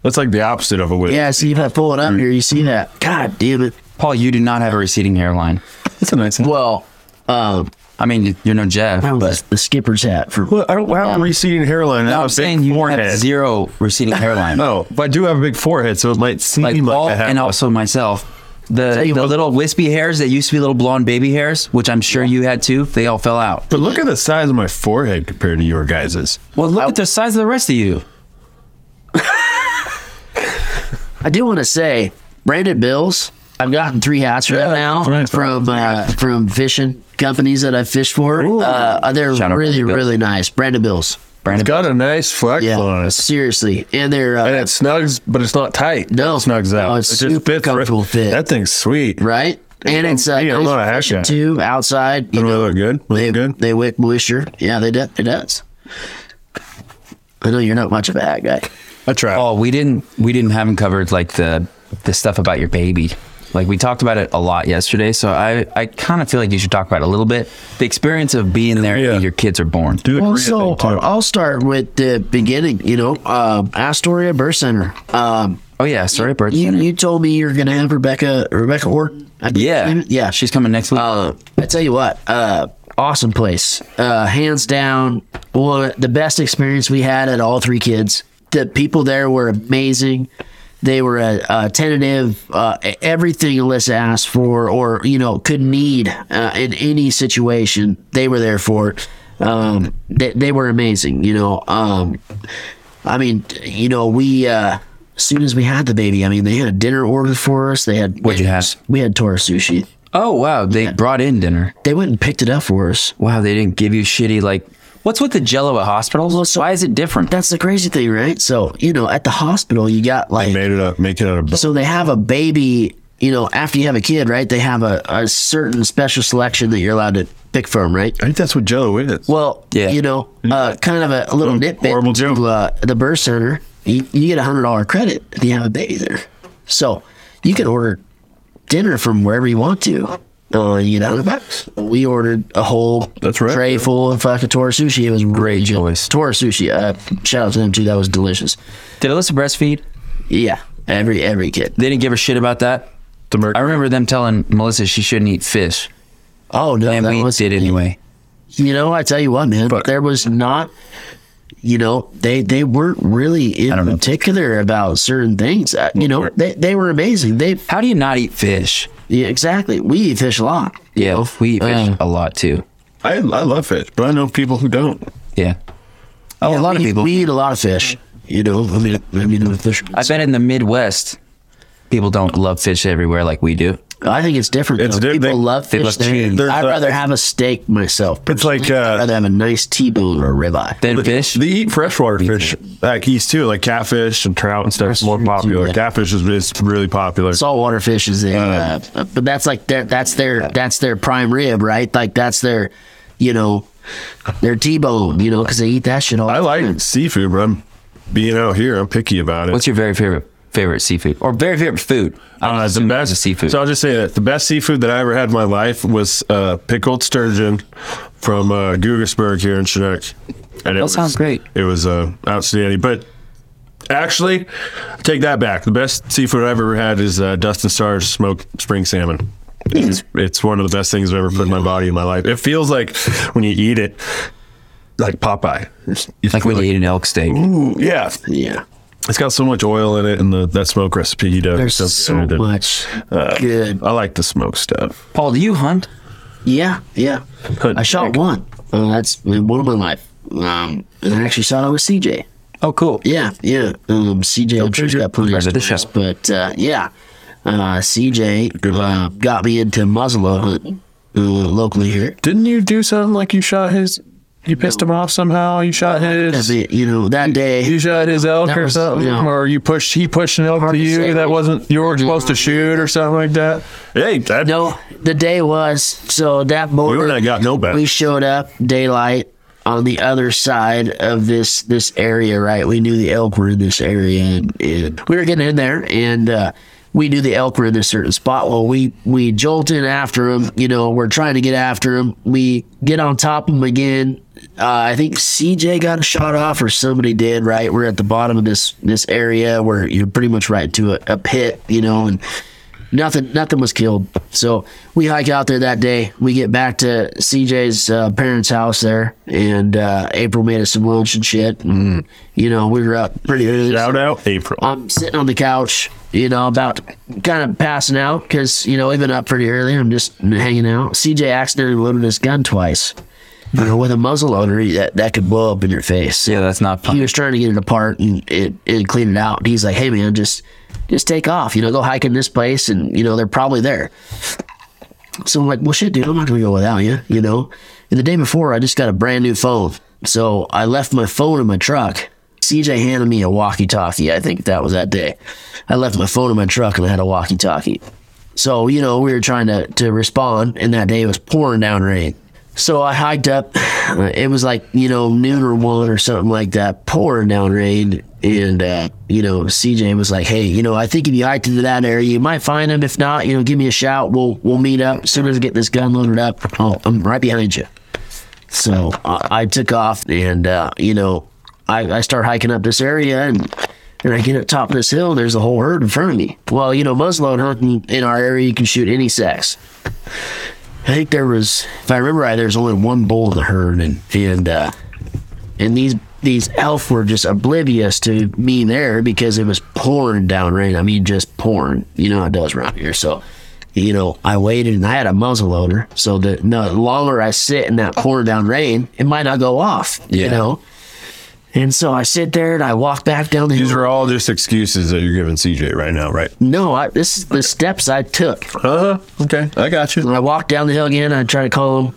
[SPEAKER 4] That's like the opposite of a widow.
[SPEAKER 5] Yeah, see if I pull it up here, you see that. God damn it.
[SPEAKER 2] Paul, you do not have a receding hairline.
[SPEAKER 15] That's a nice one.
[SPEAKER 5] Well, um,
[SPEAKER 2] I mean, you're no Jeff.
[SPEAKER 5] found the, the skipper's hat for
[SPEAKER 15] Well, I don't have a receding hairline. I have
[SPEAKER 2] No,
[SPEAKER 15] a
[SPEAKER 2] I'm
[SPEAKER 15] big
[SPEAKER 2] saying you have
[SPEAKER 15] forehead.
[SPEAKER 2] zero receding *laughs* hairline.
[SPEAKER 15] No, but I do have a big forehead, so it might seem
[SPEAKER 2] like
[SPEAKER 15] like,
[SPEAKER 2] Paul
[SPEAKER 15] I have.
[SPEAKER 2] and also myself. The,
[SPEAKER 5] you
[SPEAKER 2] the
[SPEAKER 5] what-
[SPEAKER 2] little wispy hairs that used to be little blonde baby hairs, which I'm sure you had too, they all fell out.
[SPEAKER 4] But look at the size of my forehead compared to your guys's.
[SPEAKER 2] Well, look at the size of the rest of you.
[SPEAKER 5] I do want to say, Brandon Bills. I've gotten three hats right now
[SPEAKER 15] right.
[SPEAKER 5] from uh, from fishing companies that I've fished for. Uh, they're
[SPEAKER 2] Shout out
[SPEAKER 5] really
[SPEAKER 2] Brandon Bills.
[SPEAKER 5] really nice. Brandon Bills.
[SPEAKER 2] Brandon,
[SPEAKER 15] Got a nice flex
[SPEAKER 5] Yeah,
[SPEAKER 15] on it.
[SPEAKER 5] seriously, and they're
[SPEAKER 15] And
[SPEAKER 5] uh,
[SPEAKER 15] it snugs, but it's not tight.
[SPEAKER 5] No.
[SPEAKER 15] It snugs out.
[SPEAKER 5] Oh, it's
[SPEAKER 15] it
[SPEAKER 5] super comfortable fit.
[SPEAKER 15] That thing's sweet.
[SPEAKER 5] right, and it's uh,
[SPEAKER 15] Hey, I'm
[SPEAKER 5] nice
[SPEAKER 15] not a hat
[SPEAKER 5] fishing
[SPEAKER 15] guy.
[SPEAKER 5] too outside. You
[SPEAKER 15] Do I
[SPEAKER 5] know,
[SPEAKER 15] look good?
[SPEAKER 5] they
[SPEAKER 15] Look good?
[SPEAKER 5] they wick moisture. Yeah, they do. It does. I know you're not much of a hat guy.
[SPEAKER 15] I try.
[SPEAKER 2] Oh, we didn't we didn't have him covered like the the stuff about your baby. Like we talked about it a lot yesterday, so I I kind of feel like you should talk about it a little bit. The experience of being there
[SPEAKER 15] Yeah.
[SPEAKER 2] when your kids are born.
[SPEAKER 15] Do the
[SPEAKER 5] Well,
[SPEAKER 15] Korean
[SPEAKER 5] so
[SPEAKER 15] thing, too.
[SPEAKER 5] I'll start with the beginning. You know, um, Astoria Birth Center. Um,
[SPEAKER 2] Oh yeah, sorry, birth.
[SPEAKER 5] you,
[SPEAKER 2] center.
[SPEAKER 5] you told me you're gonna have Rebecca Rebecca Orton. I think her
[SPEAKER 2] yeah,
[SPEAKER 5] name is? yeah. She's
[SPEAKER 2] She's coming next week.
[SPEAKER 5] uh, I tell you what, uh, awesome place, uh, hands down. Well, the best experience we had at all three kids. The people there were amazing. They were uh, uh, tentative. Uh, everything Alyssa asked for, or you know, could need uh, in any situation, they were there for it. Um, they, they were amazing. You know, um, I mean, you know, we uh, as soon as we had the baby, I mean, they had a dinner ordered for us. They had
[SPEAKER 2] What'd you have?
[SPEAKER 5] We had Tora sushi
[SPEAKER 2] oh wow, they brought in dinner.
[SPEAKER 5] they went and picked it up for us.
[SPEAKER 2] Wow, they didn't give you shitty like. What's with the Jello at hospitals? Why is it different?
[SPEAKER 5] That's the crazy thing, right? So, you know, at the hospital, you got like,
[SPEAKER 4] Made it up, make it out of.
[SPEAKER 5] so they have a baby, you know, after you have a kid, right? They have a, a certain special selection that you're allowed to pick from, right?
[SPEAKER 4] I think that's what Jello is.
[SPEAKER 5] Well,
[SPEAKER 2] Yeah.
[SPEAKER 5] you know, uh, kind of a, a little nitpick.
[SPEAKER 15] horrible joke.
[SPEAKER 5] to, Uh, the birth center, you, you get a hundred dollar credit if you have a baby there, so you can order dinner from wherever you want to. Uh, you know, we ordered a whole
[SPEAKER 15] That's right.
[SPEAKER 5] tray full of fucking tora sushi. It was great
[SPEAKER 2] choice.
[SPEAKER 5] Tora sushi. Uh, shout out to them too. That was delicious.
[SPEAKER 2] Did Alyssa breastfeed?
[SPEAKER 5] Yeah, every every kid.
[SPEAKER 2] They didn't give a shit about that.
[SPEAKER 4] The Merc-
[SPEAKER 2] I remember them telling Melissa she shouldn't eat fish,
[SPEAKER 5] Oh no,
[SPEAKER 2] and
[SPEAKER 5] that
[SPEAKER 2] we
[SPEAKER 5] was
[SPEAKER 2] did anyway.
[SPEAKER 5] You know, I tell you what, man, there was not. You know, they they weren't really in
[SPEAKER 2] don't know.
[SPEAKER 5] particular about certain things. Uh, you know, they, they were amazing. They
[SPEAKER 2] How do you not eat fish?
[SPEAKER 5] yeah, exactly. We eat fish a lot. you
[SPEAKER 2] Yeah,
[SPEAKER 5] know?
[SPEAKER 2] we eat fish
[SPEAKER 5] Uh,
[SPEAKER 2] a lot too.
[SPEAKER 15] I, I love fish, but I know people who don't.
[SPEAKER 2] Yeah. Oh, a lot of
[SPEAKER 5] we-
[SPEAKER 2] people.
[SPEAKER 5] We eat a lot of fish. You know, I mean, I mean, the fish.
[SPEAKER 2] I bet in the Midwest, people don't love fish everywhere like we do.
[SPEAKER 5] I think it's different.
[SPEAKER 15] It's
[SPEAKER 5] though.
[SPEAKER 15] di-
[SPEAKER 5] People
[SPEAKER 15] they-
[SPEAKER 5] love
[SPEAKER 15] they
[SPEAKER 5] fish.
[SPEAKER 15] love
[SPEAKER 5] there.
[SPEAKER 15] cheese. There's
[SPEAKER 5] I'd
[SPEAKER 15] a-
[SPEAKER 5] rather have a steak myself.
[SPEAKER 15] It's like,
[SPEAKER 5] personally. I'd
[SPEAKER 15] uh,
[SPEAKER 5] rather have a nice T-bone or a ribeye.
[SPEAKER 2] Then fish.
[SPEAKER 15] They eat freshwater fish.
[SPEAKER 4] Like he's too, like catfish and trout and stuff. is more popular. Catfish is it's really popular.
[SPEAKER 5] saltwater fish is in, uh, but that's like their that's their that's their prime rib, right? Like that's their, you know, their T-bone, you know, because they eat that shit all.
[SPEAKER 4] I
[SPEAKER 5] the
[SPEAKER 4] like
[SPEAKER 5] time.
[SPEAKER 4] seafood, but I'm being out here. I'm picky about it.
[SPEAKER 2] What's your very favorite favorite seafood or very favorite food? I'm
[SPEAKER 4] Uh, the
[SPEAKER 2] assuming
[SPEAKER 4] best
[SPEAKER 2] it's seafood.
[SPEAKER 4] So I'll just say that the best seafood that I ever had in my life was uh, pickled sturgeon from uh, Gugasburg here in Chinook. And it
[SPEAKER 2] That sounds great.
[SPEAKER 4] It was uh, outstanding. But actually, take that back. The best seafood I've ever had is uh, Dustin Star's smoked spring salmon. It's, it's one of the best things I've ever put in my body in my life. It feels like when you eat it, like Popeye.
[SPEAKER 2] like when you eat an elk steak.
[SPEAKER 4] Ooh, yeah,
[SPEAKER 5] yeah,
[SPEAKER 4] it's got so much oil in it, and the that smoke recipe he does.
[SPEAKER 5] there's
[SPEAKER 4] is
[SPEAKER 5] so
[SPEAKER 4] good.
[SPEAKER 5] much
[SPEAKER 12] Uh,
[SPEAKER 5] good.
[SPEAKER 4] I like the smoke stuff.
[SPEAKER 2] Paul, do you hunt?
[SPEAKER 5] Yeah, yeah.
[SPEAKER 4] Hunt
[SPEAKER 5] I shot one. Uh, that's one of my life. Um, and I actually shot it with CJ.
[SPEAKER 2] Oh, cool.
[SPEAKER 5] Yeah, yeah. Um, CJ, I'm sure he's got plenty of
[SPEAKER 2] Congratulations.
[SPEAKER 5] stories, but uh, yeah. uh, CJ uh, got me into muzzleloader hunting uh, locally here.
[SPEAKER 12] Didn't you do something like you shot his? You pissed him off somehow. You shot his.
[SPEAKER 5] I mean, you know that day.
[SPEAKER 12] You shot his elk
[SPEAKER 5] That
[SPEAKER 12] or
[SPEAKER 5] was-
[SPEAKER 12] something,
[SPEAKER 5] yeah.
[SPEAKER 12] or you pushed. He pushed an elk
[SPEAKER 5] Hard
[SPEAKER 12] to
[SPEAKER 5] to
[SPEAKER 12] you
[SPEAKER 5] say.
[SPEAKER 12] that wasn't you weren't supposed to shoot or something like that.
[SPEAKER 4] Hey, that,
[SPEAKER 5] No, the day was so that
[SPEAKER 4] we
[SPEAKER 5] morning
[SPEAKER 4] would not got no bet.
[SPEAKER 5] we showed up daylight on the other side of this this area. Right, we knew the elk were in this area, and, and we were getting in there, and uh, we knew the elk were in this certain spot. Well, we we jolt in after them. You know, we're trying to get after them. We get on top of them again. Uh, I think CJ got a shot off, or somebody did. Right, we're at the bottom of this this area where you're pretty much right into a, a pit. You know, and nothing nothing was killed so we hike out there that day we get back to cj's uh, parents house there and uh, april made us some lunch and shit and you know we were up pretty early
[SPEAKER 4] Shout out April.
[SPEAKER 5] i'm sitting on the couch you know about kind of passing out because you know we've been up pretty early i'm just hanging out cj accidentally loaded his gun twice you know, with a muzzle loader, that, that could blow up in your face
[SPEAKER 2] Yeah, that's not
[SPEAKER 5] he
[SPEAKER 2] fun.
[SPEAKER 5] was trying to get it apart and it and clean it out. And he's like, "Hey man, just just take off. You know, go hike in this place, and you know they're probably there." So I'm like, "Well, shit, dude, I'm not gonna go without you." You know. And the day before, I just got a brand new phone, so I left my phone in my truck. CJ handed me a walkie-talkie. I think that was that day. I left my phone in my truck and I had a walkie-talkie. So, you know, we were trying to, to respond, and that day it was pouring down rain. So I hiked up. uh, It was like, you know, noon or one or something like that, pouring down rain. And, uh, you know, CJ was like, hey, you know, I think if you hiked into that area, you might find him. If not, you know, give me a shout. We'll we'll meet up. As soon as I get this gun loaded up, oh, I'm right behind you. So I, I took off and, uh, you know, I, I start hiking up this area and and I get up top of this hill and there's a whole herd in front of me. Well, you know, muzzleload hunting in our area, you can shoot any sex. I think there was, if I remember right, there was only one bull in the herd, and and uh, and these these elf were just oblivious to me there because it was pouring down rain. I mean, just pouring. You know how it does around here. So, you know, I waited and I had a muzzle loader, so the no, the longer I sit in that pouring down rain, it might not go off. You
[SPEAKER 2] Yeah.
[SPEAKER 5] know. And so I sit there and I walk back down the hill.
[SPEAKER 12] These are all just excuses that you're giving CJ right now, right?
[SPEAKER 5] No, I, this is the steps I took.
[SPEAKER 12] Uh huh. Okay, I got you.
[SPEAKER 5] And I walked down the hill again. I tried to call them.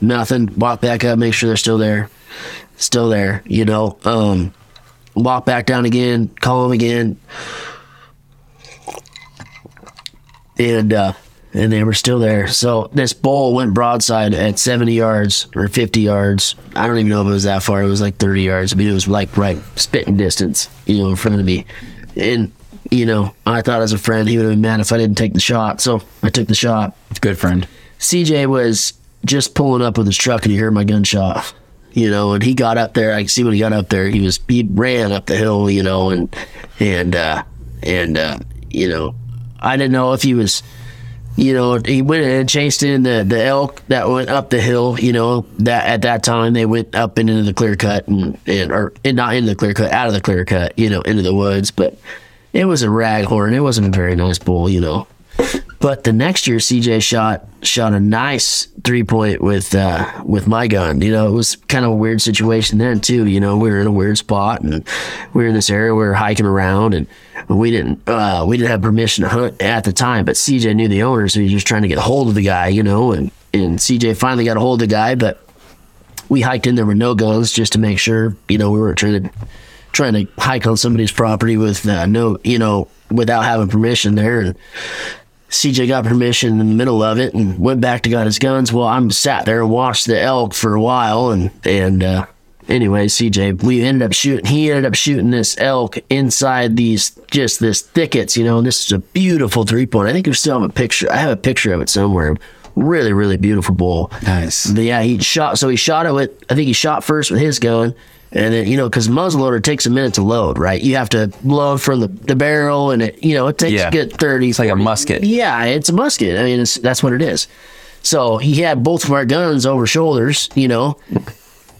[SPEAKER 5] Nothing. Walk back up, make sure they're still there. Still there, you know. Um, walk back down again, call them again. And uh, and they were still there. So this bull went broadside at 70 yards or 50 yards. I don't even know if it was that far. It was like 30 yards. I mean, it was like right spitting distance, you know, in front of me. And, you know, I thought as a friend, he would have been mad if I didn't take the shot. So I took the shot.
[SPEAKER 2] Good friend.
[SPEAKER 5] CJ was just pulling up with his truck and he heard my gunshot. You know, and he got up there. I could see when he got up there. He was he ran up the hill, you know, and and uh and uh you know, I didn't know if he was you know, he went and chased in the, the elk that went up the hill. You know that at that time they went up and into the clear cut and, and or and not into the clear cut, out of the clear cut. You know, into the woods. But it was a raghorn. It wasn't a very nice bull. You know, but the next year, CJ shot shot a nice three point with uh, with my gun. You know, it was kind of a weird situation then too. You know, we were in a weird spot, and we were in this area. We were hiking around, and we didn't uh, we didn't have permission to hunt at the time. But CJ knew the owner, so he was just trying to get a hold of the guy. You know, and and CJ finally got a hold of the guy, but we hiked in there with no guns just to make sure. You know, we weren't trying to trying to hike on somebody's property with uh, no, you know, without having permission there and. CJ got permission in the middle of it and went back to got his guns. Well, I'm sat there and watched the elk for a while, and and uh, anyway, CJ, we ended up shooting. He ended up shooting this elk inside these just this thickets, you know. And this is a beautiful three point. I think we still have a picture. I have a picture of it somewhere. Really, really beautiful bull.
[SPEAKER 2] Nice.
[SPEAKER 5] But yeah, he shot. So he shot it with. I think he shot first with his gun, and then you know because muzzleloader takes a minute to load, right? You have to load from the, the barrel, and it you know it takes
[SPEAKER 2] Yeah.
[SPEAKER 5] a good thirty.
[SPEAKER 2] It's like a musket.
[SPEAKER 5] Yeah, it's a musket. I mean, it's, that's what it is. So he had both of our guns over shoulders, you know,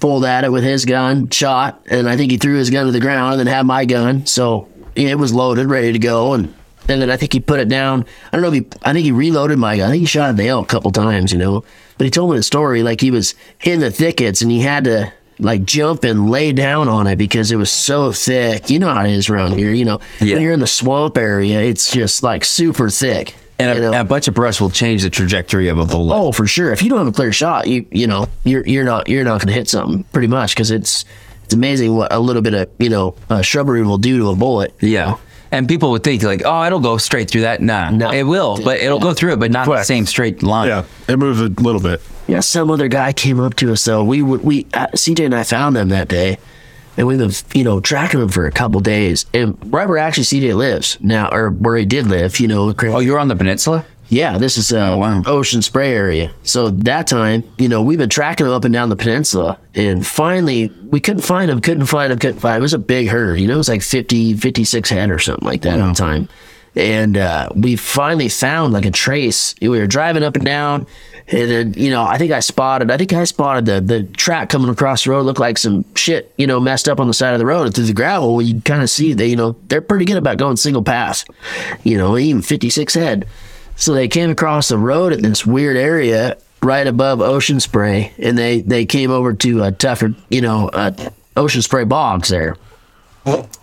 [SPEAKER 5] pulled at it with his gun, shot, and I think he threw his gun to the ground and then had my gun. So yeah, it was loaded, ready to go, and and then I think he put it down. I don't know if he, I think he reloaded my gun. I think he shot at the elk a couple times, you know. But he told me the story like he was in the thickets and he had to like jump and lay down on it because it was so thick. You know how it is around here. You know,
[SPEAKER 1] Yeah.
[SPEAKER 5] when you're in the swamp area, it's just like super thick.
[SPEAKER 2] And
[SPEAKER 5] you know?
[SPEAKER 2] a, a bunch of brush will change the trajectory of a bullet.
[SPEAKER 5] Oh, for sure. If you don't have a clear shot, you you know you're you're not you're not going to hit something pretty much because it's it's amazing what a little bit of you know uh, shrubbery will do to a bullet.
[SPEAKER 2] Yeah. And people would think like, oh, it'll go straight through that. Nah,
[SPEAKER 5] No.
[SPEAKER 2] it will, but it'll go through it, but not the
[SPEAKER 4] Flex.
[SPEAKER 2] same straight line.
[SPEAKER 4] Yeah, it moves a little bit.
[SPEAKER 5] Yeah, some other guy came up to us though. We would we uh, CJ and I found them that day, and we've been you know tracking them for a couple days. And right where actually CJ lives now, or where he did live, you know.
[SPEAKER 2] Oh, you're on the peninsula?
[SPEAKER 5] Yeah, this is uh, Ocean Spray area. So that time, you know, we've been tracking them up and down the peninsula, and finally we couldn't find them, couldn't find them, couldn't find them. It was a big herd, you know, it was like 50, 56 head or something like that at the time. And uh, we finally found like a trace. We were driving up and down, and then you know, I think I spotted, I think I spotted the the track coming across the road looked like some shit, you know, messed up on the side of the road through the gravel. You kind of see that, you know, they're pretty good about going single pass, you know, even fifty six head. So they came across the road in this weird area right above Ocean Spray, and they they came over to a tougher, you know, uh, Ocean Spray bogs there,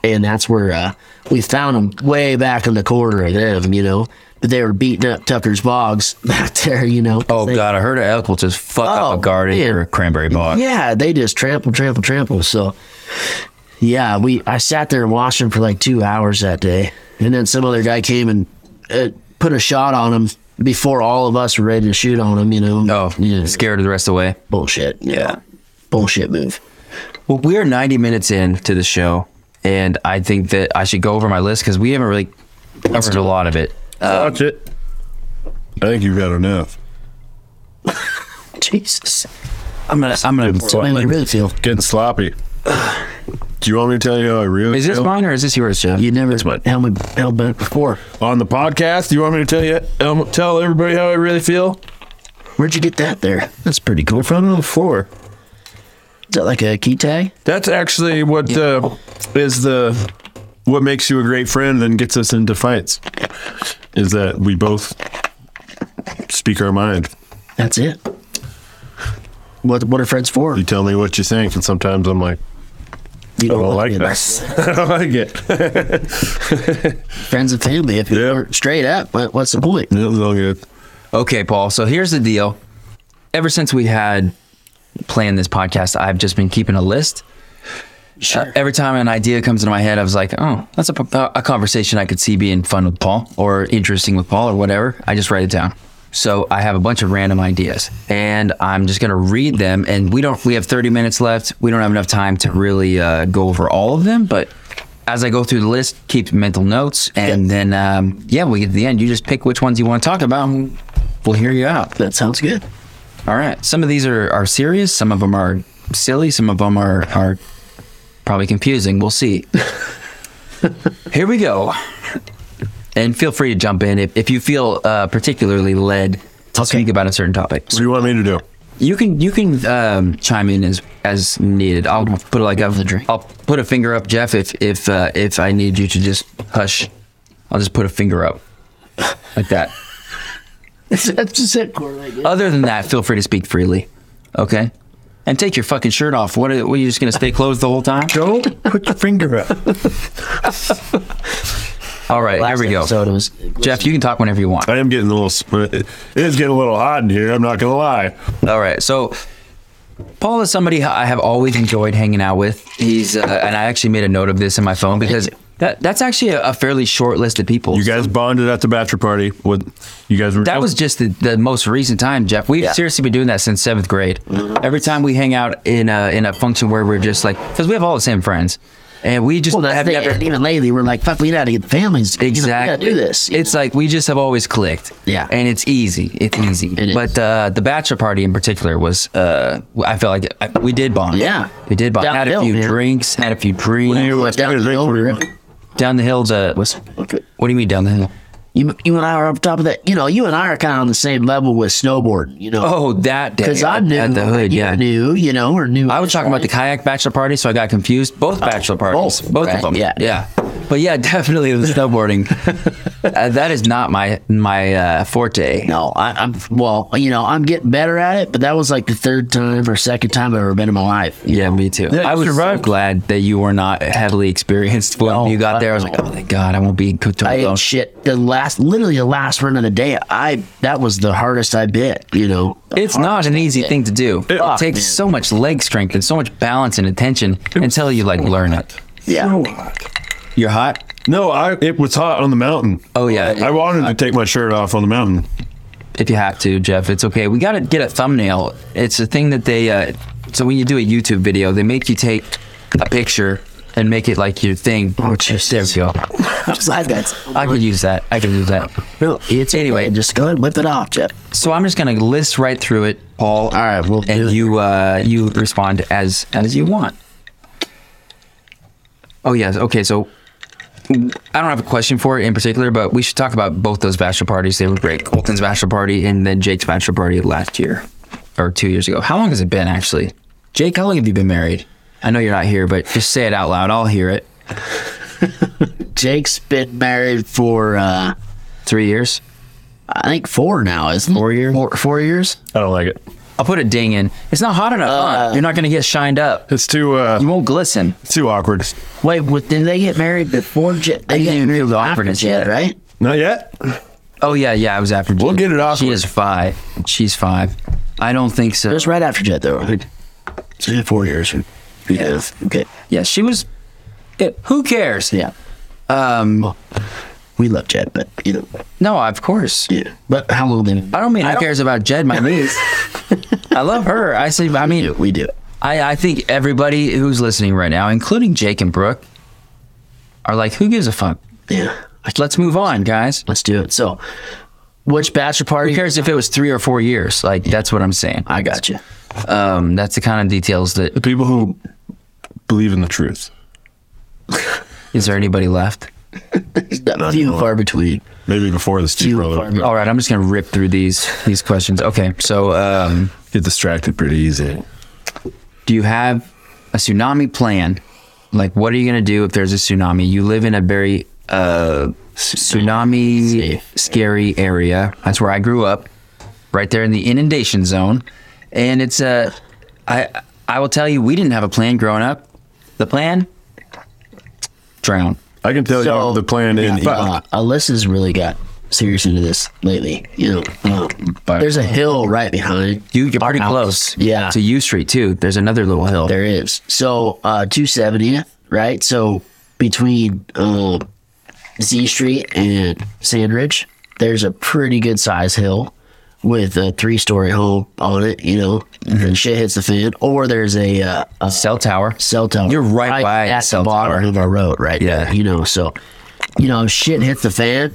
[SPEAKER 5] and that's where uh, we found them way back in the corner of them, you know. But they were beating up Tucker's bogs *laughs* back there, you know.
[SPEAKER 2] Oh god, I heard an elk will just fuck up
[SPEAKER 5] Oh,
[SPEAKER 2] a garden
[SPEAKER 5] man.
[SPEAKER 2] or a cranberry bog.
[SPEAKER 5] Yeah, they just trample, trample, trample. So, yeah, we I sat there and watched him for like two hours that day, and then some other guy came and uh, put a shot on him before all of us were ready to shoot on him. You know,
[SPEAKER 2] Oh,
[SPEAKER 5] yeah,
[SPEAKER 2] scared the rest away.
[SPEAKER 5] bullshit. Yeah, bullshit move.
[SPEAKER 2] Well, we're 90 minutes in to the show, and I think that I should go over my list because we haven't really covered a lot of it.
[SPEAKER 12] Watch it. Uh, I think you've got enough.
[SPEAKER 5] Jesus,
[SPEAKER 2] I'm gonna, I'm gonna.
[SPEAKER 5] that's the way I really feel.
[SPEAKER 12] Getting
[SPEAKER 5] *sighs*
[SPEAKER 12] sloppy. Do you want me to tell you how I really
[SPEAKER 2] Is this
[SPEAKER 12] feel?
[SPEAKER 2] mine or is this yours, Jeff?
[SPEAKER 5] You never held me hell bent before.
[SPEAKER 12] on the podcast? Do you want me to tell you um, tell everybody how I really feel?
[SPEAKER 5] Where'd you get that there? That's pretty cool.
[SPEAKER 12] I found it on the floor.
[SPEAKER 5] Is that like a key tag?
[SPEAKER 12] That's actually what uh, is the what makes you a great friend and gets us into fights. Is that we both speak our mind.
[SPEAKER 5] That's it. What what are friends for?
[SPEAKER 12] You tell me what you think, and sometimes I'm like, *laughs*
[SPEAKER 5] You
[SPEAKER 12] Oh, I don't
[SPEAKER 5] look
[SPEAKER 12] like
[SPEAKER 5] good.
[SPEAKER 12] this. I don't like *laughs* it.
[SPEAKER 5] Friends and family. If you
[SPEAKER 12] Yeah.
[SPEAKER 5] are straight up, what, what's the point?
[SPEAKER 12] It was all good.
[SPEAKER 2] Okay, Paul. So here's the deal. Ever since we had planned this podcast, I've just been keeping a list. Uh, every time an idea comes into my head, I was like, "Oh, that's a, p- a conversation I could see being fun with Paul, or interesting with Paul, or whatever." I just write it down. So I have a bunch of random ideas, and I'm just gonna read them. And we don't. We have 30 minutes left. We don't have enough time to really uh, go over all of them, but. As I go through the list, keep mental notes, and then um, yeah, we get to the end. You just pick which ones you want to talk about, and we'll hear you out.
[SPEAKER 5] That sounds good.
[SPEAKER 2] All right. Some of these are, are serious. Some of them are silly. Some of them are, are probably confusing. We'll see. Here we go. And feel free to jump in if, if you feel uh, particularly led to speak about a certain topic.
[SPEAKER 12] What do you want me to do?
[SPEAKER 2] You can you can um, chime in as as needed. I'll put like a, I'll put a finger up, Jeff. If if uh, if I need you to just hush, I'll just put a finger up like that.
[SPEAKER 5] That's just it, Corley.
[SPEAKER 2] Other than that, feel free to speak freely. Okay? And take your fucking shirt off. What are, what, are you just going to stay closed the whole time?
[SPEAKER 12] Don't put your finger up.
[SPEAKER 2] *laughs* All right, here Oh, we go.
[SPEAKER 5] Episode, it was,
[SPEAKER 2] Jeff, you can talk whenever you want.
[SPEAKER 12] I am getting a little. sp- It is getting a little hot in here. I'm not gonna lie.
[SPEAKER 2] All right. So, Paul is somebody I have always enjoyed hanging out with. He's, uh, and I actually made a note of this in my phone because that, that's actually a, a fairly short list of people.
[SPEAKER 12] You guys bonded at the bachelor party. What you guys were?
[SPEAKER 5] Oh.
[SPEAKER 2] that was just the, the most recent time, Jeff. We've seriously been doing that since seventh grade.
[SPEAKER 5] Mm-hmm.
[SPEAKER 2] Every time we hang out in a in a function where we're just like, because we have all the same friends, and we just
[SPEAKER 5] well, that's
[SPEAKER 2] have
[SPEAKER 5] the,
[SPEAKER 2] never
[SPEAKER 5] and even lately, we're like, fuck, we gotta get the families. you know,
[SPEAKER 2] Exactly.
[SPEAKER 5] We gotta do this.
[SPEAKER 2] It's like we just have always clicked.
[SPEAKER 5] Yeah.
[SPEAKER 2] And it's easy. It's easy.
[SPEAKER 5] It is.
[SPEAKER 2] but uh, the bachelor party in particular was, uh, I felt like I, we did bond.
[SPEAKER 5] Yeah.
[SPEAKER 2] We did bond. had a
[SPEAKER 5] Downhill,
[SPEAKER 2] few
[SPEAKER 5] man.
[SPEAKER 2] drinks, had a few
[SPEAKER 5] you
[SPEAKER 2] drinks.
[SPEAKER 5] were down the hill, we were-
[SPEAKER 2] Down the hill, the. What do you mean down the hill?
[SPEAKER 5] You, you and I are up top of that. You know, you and I are kind of on the same level with snowboarding. You know,
[SPEAKER 2] Oh, that day.
[SPEAKER 5] because
[SPEAKER 2] at-
[SPEAKER 5] I'm new
[SPEAKER 2] At the hood,
[SPEAKER 5] you
[SPEAKER 2] yeah.
[SPEAKER 5] new. You know, or new.
[SPEAKER 2] I was talking about the kayak bachelor party, so I got confused. Both bachelor parties, both,
[SPEAKER 5] Oh, both,
[SPEAKER 2] of them.
[SPEAKER 5] right,
[SPEAKER 2] *laughs*
[SPEAKER 5] *laughs*
[SPEAKER 2] yeah. But yeah, definitely the snowboarding. Uh, that is not my my uh, forte.
[SPEAKER 5] No, I, am well. You know, I'm getting better at it, but that was like the third time or second time I've ever been in my life.
[SPEAKER 2] Yeah, me too.
[SPEAKER 5] Yeah,
[SPEAKER 2] I was so
[SPEAKER 5] survived.
[SPEAKER 2] glad that you were not heavily experienced when you got there. I was like, oh thank God, I won't be cooked
[SPEAKER 5] I
[SPEAKER 2] alone.
[SPEAKER 5] ate shit the last, literally the last run of the day. I that was the hardest I bit. You know,
[SPEAKER 2] It's not an easy thing to do. It,
[SPEAKER 5] Fuck,
[SPEAKER 2] takes
[SPEAKER 5] man.
[SPEAKER 2] so much leg strength and so much balance and attention until you like learn it.
[SPEAKER 5] yeah.
[SPEAKER 2] You're hot.
[SPEAKER 4] No, I it was hot on the mountain.
[SPEAKER 2] Oh yeah.
[SPEAKER 4] I wanted to take my shirt off on the mountain.
[SPEAKER 2] if you have to, Jeff. It's okay. We got to get a thumbnail. It's a thing that they. Uh, so when you do a YouTube video, they make you take a picture and make it like your thing. Oh, there we go.
[SPEAKER 5] *laughs* Just like that.
[SPEAKER 2] I could use that. I could use that.
[SPEAKER 5] It's anyway. Just go ahead and whip it off, Jeff.
[SPEAKER 2] So I'm just gonna list right through it, Paul. All
[SPEAKER 5] right, we'll
[SPEAKER 2] and you uh, you respond as as you want. Oh yes, okay. So I don't have a question for it in particular, but we should talk about both those bachelor parties. They were great. Colton's bachelor party and then Jake's bachelor party last year or two years ago. How long has it been actually? Jake, how long have you been married? I know you're not here, but just say it out loud. I'll hear it.
[SPEAKER 5] Jake's been married for uh,
[SPEAKER 2] Three years.
[SPEAKER 5] I think four now. Is four years? Four, four years?
[SPEAKER 4] I don't like it.
[SPEAKER 2] I'll put a ding in. It's not hot enough. huh? You're not gonna get shined up.
[SPEAKER 4] It's too uh
[SPEAKER 2] You won't glisten.
[SPEAKER 4] it's too awkward.
[SPEAKER 5] Wait, what, did they get married before Jake? They didn't even the
[SPEAKER 2] awkwardness
[SPEAKER 5] yet, right?
[SPEAKER 4] Not yet.
[SPEAKER 2] Oh yeah, yeah. I was after.
[SPEAKER 4] We'll
[SPEAKER 2] Jen.
[SPEAKER 4] get it off.
[SPEAKER 2] She is five. She's five. I don't think
[SPEAKER 5] It
[SPEAKER 2] so.
[SPEAKER 5] was right after Jet, though. right? So yeah, four years. Yeah. Okay.
[SPEAKER 2] Yeah, she was. It, who cares?
[SPEAKER 5] Yeah.
[SPEAKER 2] Um.
[SPEAKER 5] We love Jet, but you know.
[SPEAKER 2] No, of course.
[SPEAKER 5] Yeah. But how long did
[SPEAKER 2] I don't mean who cares about Jed. My
[SPEAKER 5] *laughs*
[SPEAKER 2] I love her. I say. I mean,
[SPEAKER 5] we do?
[SPEAKER 2] I. I think everybody who's listening right now, including Jake and Brooke, are like, who gives a fuck?
[SPEAKER 5] Yeah.
[SPEAKER 2] Let's move on, guys.
[SPEAKER 5] Let's do it. So, which bachelor
[SPEAKER 2] Who
[SPEAKER 5] party?
[SPEAKER 2] cares if it was three or four years? Like that's what I'm saying.
[SPEAKER 5] I got you.
[SPEAKER 2] Um, that's the kind of details that.
[SPEAKER 4] The people who believe in the truth.
[SPEAKER 2] Is there anybody left?
[SPEAKER 5] Few and far between.
[SPEAKER 4] Maybe before this too,
[SPEAKER 5] Few and far
[SPEAKER 4] brother.
[SPEAKER 5] between.
[SPEAKER 2] All right, I'm just gonna rip through these these questions. Okay, so um,
[SPEAKER 4] Get distracted pretty easy.
[SPEAKER 2] do you have a tsunami plan? Like, what are you going to do if there's a tsunami? You live in a very uh, tsunami
[SPEAKER 5] Safe.
[SPEAKER 2] scary area. That's where I grew up, right there in the inundation zone. And it's uh, I I will tell you, we didn't have a plan growing up. The plan: drown.
[SPEAKER 4] I can tell
[SPEAKER 5] So-
[SPEAKER 4] you the plan in
[SPEAKER 5] Uh, Alyssa's really got serious into this lately. You know, um,
[SPEAKER 2] But-
[SPEAKER 5] there's a hill right behind.
[SPEAKER 2] You, you're pretty
[SPEAKER 5] our house.
[SPEAKER 2] close.
[SPEAKER 5] Yeah.
[SPEAKER 2] To U Street too. There's another little hill.
[SPEAKER 5] There is. So uh 270th, right? So between uh, Z Street and Sandridge, there's a pretty good size hill with a three story home on it, you know,
[SPEAKER 2] Mm-hmm.
[SPEAKER 5] and shit hits the fan. Or there's a, uh, a
[SPEAKER 2] Cell tower.
[SPEAKER 5] cell tower.
[SPEAKER 2] You're right by
[SPEAKER 5] at
[SPEAKER 2] cell
[SPEAKER 5] the bottom
[SPEAKER 2] tower.
[SPEAKER 5] of our road, right?
[SPEAKER 2] Yeah.
[SPEAKER 5] there, you know, so you know, if shit hits the fan,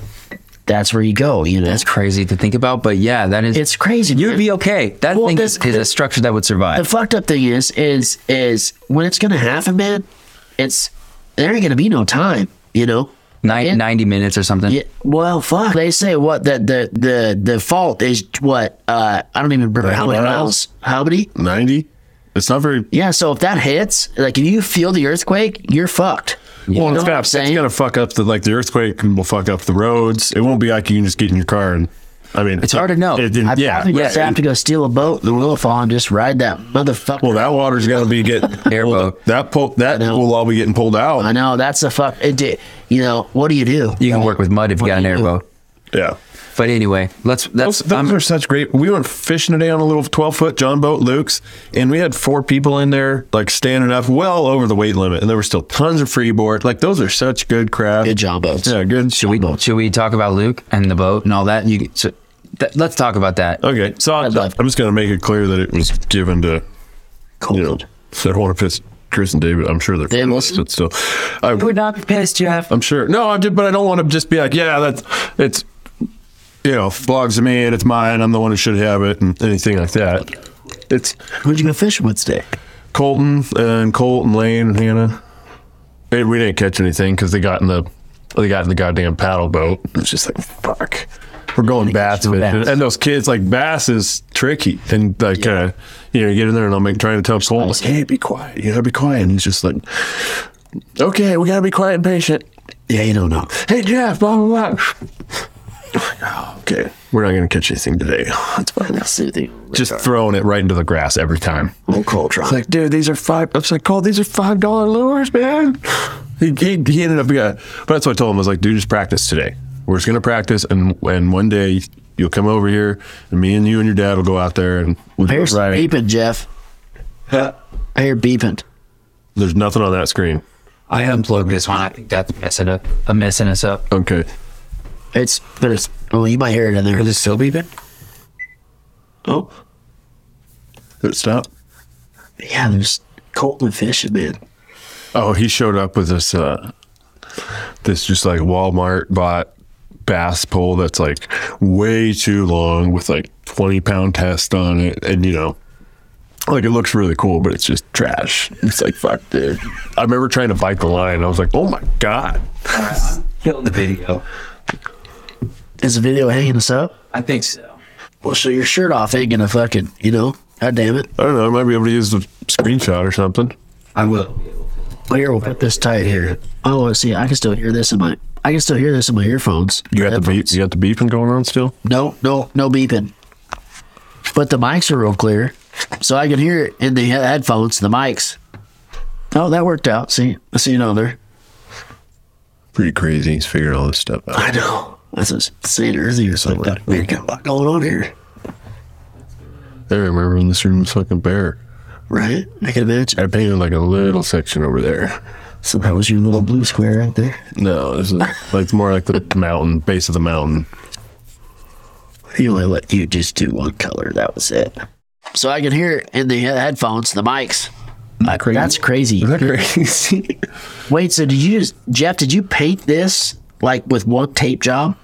[SPEAKER 5] that's where you go, you know.
[SPEAKER 2] That's crazy to think about, but yeah, that is.
[SPEAKER 5] it's crazy.
[SPEAKER 2] You'd
[SPEAKER 5] man.
[SPEAKER 2] be okay. That
[SPEAKER 5] Well,
[SPEAKER 2] thing
[SPEAKER 5] this-
[SPEAKER 2] is a structure that would survive.
[SPEAKER 5] the fucked up thing is is is when it's gonna happen, man. It's there ain't gonna be no time, you know.
[SPEAKER 2] Nine,
[SPEAKER 5] Yeah.
[SPEAKER 2] 90 minutes or something.
[SPEAKER 5] Yeah, well, fuck. They say what that the the the fault is what uh I don't even remember how many miles. How many?
[SPEAKER 4] ninety. It's not very
[SPEAKER 5] Yeah. So if that hits, like if you feel the earthquake, you're fucked.
[SPEAKER 4] Well,
[SPEAKER 5] You know
[SPEAKER 4] it's
[SPEAKER 5] what
[SPEAKER 4] gonna,
[SPEAKER 5] I'm
[SPEAKER 4] it's
[SPEAKER 5] saying?
[SPEAKER 4] gonna fuck up the like the earthquake and will fuck up the roads. It won't be like you can just get in your car and. I mean,
[SPEAKER 2] It's hard to know.
[SPEAKER 4] It, it,
[SPEAKER 5] I
[SPEAKER 4] yeah,
[SPEAKER 5] probably just
[SPEAKER 2] yeah.
[SPEAKER 5] have to go steal a boat, the will fall, and just ride that motherfucker.
[SPEAKER 4] Well, that water's gonna be
[SPEAKER 5] *laughs*
[SPEAKER 4] getting
[SPEAKER 2] Airboat.
[SPEAKER 4] That pull, that
[SPEAKER 5] know.
[SPEAKER 4] will all be getting pulled out.
[SPEAKER 5] I know that's a fuck. It, did- you know what do you do?
[SPEAKER 2] You can work with mud if you got an airboat.
[SPEAKER 4] Yeah,
[SPEAKER 2] But anyway, let's. That's.
[SPEAKER 4] those, those
[SPEAKER 2] I'm-
[SPEAKER 4] are such great. We went fishing today on a little twelve foot John boat, Luke's, and we had four people in there, like standing up well over the weight limit, and there were still tons of freeboard. Like those are such good craft.
[SPEAKER 5] Good job, boats.
[SPEAKER 4] Yeah, good. Should
[SPEAKER 2] we, should we talk about Luke and the boat and all that? You. So, th- let's talk about that.
[SPEAKER 4] Okay, so I,
[SPEAKER 5] I'd love-
[SPEAKER 4] I'm just gonna make it clear that it was given to you know,
[SPEAKER 5] Cold.
[SPEAKER 4] so I don't want to piss Chris and David. I'm sure they're
[SPEAKER 5] They listen.
[SPEAKER 4] but still, I,
[SPEAKER 2] would not be pissed, Jeff.
[SPEAKER 4] I'm sure. No, I'm just, but I don't want to just be like, yeah, that's it's, you know, vlogs to me and it's mine. I'm the one who should have it and anything like that. It's
[SPEAKER 5] Who'd you go fishing with today?
[SPEAKER 4] Colton uh, and Colton Lane and Hannah. Hey, we didn't catch anything because they got in the they got in the goddamn paddle boat. It's just like fuck. We're going bass
[SPEAKER 5] no
[SPEAKER 4] fishing,
[SPEAKER 5] bass.
[SPEAKER 4] and those kids like bass is tricky, and like uh, you know, you get in there and they'll make trying to tell Colton like, hey, be quiet, you gotta be quiet, and he's just like, okay, we gotta be quiet and patient.
[SPEAKER 5] Yeah, you don't know.
[SPEAKER 4] Hey, Jeff, blah, blah, blah. okay, we're not going to catch anything today. That's fine.
[SPEAKER 5] That's soothing.
[SPEAKER 16] Just throwing it right into the grass every time.
[SPEAKER 5] Old Coltrane.
[SPEAKER 4] It's like, dude, these are five. I was like, Cole, these are five dollar lures, man. He, he, he ended up, yeah. But that's what I told him. I was like, dude, just practice today. We're just gonna practice, and and one day you'll come over here, and me and you and your dad will go out there and we'll
[SPEAKER 5] I hear beeping, Jeff. I hear beeping.
[SPEAKER 4] There's nothing on that screen.
[SPEAKER 12] I unplugged this one. I think that's messing up.
[SPEAKER 2] uh,
[SPEAKER 12] I'm messing us up.
[SPEAKER 4] Okay.
[SPEAKER 5] It's there's. Oh, you might hear it in there.
[SPEAKER 12] Is it still beeping?
[SPEAKER 5] Oh,
[SPEAKER 4] Did it stop?
[SPEAKER 5] yeah. There's Colton fishing, man.
[SPEAKER 4] Oh, he showed up with this uh this just like Walmart bought bass pole that's like way too long with like 20 pound test on it and you know like it looks really cool but it's just trash it's like fuck dude i remember trying to bite the line i was like oh my god
[SPEAKER 12] Kill the video.
[SPEAKER 5] Is the video hanging us up?
[SPEAKER 12] I think so.
[SPEAKER 5] Well, so your shirt off ain't gonna fucking. You know. God damn it.
[SPEAKER 4] i don't know i might be able to use the screenshot or something
[SPEAKER 12] I will.
[SPEAKER 5] Well, here we'll put this tight here. Oh, let's see. I can still hear this in my. I can still hear this in my earphones.
[SPEAKER 4] you got the beep you got the beeping going on still
[SPEAKER 5] No, no, no beeping. But the mics are real clear, so I can hear it in the he- headphones. The mics. Oh, that worked out. See, I see another.
[SPEAKER 4] pretty crazy he's figuring all this stuff out
[SPEAKER 5] I know. That's what I said earlier. So like, that. man, got a lot going on here,
[SPEAKER 4] i remember when this room was fucking bare
[SPEAKER 5] right? I can imagine.
[SPEAKER 4] i painted like a little section over there
[SPEAKER 5] So that was your little blue square right there.
[SPEAKER 4] no this is like it's more like the mountain base of the mountain
[SPEAKER 5] He only let you just do one color. That was it. So I can hear it in the he- headphones, the mics. Like, That's crazy.
[SPEAKER 4] crazy *laughs*
[SPEAKER 5] Wait, so did you just, Jeff, did you paint this like with one tape job?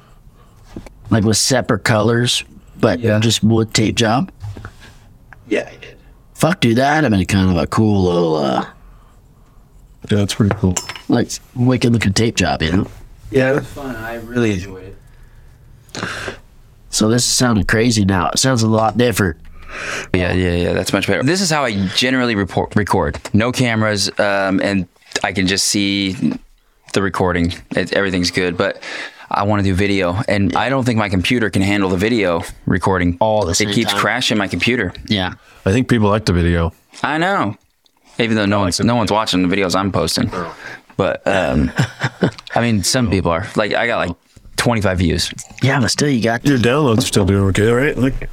[SPEAKER 5] Like with separate colors, but
[SPEAKER 12] Yeah.
[SPEAKER 5] just one tape job?
[SPEAKER 17] Yeah, I did.
[SPEAKER 5] Fuck, dude, that'd have been kind of a cool little, uh,
[SPEAKER 4] yeah that's pretty cool
[SPEAKER 5] like wicked looking tape job, you know?
[SPEAKER 12] Yeah, it was fun. I really enjoyed it.
[SPEAKER 5] So this is sounding crazy now. It sounds a lot different.
[SPEAKER 2] Yeah, yeah, yeah. That's much better. This is how I generally report, record. No cameras, um, and I can just see the recording. It, everything's good, but I want to do video, and I don't think my computer can handle the video recording. All
[SPEAKER 5] the same
[SPEAKER 2] it keeps
[SPEAKER 5] time?
[SPEAKER 2] crashing my computer.
[SPEAKER 5] Yeah.
[SPEAKER 4] I think people like the video.
[SPEAKER 2] I know, even though no one's no one's watching the videos I'm posting. But um, I mean, some people are. Like I got like 25 views.
[SPEAKER 5] Yeah, but still, you got
[SPEAKER 4] Your downloads are still doing okay, right? Like,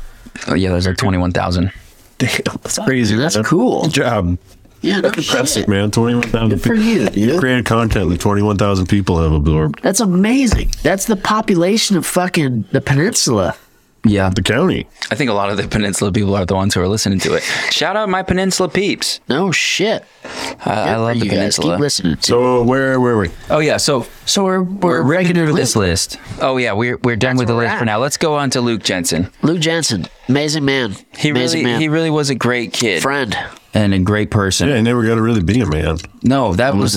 [SPEAKER 2] Oh, yeah, there's like 21,000.
[SPEAKER 4] damn, that's crazy.
[SPEAKER 5] *laughs* That's
[SPEAKER 4] man.
[SPEAKER 5] cool.
[SPEAKER 4] Good job,
[SPEAKER 5] Yeah, no shit.
[SPEAKER 4] um, man. Twenty-one thousand
[SPEAKER 5] Good for you, dude.
[SPEAKER 4] created content that twenty-one thousand people have absorbed.
[SPEAKER 5] That's amazing. That's the population of fucking the peninsula.
[SPEAKER 2] Yeah,
[SPEAKER 4] The county.
[SPEAKER 2] I think a lot of the *laughs* peninsula people are the ones who are listening to it. Shout out my peninsula peeps.
[SPEAKER 5] No shit.
[SPEAKER 2] I, I love the
[SPEAKER 5] you guys keep
[SPEAKER 2] peninsula.
[SPEAKER 5] listening. To.
[SPEAKER 4] So where were we?
[SPEAKER 2] Oh yeah, so
[SPEAKER 5] So we're we're,
[SPEAKER 2] we're regular to
[SPEAKER 5] Luke,
[SPEAKER 2] this list. Oh yeah, we're we're done with the
[SPEAKER 5] where we're
[SPEAKER 2] list for
[SPEAKER 5] at.
[SPEAKER 2] now. Let's go on to Luke Jensen.
[SPEAKER 5] Lou Jensen, amazing man.
[SPEAKER 2] He
[SPEAKER 5] amazing
[SPEAKER 2] really
[SPEAKER 5] man.
[SPEAKER 2] he really was a great kid
[SPEAKER 5] friend.
[SPEAKER 2] and a great person.
[SPEAKER 4] Yeah, I never got to really be a man.
[SPEAKER 2] No, that was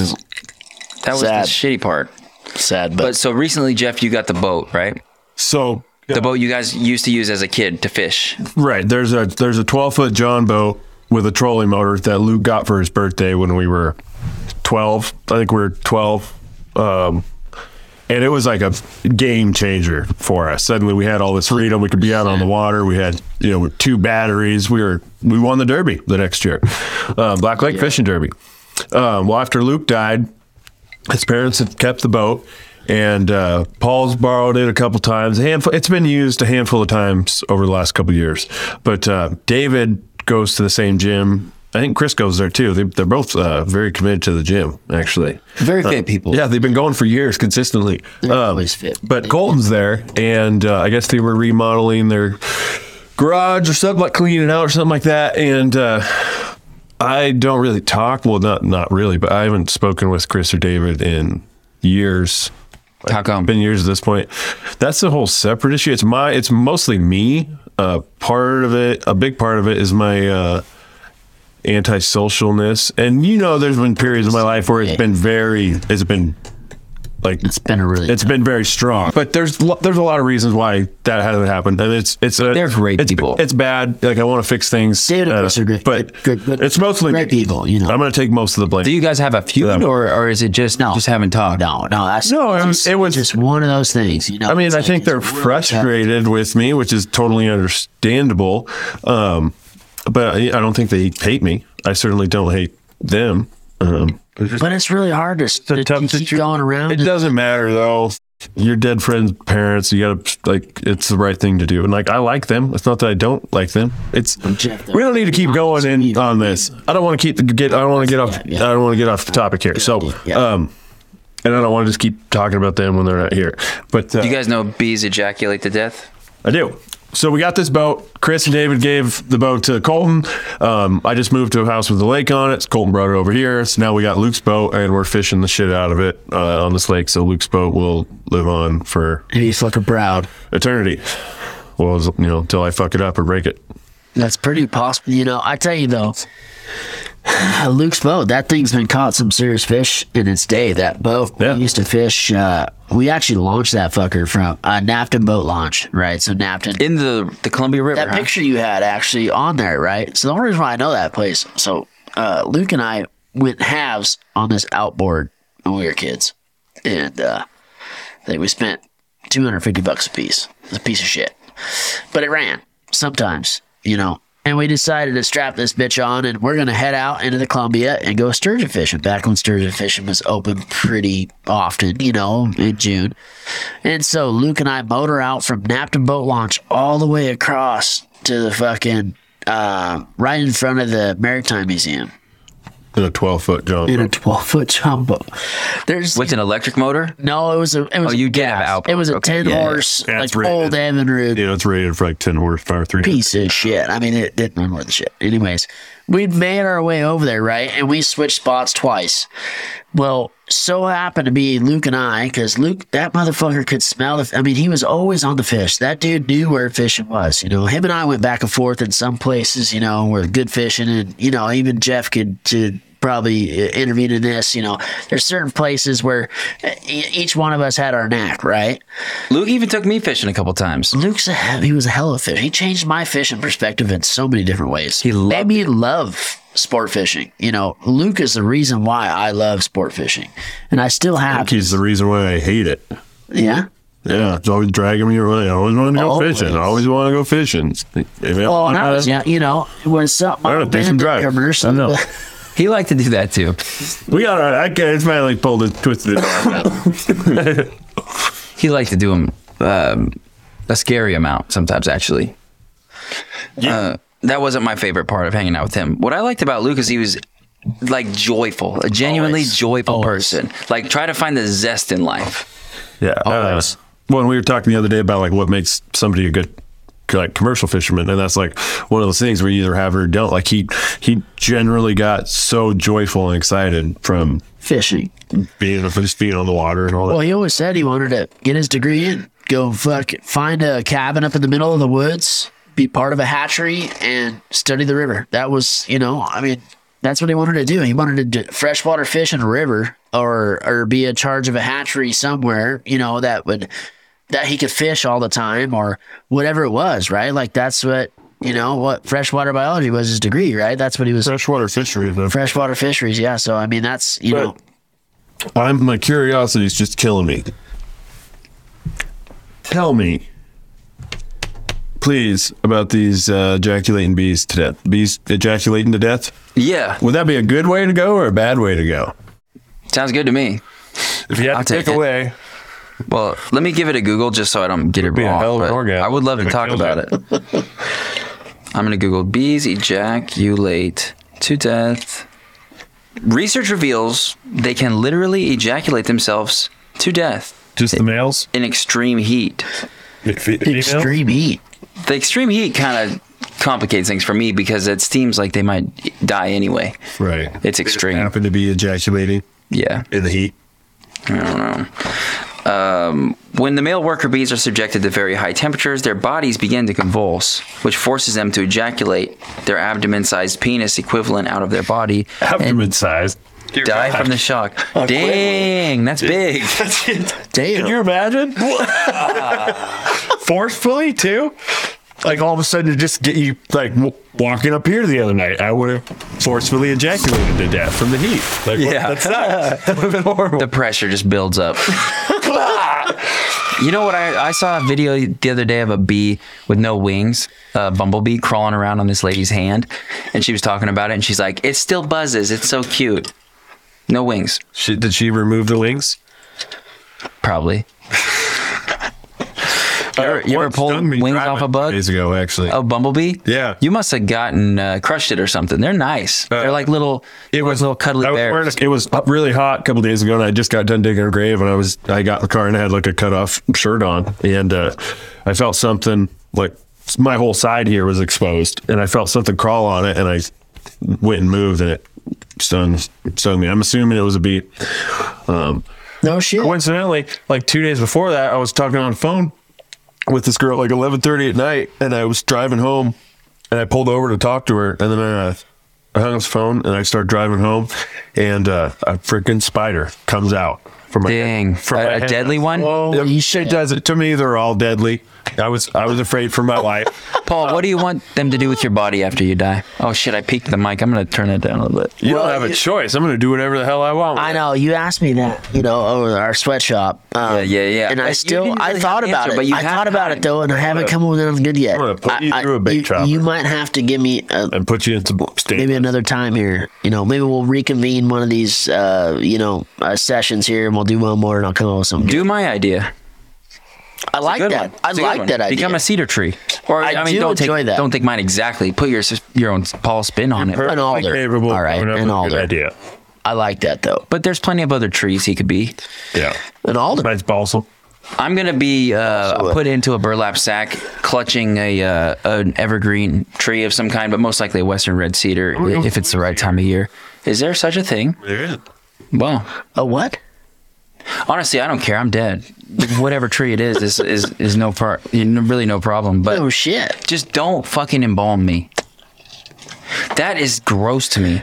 [SPEAKER 2] that was
[SPEAKER 5] sad.
[SPEAKER 2] the shitty part.
[SPEAKER 5] Sad, but,
[SPEAKER 2] But so recently, Jeff, you got the boat, right?
[SPEAKER 4] So
[SPEAKER 2] The boat you guys used to use as a kid to fish.
[SPEAKER 4] right there's a there's a twelve foot John boat with a trolling motor that Luke got for his birthday when we were twelve. I think we were twelve. Um, and it was like a game changer for us. Suddenly, we had all this freedom. We could be out on the water. We had, you know, two batteries. We were we won the derby the next year, uh, Black Lake Fishing Derby. Um, well, after Luke died, his parents had kept the boat, and uh, Paul's borrowed it a couple times. A handful. It's been used a handful of times over the last couple of years. But uh, David goes to the same gym. I think Chris goes there too. They, they're both uh, very committed to the gym, actually.
[SPEAKER 2] Very fit people.
[SPEAKER 4] Yeah, they've been going for years consistently. Um,
[SPEAKER 5] always fit.
[SPEAKER 4] But Colton's there, and uh, I guess they were remodeling their garage or something like cleaning it out or something like that. And uh, I don't really talk. Well, not not really, but I haven't spoken with Chris or David in years.
[SPEAKER 2] How come?
[SPEAKER 4] Been years at this point. That's the whole separate issue. It's my. It's mostly me. Uh, part of it, a big part of it, is my uh, antisocialness. And you know, there's been periods of my life where it's been very, it's been like
[SPEAKER 5] it's been a really
[SPEAKER 4] it's been very strong. But there's lo- there's a lot of reasons why that hasn't happened. And it's it's a,
[SPEAKER 18] They're great
[SPEAKER 4] it's,
[SPEAKER 18] people.
[SPEAKER 4] It's bad. Like I want to fix things. uh,
[SPEAKER 5] David Buster, great-
[SPEAKER 4] but
[SPEAKER 5] good- good-
[SPEAKER 4] it's mostly
[SPEAKER 5] great people, you know.
[SPEAKER 4] I'm going to take most of the blame.
[SPEAKER 18] Do you guys have a feud,
[SPEAKER 4] Yeah.
[SPEAKER 18] or, or is it just
[SPEAKER 5] No.
[SPEAKER 18] just haven't talked?
[SPEAKER 5] No, no, that's
[SPEAKER 4] No, it was-
[SPEAKER 5] just-
[SPEAKER 4] it was-
[SPEAKER 5] just one of those things. You know,
[SPEAKER 4] I mean,
[SPEAKER 5] It's
[SPEAKER 4] I
[SPEAKER 5] like,
[SPEAKER 4] think
[SPEAKER 5] it's
[SPEAKER 4] they're
[SPEAKER 5] really
[SPEAKER 4] frustrated with me, which is totally understandable. Um, but I, I don't think they hate me. I certainly don't hate them. Um,
[SPEAKER 5] tough. But it's really hard to, to,
[SPEAKER 4] tough
[SPEAKER 5] keep
[SPEAKER 4] situ-
[SPEAKER 5] going around.
[SPEAKER 4] it
[SPEAKER 5] and-
[SPEAKER 4] doesn't matter though. Your dead friend's parents, you gotta like it's the right thing to do. And like I like them. It's not that I don't like them. It's
[SPEAKER 5] Jeff,
[SPEAKER 4] we don't need to keep going in on this. I don't want to keep get I don't want to get off
[SPEAKER 5] yeah.
[SPEAKER 4] I don't want to get off the topic here. So
[SPEAKER 5] Yeah.
[SPEAKER 4] um and I don't want to just keep talking about them when they're not here. But uh,
[SPEAKER 2] You guys know bees ejaculate to death?
[SPEAKER 4] I do. So we got this boat. Chris and David gave the boat to Colton. Um, I just moved to a house with a lake on it. So Colton brought it over here. So now we got Luke's boat, and we're fishing the shit out of it uh, on this lake. So Luke's boat will live on for
[SPEAKER 5] and he's fucking proud.
[SPEAKER 4] eternity. Well, you know, until I fuck it up or break it.
[SPEAKER 5] That's pretty possible. You know, I tell you though, *sighs* Luke's boat, that thing's been caught some serious fish in its day. That boat
[SPEAKER 4] Yeah.
[SPEAKER 5] we used to fish. Uh, we actually launched that fucker from uh, Napton boat launch, right? So Napton.
[SPEAKER 2] In the the Columbia River.
[SPEAKER 5] that
[SPEAKER 2] huh?
[SPEAKER 5] picture you had actually on there, right? So the only reason why I know that place, so uh, Luke and I went halves on this outboard when we were kids, and uh, I think we spent two hundred fifty bucks a piece. It's a piece of shit, but it ran sometimes, you know. And we decided to strap this bitch on, and we're gonna head out into the Columbia and go sturgeon fishing. Back when sturgeon fishing was open pretty often, you know, in June. And so Luke and I motor out from Napton Boat Launch all the way across to the fucking uh, right in front of the Maritime Museum
[SPEAKER 4] In a twelve foot jump.
[SPEAKER 5] in a twelve foot jumbo. There's
[SPEAKER 2] With an electric motor?
[SPEAKER 5] no, it was a it was
[SPEAKER 2] Oh, you
[SPEAKER 5] a
[SPEAKER 2] did have
[SPEAKER 5] gas.
[SPEAKER 2] outboard.
[SPEAKER 5] It was a
[SPEAKER 2] Okay,
[SPEAKER 5] ten
[SPEAKER 2] yeah, yeah.
[SPEAKER 5] horse
[SPEAKER 4] Yeah,
[SPEAKER 5] like
[SPEAKER 4] it's rated.
[SPEAKER 5] old Evinrude
[SPEAKER 4] you know, it's rated for like ten horsepower, three.
[SPEAKER 5] piece of shit. I mean, it didn't run worth the shit. Anyways, we'd made our way over there, right? And we switched spots twice. Well, so happened to be Luke and I, because Luke, that motherfucker could smell the. I mean, he was always on the fish. That dude knew where fishing was. You know, him and I went back and forth in some places. You know, where good fishing, and you know, even Jeff could to probably uh, intervene in this. You know, there's certain places where uh, e- each one of us had our knack, right?
[SPEAKER 2] Luke even took me fishing a couple times.
[SPEAKER 5] Luke's a he he was a hell of a fish. He changed my fishing perspective in so many different ways.
[SPEAKER 2] He loved
[SPEAKER 5] made me love sport fishing. You know, Luke is the reason why I love sport fishing, and I still have.
[SPEAKER 4] He's the reason why I hate it.
[SPEAKER 5] Yeah.
[SPEAKER 4] Yeah, it's always dragging me away. I always want to go
[SPEAKER 5] Always.
[SPEAKER 4] fishing. I always want to go fishing.
[SPEAKER 5] Well,
[SPEAKER 4] Oh,
[SPEAKER 5] and I was, yeah, you know, when something.
[SPEAKER 4] I gotta take some drive. I know.
[SPEAKER 2] He liked to do that too.
[SPEAKER 4] We got our. I can't, it's my like pulled and twisted.
[SPEAKER 2] He liked to do them um, a scary amount sometimes, actually. Uh, that wasn't my favorite part of hanging out with him. What I liked about Luke is he was like joyful, a genuinely
[SPEAKER 5] Always.
[SPEAKER 2] joyful
[SPEAKER 5] Always.
[SPEAKER 2] person. Like try to find the zest in life.
[SPEAKER 4] yeah. Uh, when we were talking the other day about like what makes somebody a good like commercial fisherman, and that's like one of those things where you either have or don't. Like he he generally got so joyful and excited from
[SPEAKER 5] *laughs* Fishing.
[SPEAKER 4] being just being on the water and all that.
[SPEAKER 5] Well, he always said he wanted to get his degree in, go fuck, find a cabin up in the middle of the woods, be part of a hatchery, and study the river. That was, you know, I mean, that's what he wanted to do. He wanted to do freshwater fish in a river, or or be in charge of a hatchery somewhere, you know, that would that he could fish all the time, or whatever it was, right? Like that's what you know what freshwater biology was his degree, right? That's what he was.
[SPEAKER 4] Freshwater fishery. Though.
[SPEAKER 5] Freshwater fisheries, yeah. So I mean, that's you know,
[SPEAKER 4] I'm my curiosity is just killing me. Tell me, please, about these uh, ejaculating bees to death. Bees ejaculating to death.
[SPEAKER 2] Yeah,
[SPEAKER 4] Would that be a good way to go or a bad way to go?
[SPEAKER 2] sounds good to me.
[SPEAKER 4] If you had
[SPEAKER 2] I'll
[SPEAKER 4] to
[SPEAKER 2] take
[SPEAKER 4] pick
[SPEAKER 2] it.
[SPEAKER 4] away,
[SPEAKER 2] Well, let me give it a Google just so I don't get it
[SPEAKER 4] be a
[SPEAKER 2] wrong.
[SPEAKER 4] hell of an
[SPEAKER 2] but
[SPEAKER 4] orgasm
[SPEAKER 2] I would love to
[SPEAKER 4] if it
[SPEAKER 2] talk
[SPEAKER 4] kills
[SPEAKER 2] about it. I'm going to Google bees ejaculate to death. Research reveals they can literally ejaculate themselves to death
[SPEAKER 4] just the males.
[SPEAKER 2] in extreme heat.
[SPEAKER 5] extreme heat.
[SPEAKER 2] The extreme heat kind of complicates things for me because it seems like they might die anyway.
[SPEAKER 4] Right.
[SPEAKER 2] It's extreme.
[SPEAKER 4] Happen to be ejaculating
[SPEAKER 2] Yeah.
[SPEAKER 4] in the heat.
[SPEAKER 2] I don't know. Um, when the male worker bees are subjected to very high temperatures, their bodies begin to convulse, which forces them to ejaculate their abdomen sized penis equivalent out of their body.
[SPEAKER 4] Abdomen size.
[SPEAKER 2] You're Die back. from the *laughs* shock. Dang, that's big.
[SPEAKER 5] Damn.
[SPEAKER 4] Can you imagine? Forcefully too. Like all of a sudden, to just get you like w- walking up here the other night, I would have forcefully ejaculated to death from the heat. Like, what-
[SPEAKER 2] Yeah. *laughs*
[SPEAKER 4] that sucks. that would have been horrible.
[SPEAKER 2] the pressure just builds *laughs* up. you know what? I, I saw a video the other day of a bee with no wings, a bumblebee crawling around on this lady's hand. And she was talking about it and she's like, it still buzzes. It's so cute. No wings,
[SPEAKER 4] She, did she remove the links? *laughs*
[SPEAKER 2] probably. you ever, you ever
[SPEAKER 4] Once
[SPEAKER 2] pulled
[SPEAKER 4] stung me
[SPEAKER 2] wings
[SPEAKER 4] driving
[SPEAKER 2] off a bug?
[SPEAKER 4] Days ago, actually.
[SPEAKER 2] A bumblebee?
[SPEAKER 4] Yeah.
[SPEAKER 2] You must have gotten uh, crushed it or something. They're nice.
[SPEAKER 4] Uh,
[SPEAKER 2] They're like little, it was little cuddly
[SPEAKER 4] I was
[SPEAKER 2] bears.
[SPEAKER 4] wearing a, it was really hot a couple days ago, and I just got done digging a grave, and I was I got in the car and I had like a cut off shirt on, and uh, I felt something like my whole side here was exposed, and I felt something crawl on it, and I went and moved, and it stung stung me. I'm assuming it was a bee. Um,
[SPEAKER 5] No shit.
[SPEAKER 4] coincidentally, like two days before that, I was talking on the phone with this girl at like 11:30 at night, and I was driving home, and I pulled over to talk to her, and then I, uh, I hung up the phone, and I started driving home, and uh, a freaking spider comes out from my
[SPEAKER 2] Dang.
[SPEAKER 4] from
[SPEAKER 2] A-
[SPEAKER 4] my
[SPEAKER 2] a
[SPEAKER 4] head.
[SPEAKER 2] deadly one?
[SPEAKER 4] Oh, she does it to me. They're all deadly. I was I was afraid for my life.
[SPEAKER 2] Paul, what do you want them to do with your body after you die? Oh shit, I peaked the mic. I'm gonna turn it down a little bit.
[SPEAKER 4] You don't have a choice. I'm going to do whatever the hell I want.
[SPEAKER 5] I know you asked me that, you know, over our sweatshop. Um,
[SPEAKER 2] Yeah, yeah, yeah.
[SPEAKER 5] And
[SPEAKER 2] But
[SPEAKER 5] I
[SPEAKER 2] you
[SPEAKER 5] still,
[SPEAKER 2] didn't
[SPEAKER 5] I
[SPEAKER 2] really
[SPEAKER 5] thought
[SPEAKER 2] have an
[SPEAKER 5] about
[SPEAKER 2] answer,
[SPEAKER 5] it.
[SPEAKER 2] but you
[SPEAKER 5] I
[SPEAKER 2] had
[SPEAKER 5] thought about
[SPEAKER 2] time.
[SPEAKER 5] it though, and I haven't come up with anything good yet.
[SPEAKER 4] I'm gonna put
[SPEAKER 5] I-
[SPEAKER 4] you
[SPEAKER 5] I-
[SPEAKER 4] through a bait
[SPEAKER 5] you-
[SPEAKER 4] chopper.
[SPEAKER 5] You might have to give me a,
[SPEAKER 4] And put you in some state.
[SPEAKER 5] maybe another time here. You know, maybe we'll reconvene one of these, uh, you know, uh, sessions here, and we'll do one more, and I'll come up with something.
[SPEAKER 2] Do my idea.
[SPEAKER 5] I like
[SPEAKER 2] Good
[SPEAKER 5] that.
[SPEAKER 2] one.
[SPEAKER 5] I
[SPEAKER 2] It's a good
[SPEAKER 5] like
[SPEAKER 2] one.
[SPEAKER 5] that idea.
[SPEAKER 2] Become a cedar tree. Or
[SPEAKER 5] I
[SPEAKER 2] I, mean,
[SPEAKER 5] do
[SPEAKER 2] don't
[SPEAKER 5] enjoy
[SPEAKER 2] take
[SPEAKER 5] that.
[SPEAKER 2] don't take mine exactly. Put your your own Paul spin on it.
[SPEAKER 5] an alder.
[SPEAKER 4] Favorable.
[SPEAKER 5] All right,
[SPEAKER 4] coming up
[SPEAKER 5] an
[SPEAKER 4] with a
[SPEAKER 5] alder.
[SPEAKER 4] Good idea.
[SPEAKER 5] I like that though.
[SPEAKER 2] But there's plenty of other trees he could be.
[SPEAKER 4] Yeah.
[SPEAKER 5] An alder.
[SPEAKER 4] Nice balsam.
[SPEAKER 2] I'm gonna be uh,
[SPEAKER 5] Absolutely.
[SPEAKER 2] put into a burlap sack, clutching a uh, an evergreen tree of some kind, but most likely a western red cedar, if it's the right time of year. Is there such a thing?
[SPEAKER 4] There is.
[SPEAKER 2] Well,
[SPEAKER 5] A what?
[SPEAKER 2] honestly, I don't care. I'm dead. Whatever tree it is, is is, is no part, really no problem. But
[SPEAKER 5] Oh shit.
[SPEAKER 2] Just don't fucking embalm me. That is gross to me.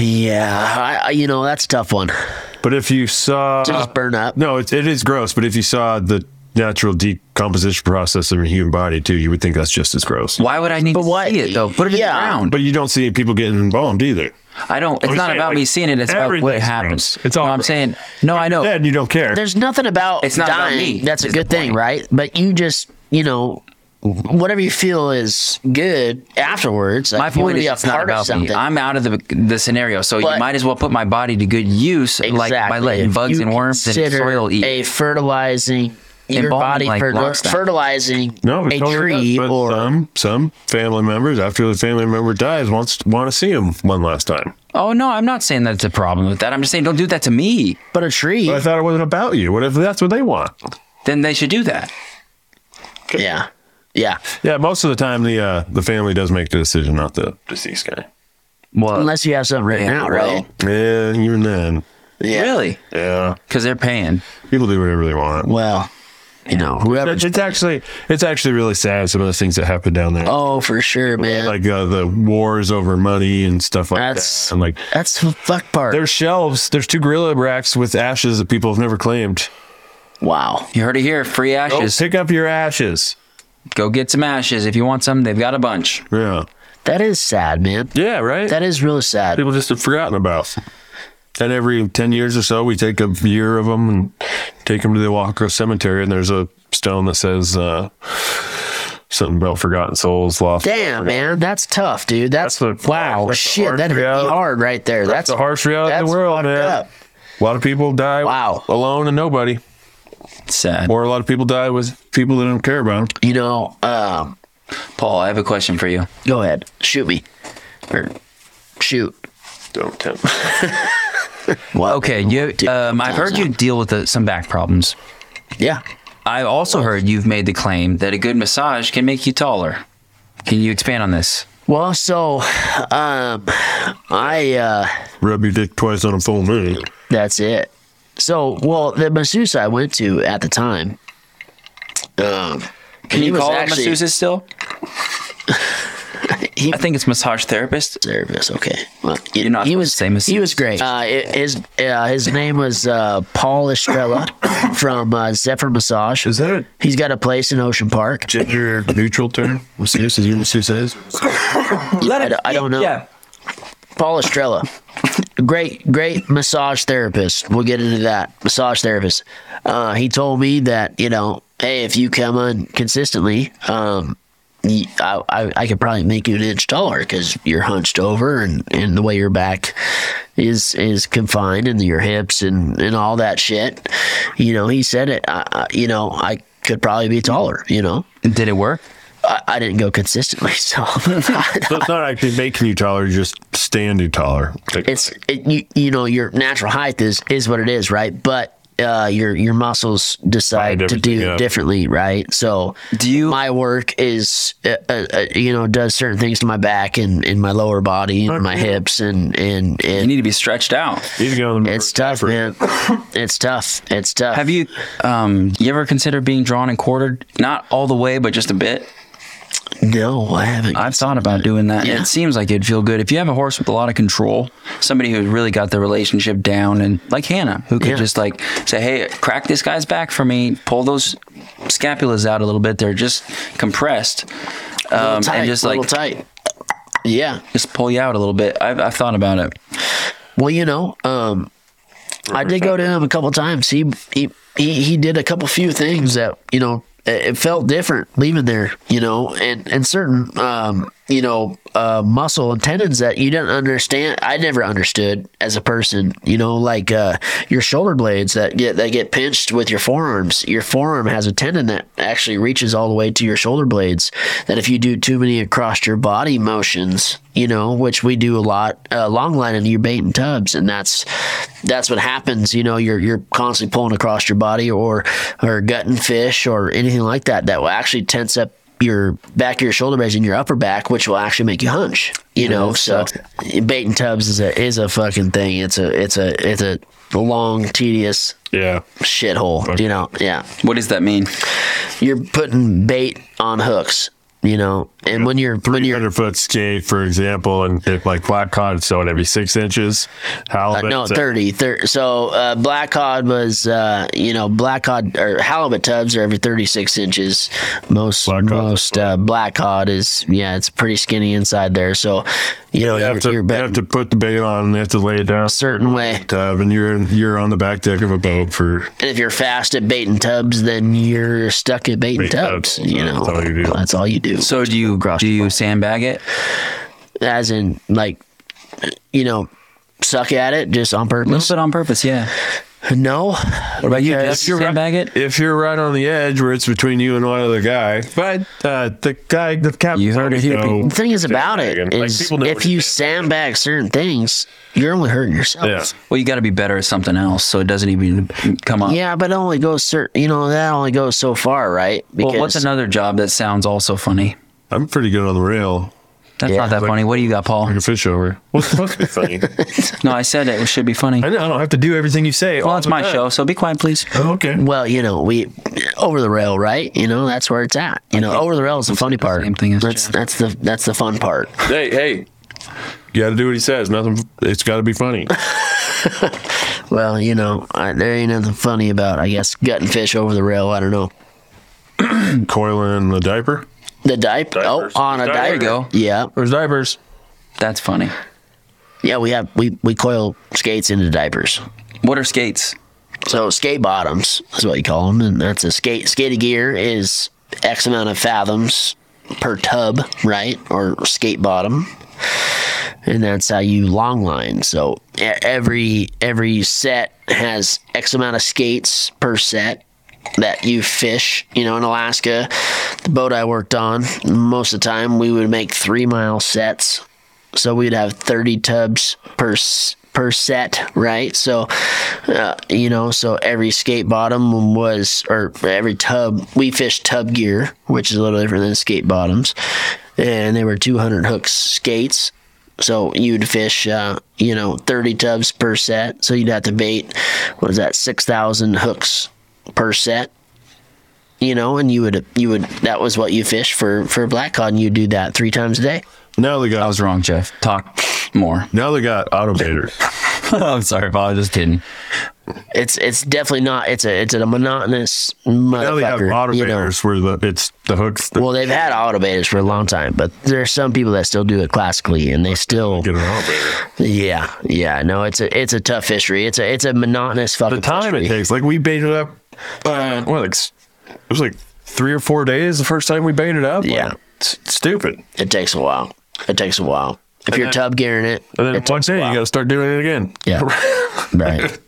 [SPEAKER 5] Yeah, I, I, you know that's a tough
[SPEAKER 2] Uh,
[SPEAKER 5] one.
[SPEAKER 4] But if you saw
[SPEAKER 5] To just burn up.
[SPEAKER 4] No, it, it is gross. But if you saw the natural decomposition process of a human body too, you would think that's just as gross.
[SPEAKER 2] Why would I need
[SPEAKER 5] But
[SPEAKER 2] to
[SPEAKER 5] why-
[SPEAKER 2] see it though? Put it
[SPEAKER 5] yeah.
[SPEAKER 2] in the ground.
[SPEAKER 4] But you don't see people getting embalmed either.
[SPEAKER 2] I don't. It's
[SPEAKER 4] I'm
[SPEAKER 2] not
[SPEAKER 4] saying,
[SPEAKER 2] about me
[SPEAKER 4] like,
[SPEAKER 2] seeing it. It's about what
[SPEAKER 4] everything's
[SPEAKER 2] happens.
[SPEAKER 4] gross. It's all
[SPEAKER 2] No, I'm
[SPEAKER 4] gross.
[SPEAKER 2] saying. No, I know.
[SPEAKER 4] Then you don't care.
[SPEAKER 5] There's nothing about
[SPEAKER 2] It's not about
[SPEAKER 5] dying.
[SPEAKER 2] me,
[SPEAKER 5] that's a
[SPEAKER 2] is the
[SPEAKER 5] good thing,
[SPEAKER 2] point.
[SPEAKER 5] right? But you just, you know, whatever you feel is good afterwards.
[SPEAKER 2] My
[SPEAKER 5] like, you wanna
[SPEAKER 2] point is,
[SPEAKER 5] be a
[SPEAKER 2] it's not
[SPEAKER 5] part of
[SPEAKER 2] about me.
[SPEAKER 5] something.
[SPEAKER 2] I'm out of the the scenario, so you
[SPEAKER 5] But-
[SPEAKER 2] might as well put my body to good use, like by
[SPEAKER 5] Exactly.
[SPEAKER 2] letting
[SPEAKER 5] If
[SPEAKER 2] bugs
[SPEAKER 5] you
[SPEAKER 2] and worms and
[SPEAKER 5] consider
[SPEAKER 2] soil eat.
[SPEAKER 5] a fertilizing your
[SPEAKER 2] Embalming
[SPEAKER 5] body
[SPEAKER 2] like
[SPEAKER 5] fer-
[SPEAKER 2] lockstock.
[SPEAKER 5] fertilizing
[SPEAKER 4] no,
[SPEAKER 5] a tree or
[SPEAKER 4] some some family members after the family member dies wants want to see him one last time.
[SPEAKER 2] oh no, I'm not saying that it's a problem with that. I'm just saying don't do that to me.
[SPEAKER 5] but a tree.
[SPEAKER 4] But I thought it wasn't about you. What if that's what they want?
[SPEAKER 2] Then they should do that.
[SPEAKER 5] yeah, yeah.
[SPEAKER 4] Yeah, most of the time the uh, the family does make the decision, not the deceased guy.
[SPEAKER 2] Well,
[SPEAKER 5] Unless you have something written
[SPEAKER 2] yeah,
[SPEAKER 5] out,
[SPEAKER 2] well,
[SPEAKER 5] right?
[SPEAKER 4] Yeah, even then.
[SPEAKER 5] Yeah.
[SPEAKER 2] really,
[SPEAKER 4] Yeah,
[SPEAKER 2] because they're paying.
[SPEAKER 4] people do whatever they want.
[SPEAKER 5] Well, you know, whoever.
[SPEAKER 4] It's actually it's actually really sad some of the things that happen down there.
[SPEAKER 5] Oh, for sure, man.
[SPEAKER 4] Like uh, the wars over money and stuff like
[SPEAKER 5] That's-
[SPEAKER 4] that. And like
[SPEAKER 5] that's the fuck part.
[SPEAKER 4] there's shelves, there's two gorilla racks with ashes that people have never claimed.
[SPEAKER 5] Wow.
[SPEAKER 2] You heard it here. Free
[SPEAKER 4] Go
[SPEAKER 2] ashes.
[SPEAKER 4] pick up your ashes.
[SPEAKER 2] Go get some ashes if you want some. They've got a bunch.
[SPEAKER 4] Yeah.
[SPEAKER 5] That is sad, man.
[SPEAKER 4] Yeah, right?
[SPEAKER 5] That is really sad.
[SPEAKER 4] people just have forgotten about. And every 10 years or so, we take a year of them and take them to the Walker Cemetery. And there's a stone that says uh, something about forgotten souls, lost.
[SPEAKER 5] Damn, man, that's tough, dude. That's,
[SPEAKER 4] That's the-
[SPEAKER 5] wow,
[SPEAKER 4] that's the
[SPEAKER 5] shit.
[SPEAKER 4] harsh
[SPEAKER 5] That hit me
[SPEAKER 4] reality.
[SPEAKER 5] hard right there. That's,
[SPEAKER 4] That's the harsh reality of
[SPEAKER 5] that's
[SPEAKER 4] the world,
[SPEAKER 5] fucked
[SPEAKER 4] man.
[SPEAKER 5] up.
[SPEAKER 4] A lot of people die
[SPEAKER 5] Wow.
[SPEAKER 4] alone and nobody.
[SPEAKER 2] It's sad.
[SPEAKER 4] Or a lot of people die with people that don't care about them.
[SPEAKER 5] You know, um,
[SPEAKER 2] Paul, I have a question for you.
[SPEAKER 5] go ahead, shoot me, or shoot.
[SPEAKER 4] Don't tempt.
[SPEAKER 5] Well,
[SPEAKER 2] Okay, you. Um, I've heard you deal with uh some back problems.
[SPEAKER 5] Yeah,
[SPEAKER 2] I've also heard you've made the claim that a good massage can make you taller. Can you expand on this?
[SPEAKER 5] Well, so um, I uh,
[SPEAKER 4] Rub your dick twice on a full moon.
[SPEAKER 5] that's it. So, well, the masseuse I went to at the time. Um,
[SPEAKER 2] Can you call it masseuses still? *laughs* He, I think it's massage therapist.
[SPEAKER 5] Therapist, okay.
[SPEAKER 2] Well, You're it, not he was
[SPEAKER 5] same as he was great. Uh, it, his uh, his name was uh, Paul Estrella *coughs* from uh, Zephyr Massage.
[SPEAKER 12] Is that it?
[SPEAKER 5] He's got a place in Ocean Park.
[SPEAKER 4] Gender neutral term. What's this? Is this who says?
[SPEAKER 5] *coughs* I, I don't know. Yeah. Paul Estrella. great, great massage therapist. We'll get into that. Massage therapist. Uh, he told me that, you know, hey, if you come on consistently, um, I, I, I, could probably make you an inch taller because you're hunched over and, and the way your back is is confined and your hips and, and all that shit. You know, he said it. I, I, you know, I could probably be taller, you know.
[SPEAKER 2] Did it work?
[SPEAKER 5] I, I, didn't go consistently, *laughs* so
[SPEAKER 4] that's not actually making you taller. You're just standing taller.
[SPEAKER 5] It's it, you, you know your natural height is is what it is, right? But uh, your your muscles decide to do yeah. differently, right? So
[SPEAKER 2] do you?
[SPEAKER 5] My work is uh, uh, you know does certain things to my back and in my lower body and okay. my hips and, and and
[SPEAKER 2] you need to be stretched out.
[SPEAKER 4] You go
[SPEAKER 5] it's tough, man. it's tough. It's tough.
[SPEAKER 2] Have you um you ever considered being drawn and quartered? Not all the way, but just a bit.
[SPEAKER 5] No, I haven't.
[SPEAKER 2] I've thought about doing that. Yeah. It seems like it'd feel good. If you have a horse with a lot of control, somebody who's really got the relationship down, and like Hannah, who could yeah. just like say, hey, crack this guy's back for me, pull those scapulas out a little bit. They're just compressed.
[SPEAKER 5] Um, tight, and just like, tight. Yeah.
[SPEAKER 2] Just pull you out a little bit. I've, I've thought about it.
[SPEAKER 5] Well, you know, um, I did go to him a couple times. He, he, he, he did a couple few things that, you know, it felt different leaving there, you know, and, and certain, um, you know, uh, muscle and tendons that you didn't understand. I never understood as a person, you know, like, uh, your shoulder blades that get, that get pinched with your forearms. Your forearm has a tendon that actually reaches all the way to your shoulder blades that if you do too many across your body motions, you know, which we do a lot, uh, long line and you're baiting tubs. And that's, that's what happens. You know, you're, you're constantly pulling across your body or, or gutting fish or anything like that that will actually tense up your back of your shoulder blades and your upper back, which will actually make you hunch. You yeah, know, so baiting tubs is a is a fucking thing. It's a it's a it's a long, tedious
[SPEAKER 4] yeah
[SPEAKER 5] shithole. Okay. You know, yeah.
[SPEAKER 2] What does that mean?
[SPEAKER 5] You're putting bait on hooks. You know, and yeah. when you're when you're
[SPEAKER 4] hundred foot skate, for example, and if like black cod, so it every six inches. Halibut,
[SPEAKER 5] uh, no, 30, 30 So uh, black cod was, uh, you know, black cod or halibut tubs are every thirty six inches. Most black most uh, black cod is yeah, it's pretty skinny inside there. So you know,
[SPEAKER 4] you have, to, you have to put the bait on, and you have to lay it down a
[SPEAKER 5] certain way.
[SPEAKER 4] Tub, and you're you're on the back deck of a boat for.
[SPEAKER 5] And if you're fast at baiting tubs, then you're stuck at baiting bait tubs. tubs. You know, that's all you do. That's all you do.
[SPEAKER 2] So do you do you sandbag it?
[SPEAKER 5] As in, like, you know, suck at it just on purpose. A
[SPEAKER 2] little bit on purpose, yeah.
[SPEAKER 5] No.
[SPEAKER 2] What about you? If you're sandbag
[SPEAKER 4] right,
[SPEAKER 2] it?
[SPEAKER 4] if you're right on the edge where it's between you and one other guy, but uh, the guy, the captain,
[SPEAKER 2] you heard it here. *laughs*
[SPEAKER 5] The thing is about it is like if you sandbag certain things, you're only hurting yourself. Yeah.
[SPEAKER 2] Well, you got to be better at something else, so it doesn't even come up.
[SPEAKER 5] Yeah, but it only goes certain. You know, that only goes so far, right?
[SPEAKER 2] Because well, what's another job that sounds also funny?
[SPEAKER 4] I'm pretty good on the rail.
[SPEAKER 2] That's yeah. not that like, funny. What do you got, Paul?
[SPEAKER 4] Like a fish over. What's supposed to be *laughs* funny?
[SPEAKER 2] no, I said it. It should be funny.
[SPEAKER 4] I know. I don't have to do everything you say.
[SPEAKER 2] Well, it's my that. show, so be quiet, please.
[SPEAKER 4] Oh, okay.
[SPEAKER 5] Well, you know, we over the rail, right? You know, that's where it's at. You know, okay. over the rail is the funny part. Same thing that's Jeff. that's the that's the fun part.
[SPEAKER 4] Hey, hey, you got to do what he says. Nothing. It's got to be *laughs* funny.
[SPEAKER 5] well, you know, I, there ain't nothing funny about. I guess gutting fish over the rail. I don't know.
[SPEAKER 4] Coiling the diaper.
[SPEAKER 5] The diaper. Oh, on There's a diaper.
[SPEAKER 2] go.
[SPEAKER 5] Yeah.
[SPEAKER 4] There's diapers.
[SPEAKER 2] That's funny.
[SPEAKER 5] Yeah, we have we we coil skates into diapers.
[SPEAKER 2] What are skates?
[SPEAKER 5] So skate bottoms is what you call them, and that's a skate skating gear is x amount of fathoms per tub, right? Or skate bottom. And that's how you long line. So e-, every every set has x amount of skates per set, that you fish, you know, in Alaska. The boat I worked on, most of the time we would make three mile sets. So we'd have 30 tubs per per set, right? So, uh, you know, so every skate bottom was, or every tub, we fished tub gear, which is a little different than skate bottoms. And they were 200 hooks skates. So you'd fish, uh, you know, 30 tubs per set. So you'd have to bait, what is that, 6,000 hooks per set you know and you would you would that was what you fish for for black cod and you do that three times a day
[SPEAKER 4] Now they got.
[SPEAKER 19] I was wrong, Jeff. Talk more.
[SPEAKER 2] *laughs*
[SPEAKER 4] Now they got automators.
[SPEAKER 5] *laughs*
[SPEAKER 19] I'm sorry, Paul. I'm just kidding.
[SPEAKER 5] It's it's definitely not. It's a it's a monotonous motherfucker.
[SPEAKER 4] Now they have automators
[SPEAKER 5] you know.
[SPEAKER 4] where the it's the hooks. That
[SPEAKER 5] Well, they've had automators for a long time, but there are some people that still do it classically, and they still
[SPEAKER 4] get an automator.
[SPEAKER 5] Yeah, yeah. No, it's a it's a tough fishery. It's a it's a monotonous fucking
[SPEAKER 4] The time
[SPEAKER 5] fishery.
[SPEAKER 4] it takes, like we baited up. Uh, what like s- it was like three or four days the first time we baited up. Like,
[SPEAKER 5] Yeah.
[SPEAKER 4] it's stupid.
[SPEAKER 5] It takes a while. It takes a while. If you're tub gearing it,
[SPEAKER 4] And then
[SPEAKER 5] it
[SPEAKER 4] one
[SPEAKER 5] takes a
[SPEAKER 4] day you
[SPEAKER 5] while.
[SPEAKER 4] got to start doing it again.
[SPEAKER 5] yeah,
[SPEAKER 4] *laughs*
[SPEAKER 5] right.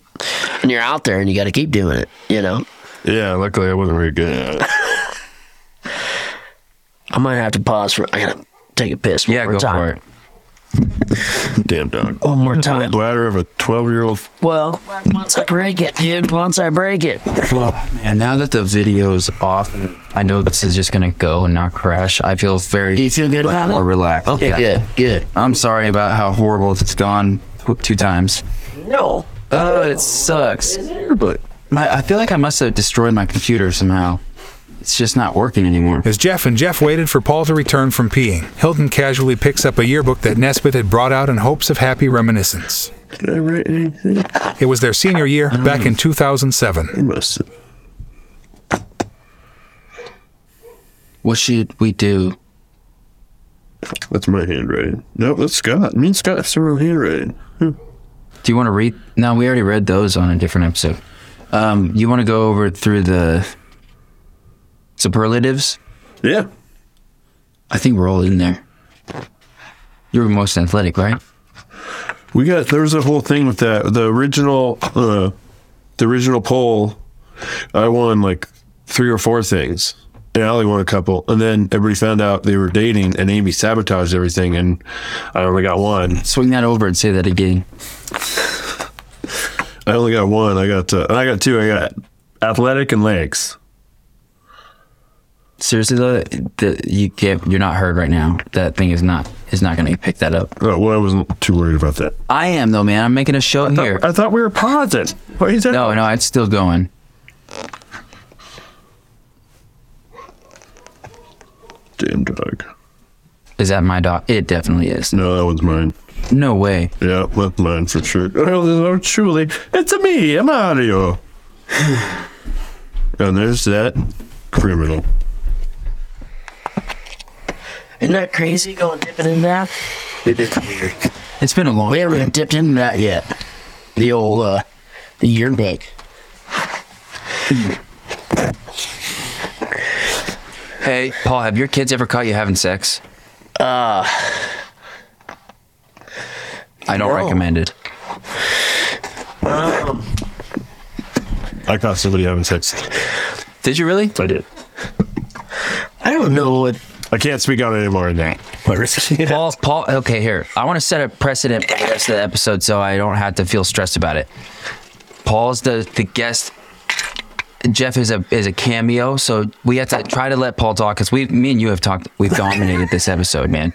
[SPEAKER 5] And you're out there, and you got to keep doing it. You know,
[SPEAKER 4] Yeah, luckily I wasn't very good. *laughs* at it.
[SPEAKER 5] I might have to pause for. I gotta take a piss. One
[SPEAKER 19] Yeah,
[SPEAKER 5] more
[SPEAKER 19] go
[SPEAKER 5] time.
[SPEAKER 19] for it.
[SPEAKER 4] Damn dog. *laughs*
[SPEAKER 5] One more time.
[SPEAKER 4] Bladder of a twelve-year-old.
[SPEAKER 5] Well, once I break it, dude. Once I break it.
[SPEAKER 2] And now that the video's off, I know this is just gonna go and not crash. I feel
[SPEAKER 5] Do
[SPEAKER 2] very
[SPEAKER 5] you feel good about
[SPEAKER 2] more
[SPEAKER 5] it?
[SPEAKER 2] relaxed.
[SPEAKER 5] Okay, good, good.
[SPEAKER 2] I'm sorry about how horrible it's gone two times.
[SPEAKER 5] No,
[SPEAKER 2] Oh, it sucks. But my, I feel like I must have destroyed my computer somehow. It's just not working anymore.
[SPEAKER 10] As Jeff and Jeff waited for Paul to return from peeing, Hilton casually picks up a yearbook that Nesbitt had brought out in hopes of happy reminiscence. It was their senior year back in 2007.
[SPEAKER 2] What should we do?
[SPEAKER 4] That's my handwriting. No, that's Scott. Me and Scott have similar handwriting.
[SPEAKER 2] Do you want to read? No, we already read those on a different episode. Um, you want to go over through the superlatives?
[SPEAKER 4] Yeah.
[SPEAKER 2] I think we're all in there. You were most athletic, right?
[SPEAKER 4] We got there was a whole thing with that. The original, uh, the original poll, I won like three or four things, and Allie won a couple. And then everybody found out they were dating, and Amy sabotaged everything, and I only got one.
[SPEAKER 2] Swing that over and say that again.
[SPEAKER 4] I only got one. I got uh, and I got two. I got athletic and legs.
[SPEAKER 2] Seriously though, the, you can't. You're not heard right now. That thing is not is not going to pick that up.
[SPEAKER 4] Oh well, I wasn't too worried about that.
[SPEAKER 2] I am though, man. I'm making a show here.
[SPEAKER 4] I thought we were pausing. What is that?
[SPEAKER 2] No, no, it's still going.
[SPEAKER 4] Damn dog.
[SPEAKER 2] Is that my dog? It definitely is.
[SPEAKER 4] No, that one's mine.
[SPEAKER 2] No way.
[SPEAKER 4] Yeah, that's mine for sure. Oh, truly, it's me, Mario. *sighs* and there's that criminal.
[SPEAKER 5] isn't that crazy? Going dipping in that.
[SPEAKER 2] It's been a long.
[SPEAKER 5] We haven't dipped into that yet. The old uh, the yearbook.
[SPEAKER 2] Hey, Paul, have your kids ever caught you having sex? Uh. I don't recommend it.
[SPEAKER 4] I caught somebody having sex.
[SPEAKER 2] Did you really?
[SPEAKER 4] I did.
[SPEAKER 5] I don't know what
[SPEAKER 4] I can't speak out anymore in that.
[SPEAKER 2] Paul, Paul, okay, here. I want to set a precedent for the rest of the episode so I don't have to feel stressed about it. Paul's the, the guest. Jeff is a is a cameo, so we have to try to let Paul talk because we, me and you have talked. We've dominated this episode, man.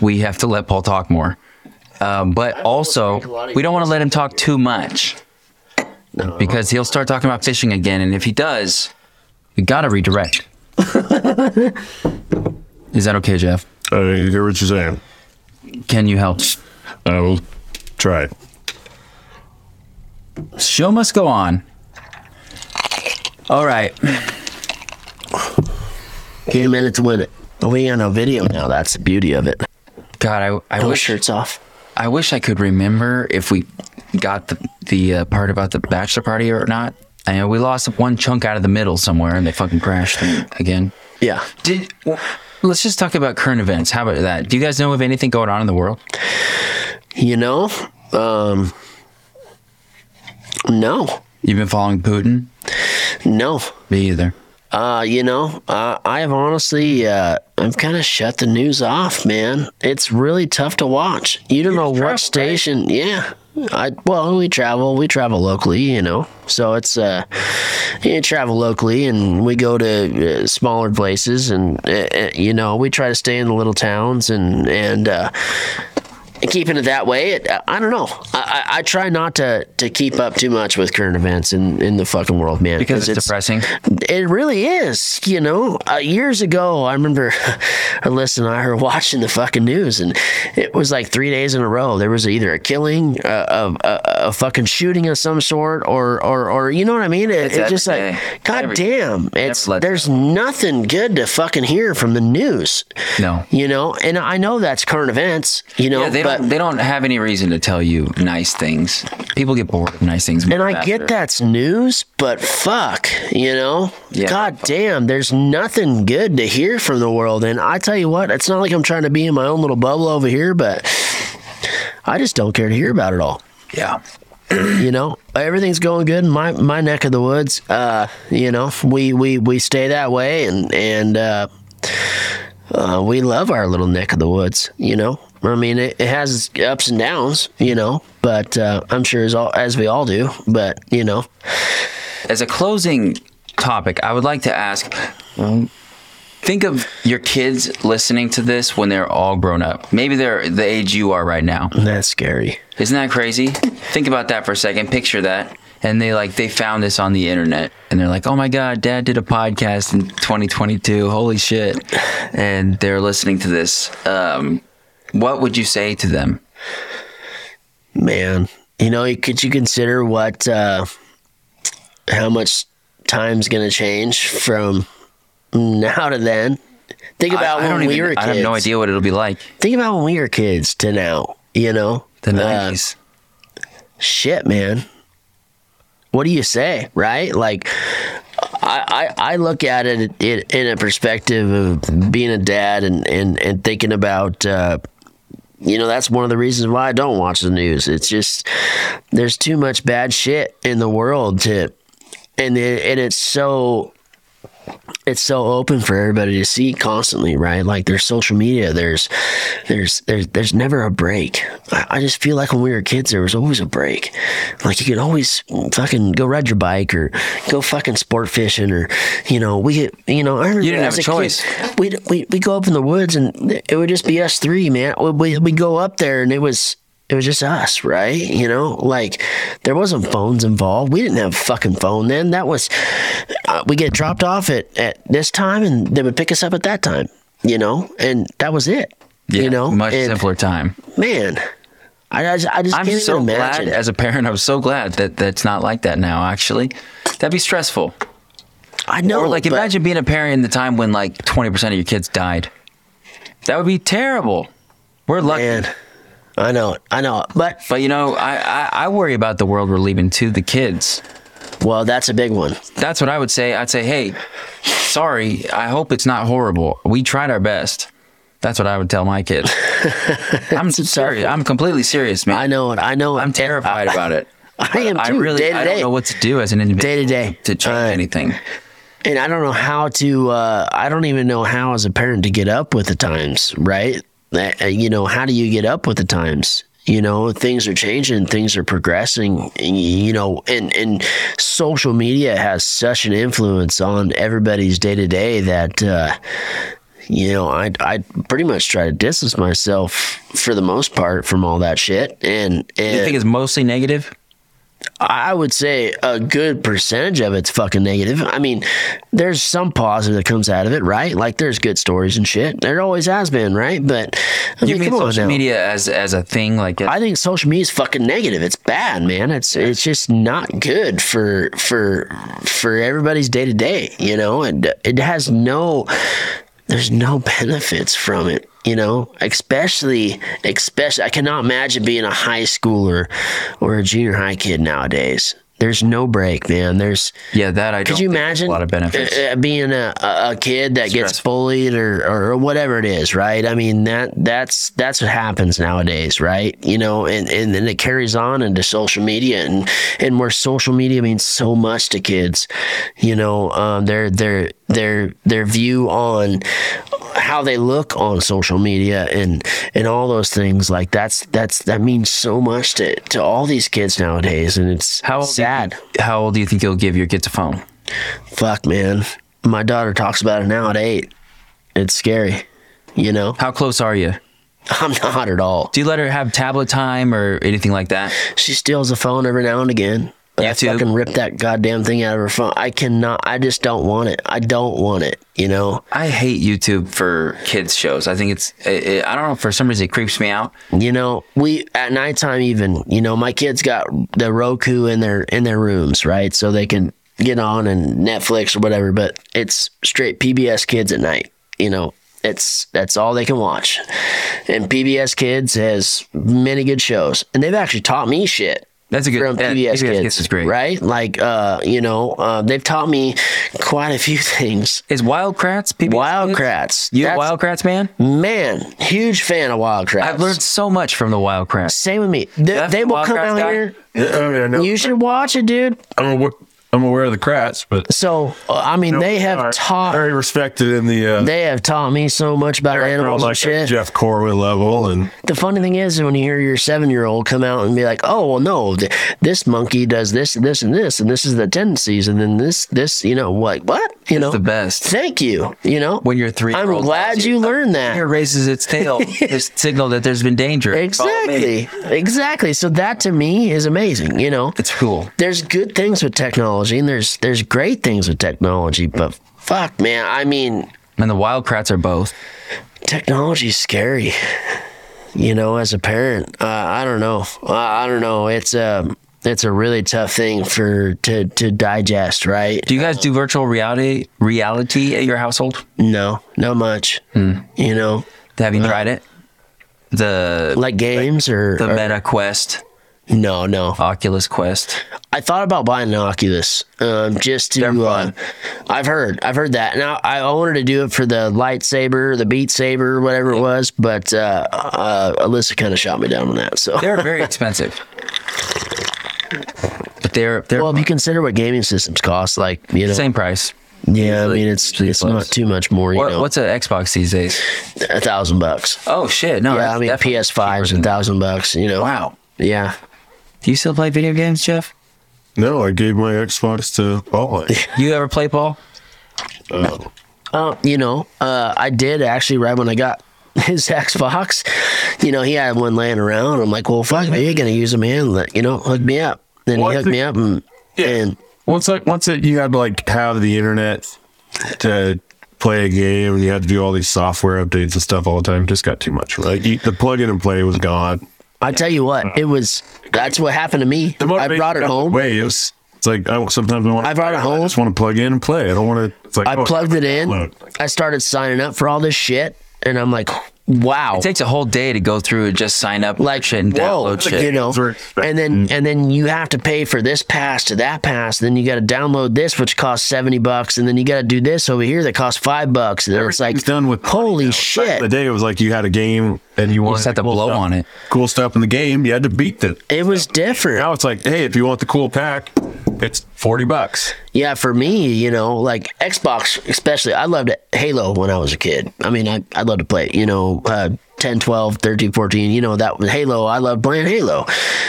[SPEAKER 2] We have to let Paul talk more, um, but also we don't want to let him talk too much because he'll start talking about fishing again, and if he does, we gotta redirect. is that okay, Jeff?
[SPEAKER 4] I hear what you're saying.
[SPEAKER 2] Can you help?
[SPEAKER 4] I will try.
[SPEAKER 2] Show must go on. All right.
[SPEAKER 5] few minutes with it. We on a video now. That's the beauty of it.
[SPEAKER 2] God, I, I
[SPEAKER 5] No
[SPEAKER 2] wish
[SPEAKER 5] shirts off.
[SPEAKER 2] I wish I could remember if we got the the uh, part about the bachelor party or not. I know we lost one chunk out of the middle somewhere, and they fucking crashed again.
[SPEAKER 5] Yeah.
[SPEAKER 2] Did let's just talk about current events. How about that? Do you guys know of anything going on in the world?
[SPEAKER 5] You know, um, no,
[SPEAKER 2] You've been following Putin?
[SPEAKER 5] no.
[SPEAKER 2] Me either.
[SPEAKER 5] Uh, you know, uh, I've honestly, uh, I've kind of shut the news off, man. It's really tough to watch. You don't know what station. Yeah. I, well, we travel, we travel locally, you know, so it's, uh, you travel locally and we go to uh, smaller places and, uh, uh, you know, we try to stay in the little towns and, and, uh, and keeping it that way, it, I don't know. I, I, I try not to, to keep up too much with current events in, in the fucking world, man.
[SPEAKER 2] Because it's, depressing.
[SPEAKER 5] It really is. You know, uh, years ago, I remember *laughs* Alyssa and I were watching the fucking news, and it was like three days in a row. There was either a killing, uh, a, a, a fucking shooting of some sort, or, or, or you know what I mean? It,
[SPEAKER 2] It's
[SPEAKER 5] it's just
[SPEAKER 2] every
[SPEAKER 5] like,
[SPEAKER 2] day.
[SPEAKER 5] God
[SPEAKER 2] Every-
[SPEAKER 5] damn, it's
[SPEAKER 2] let
[SPEAKER 5] there's nothing good to fucking hear from the news. *laughs*
[SPEAKER 2] No.
[SPEAKER 5] You know, and I know that's current events, you know,
[SPEAKER 2] Yeah, they
[SPEAKER 5] but
[SPEAKER 2] don't. They don't have any reason to tell you nice things. People get bored of nice things.
[SPEAKER 5] and I get that's news, but fuck, you know?
[SPEAKER 2] Yeah.
[SPEAKER 5] God damn, there's nothing good to hear from the world. And I tell you what, it's not like I'm trying to be in my own little bubble over here, but I just don't care to hear about it all.
[SPEAKER 2] Yeah.
[SPEAKER 5] you know everything's going good in my my neck of the woods uh you know we we we stay that way and and uh, uh we love our little neck of the woods you know i mean it, it has its ups and downs you know but uh i'm sure as all as we all do but you know
[SPEAKER 2] As a closing topic, I would like to ask. um, Think of your kids listening to this when they're all grown up. Maybe they're the age you are right now.
[SPEAKER 5] that's scary
[SPEAKER 2] Isn't that crazy? Think about that for a second. Picture that. And they like they found this on the internet and they're like, "Oh my god, dad did a podcast in 2022. Holy shit." And they're listening to this. Um what would you say to them?
[SPEAKER 5] man you know could you consider what uh how much time's gonna change from now to then think
[SPEAKER 2] I,
[SPEAKER 5] about
[SPEAKER 2] I
[SPEAKER 5] when
[SPEAKER 2] don't
[SPEAKER 5] we
[SPEAKER 2] even
[SPEAKER 5] were kids
[SPEAKER 2] I have no idea what it'll be like.
[SPEAKER 5] think about when we were kids to now, you know?
[SPEAKER 2] The
[SPEAKER 5] Uh,
[SPEAKER 2] 90s.
[SPEAKER 5] shit, man. What do you say, right? Like, I, I, I look at it in, in a perspective of being a dad and, and, and thinking about, uh, you know, that's one of the reasons why I don't watch the news. It's just, there's too much bad shit in the world to, and, it, and it's so it's so open for everybody to see constantly, right? Like there's social media, there's there's there's there's never a break. I, I just feel like when we were kids there was always a break. Like you could always fucking go ride your bike or go fucking sport fishing or you know, we get you know, I remember
[SPEAKER 2] didn't have
[SPEAKER 5] as
[SPEAKER 2] a
[SPEAKER 5] kid,
[SPEAKER 2] choice.
[SPEAKER 5] we'd we we go up in the woods and it would just be us three, man. We we we go up there and it was it was just us, right? You know, like there wasn't phones involved. We didn't have a fucking phone then. That was uh, we get dropped off at at this time and they would pick us up at that time. You know, and that was it.
[SPEAKER 2] Yeah,
[SPEAKER 5] you know,
[SPEAKER 2] much
[SPEAKER 5] and,
[SPEAKER 2] simpler time.
[SPEAKER 5] man. I, I just, I just
[SPEAKER 2] I'm
[SPEAKER 5] can't
[SPEAKER 2] so
[SPEAKER 5] even
[SPEAKER 2] glad
[SPEAKER 5] imagine.
[SPEAKER 2] as a parent. I'm so glad that that's not like that now actually. That'd be stressful.
[SPEAKER 5] I know,
[SPEAKER 2] Or like
[SPEAKER 5] but-
[SPEAKER 2] imagine being a parent in the time when like 20% of your kids died. That would be terrible. We're lucky.
[SPEAKER 5] man. I know, it, I know, it. but
[SPEAKER 2] But you know, I, I, I worry about the world we're leaving to the kids.
[SPEAKER 5] well, that's a big one.
[SPEAKER 2] That's what I would say. I'd say, hey, sorry, I hope it's not horrible. We tried our best. That's what I would tell my
[SPEAKER 5] *laughs*
[SPEAKER 2] kids. I'm serious. I'm completely serious, man.
[SPEAKER 5] I know it. I know. it.
[SPEAKER 2] I'm terrified about it.
[SPEAKER 5] *laughs* I am
[SPEAKER 2] I
[SPEAKER 5] too,
[SPEAKER 2] really
[SPEAKER 5] day to
[SPEAKER 2] I
[SPEAKER 5] day.
[SPEAKER 2] don't know what to do as an individual
[SPEAKER 5] Day to day.
[SPEAKER 2] to change
[SPEAKER 5] I-
[SPEAKER 2] anything.
[SPEAKER 5] and I don't know how to. Uh, I don't even know how as a parent to get up with the times, right? That, uh, you know, how do you get up with the times? You know, things are changing, things are progressing. and, You know, and and social media has such an influence on everybody's day to day that. Uh, you know, I I pretty much try to distance myself for the most part from all that shit, and and
[SPEAKER 2] You think it's mostly negative?
[SPEAKER 5] I would say a good percentage of it's fucking negative. I mean, there's some positive that comes out of it, right? Like there's good stories and shit. There always has been, right? But I
[SPEAKER 2] You
[SPEAKER 5] mean,
[SPEAKER 2] mean
[SPEAKER 5] come on
[SPEAKER 2] social
[SPEAKER 5] now.
[SPEAKER 2] media as as a thing like
[SPEAKER 5] I think social media is fucking negative. It's bad, man. It's it's just not good for for for everybody's day to day, you know. And it has no there's no benefits from it, you know. Especially especially I cannot imagine being a high schooler or a junior high kid nowadays. There's no break, man. There's
[SPEAKER 2] yeah that I don't
[SPEAKER 5] could you
[SPEAKER 2] think there's
[SPEAKER 5] imagine
[SPEAKER 2] a lot of benefits.
[SPEAKER 5] uh, uh, being a, a a kid that gets
[SPEAKER 2] Stressful.
[SPEAKER 5] bullied or, or whatever it is, right? I mean that that's that's what happens nowadays, right? You know, and and then it carries on into social media and and where social media means so much to kids, you know, um, their their their their view on how they look on social media and and all those things like that's that's that means so much to to all these kids nowadays, and it's
[SPEAKER 2] How old do you
[SPEAKER 5] sad.
[SPEAKER 2] think- how old do you think you'll give your kids a phone?
[SPEAKER 5] Fuck, man. My daughter talks about it now at eight. It's scary, you know? *laughs*
[SPEAKER 2] How close are you?
[SPEAKER 5] I'm not at all.
[SPEAKER 2] Do you let her have tablet time or anything like that?
[SPEAKER 5] She steals a phone every now and again. But
[SPEAKER 2] You
[SPEAKER 5] I
[SPEAKER 2] too.
[SPEAKER 5] fucking rip that goddamn thing out of her phone. I cannot. I just don't want it. I don't want it. You know.
[SPEAKER 2] I hate YouTube for kids shows. I think it's it, it, I don't know for some reason it creeps me out.
[SPEAKER 5] You know, we at nighttime even, you know, my kids got the Roku in their in their rooms, right? So they can get on and Netflix or whatever, but it's straight PBS kids at night, you know. It's that's all they can watch. And PBS Kids has many good shows. And they've actually taught me shit.
[SPEAKER 2] That's a good-
[SPEAKER 5] from
[SPEAKER 2] yeah,
[SPEAKER 5] PBS,
[SPEAKER 2] PBS
[SPEAKER 5] kids,
[SPEAKER 2] Kids is great.
[SPEAKER 5] right? Like, uh, you know, uh, they've taught me quite a few *laughs* things.
[SPEAKER 2] Is Wildcrats people?
[SPEAKER 5] Wildcrats,
[SPEAKER 2] You a
[SPEAKER 5] That's-
[SPEAKER 2] Wildcrats man?
[SPEAKER 5] man, huge fan of Wildcrats.
[SPEAKER 2] I've learned so much from the Wildcrats.
[SPEAKER 5] Same with me. They,
[SPEAKER 2] That's
[SPEAKER 5] they
[SPEAKER 2] the
[SPEAKER 5] will come
[SPEAKER 2] Wildcrats
[SPEAKER 5] out
[SPEAKER 2] guy?
[SPEAKER 5] here.
[SPEAKER 4] Yeah, I mean, I know.
[SPEAKER 5] You should watch it, dude.
[SPEAKER 4] I'm aware, I'm aware of the crats, but
[SPEAKER 5] So uh, I mean, they have
[SPEAKER 4] are
[SPEAKER 5] taught
[SPEAKER 4] very respected in the uh,
[SPEAKER 5] they have taught me so much about animals
[SPEAKER 4] like
[SPEAKER 5] and shit.
[SPEAKER 4] Jeff Corwin level, and
[SPEAKER 5] The funny thing is, when you hear your seven year old come out and be like, "Oh well, no, th- this monkey does this, and this, and this, and this is the tendencies, and then this, this, you know, what, what, you know,
[SPEAKER 2] the best.
[SPEAKER 5] *laughs* Thank you, you know.
[SPEAKER 2] When you're three,
[SPEAKER 5] I'm glad you learned that.
[SPEAKER 2] It raises its
[SPEAKER 5] *laughs*
[SPEAKER 2] tail to signal that there's been danger.
[SPEAKER 5] Exactly. Exactly. So that to me is amazing, you know.
[SPEAKER 2] It's cool.
[SPEAKER 5] There's good things with technology and there's there's great things with technology, but fuck man, I mean,
[SPEAKER 2] And the Wildcrats are both.
[SPEAKER 5] technology's scary. *laughs* You know, as a parent, uh, I don't know. I, I don't know. It's a it's a really tough thing for to to digest, right?
[SPEAKER 2] Do you guys do virtual reality reality at your household?
[SPEAKER 5] No, not much.
[SPEAKER 2] Hmm.
[SPEAKER 5] You know,
[SPEAKER 2] Have
[SPEAKER 5] Uh,
[SPEAKER 2] you tried it? The
[SPEAKER 5] like games or,
[SPEAKER 2] the
[SPEAKER 5] or-
[SPEAKER 2] Meta Quest,
[SPEAKER 5] no, no.
[SPEAKER 2] Oculus Quest.
[SPEAKER 5] I thought about buying an Oculus, um, just to. Uh, I've heard, I've heard that. Now I I wanted to do it for the lightsaber, the Beat Saber, whatever it was, but uh, uh, Alyssa kind of shot me down on that. So,
[SPEAKER 2] They're
[SPEAKER 5] *laughs*
[SPEAKER 2] very expensive. But they're they're
[SPEAKER 5] well, if you consider what gaming systems cost, like you know,
[SPEAKER 2] same price.
[SPEAKER 5] yeah, I mean, it's
[SPEAKER 2] usually
[SPEAKER 5] it's
[SPEAKER 2] close.
[SPEAKER 5] not too much more. You
[SPEAKER 2] What,
[SPEAKER 5] know,
[SPEAKER 2] what's an Xbox these days?
[SPEAKER 5] a thousand bucks?
[SPEAKER 2] Oh shit! No,
[SPEAKER 5] Yeah, I
[SPEAKER 2] that's
[SPEAKER 5] mean,
[SPEAKER 2] definitely
[SPEAKER 5] PS5 is
[SPEAKER 2] cheaper
[SPEAKER 5] a
[SPEAKER 2] than-
[SPEAKER 5] thousand bucks. You know,
[SPEAKER 2] Wow.
[SPEAKER 5] yeah.
[SPEAKER 2] Do you still play video games, Jeff?
[SPEAKER 4] no, I gave my Xbox to Paul. Um,
[SPEAKER 2] You ever play ball?
[SPEAKER 5] Uh, you know, uh, I did actually right when I got *laughs* his Xbox. You know, he had one laying around. I'm like, well, fuck, maybe you're gonna use a man. Let, you know, hook me up. Then
[SPEAKER 4] Well, I
[SPEAKER 5] he hooked
[SPEAKER 4] think-
[SPEAKER 5] me up, and, and
[SPEAKER 4] Once like once it, you had to like have the internet to play a game, and you had to do all these software updates and stuff all the time. Just got too much. Like you, the plug in and play was gone.
[SPEAKER 5] I tell you what, it was. That's what happened to me. I brought it home.
[SPEAKER 4] Way it was. It's like I sometimes I want.
[SPEAKER 5] I brought it home.
[SPEAKER 4] I just want to plug in and play. I don't want to. It's like
[SPEAKER 5] I
[SPEAKER 4] oh,
[SPEAKER 5] plugged it in.
[SPEAKER 4] Load.
[SPEAKER 5] I started signing up for all this shit, and I'm like, wow.
[SPEAKER 2] It takes a whole day to go through and just sign up like shit and
[SPEAKER 5] Whoa,
[SPEAKER 2] download shit.
[SPEAKER 5] you know,
[SPEAKER 4] That's right.
[SPEAKER 5] and then and then you have to pay for this pass to that pass. Then you got to download this, which costs seventy bucks, and then you got to do this over here that costs five bucks. And it's like
[SPEAKER 4] Everything's done with money
[SPEAKER 5] holy
[SPEAKER 4] Back in
[SPEAKER 5] shit.
[SPEAKER 4] The day it was like you had a game and you wanted
[SPEAKER 2] just had to
[SPEAKER 4] cool
[SPEAKER 2] blow
[SPEAKER 4] stuff-
[SPEAKER 2] on it.
[SPEAKER 4] Cool stuff in the game, you had to beat it.
[SPEAKER 5] It was
[SPEAKER 4] *laughs*
[SPEAKER 5] different.
[SPEAKER 4] Now it's like, hey, if you want the cool pack, it's forty bucks.
[SPEAKER 5] Yeah, for me, you know, like Xbox, especially, I loved Halo when I was a kid. I mean, I, I loved to play it, you know, uh, 10, 12, 13, 14, you know, that was Halo. I loved playing Halo.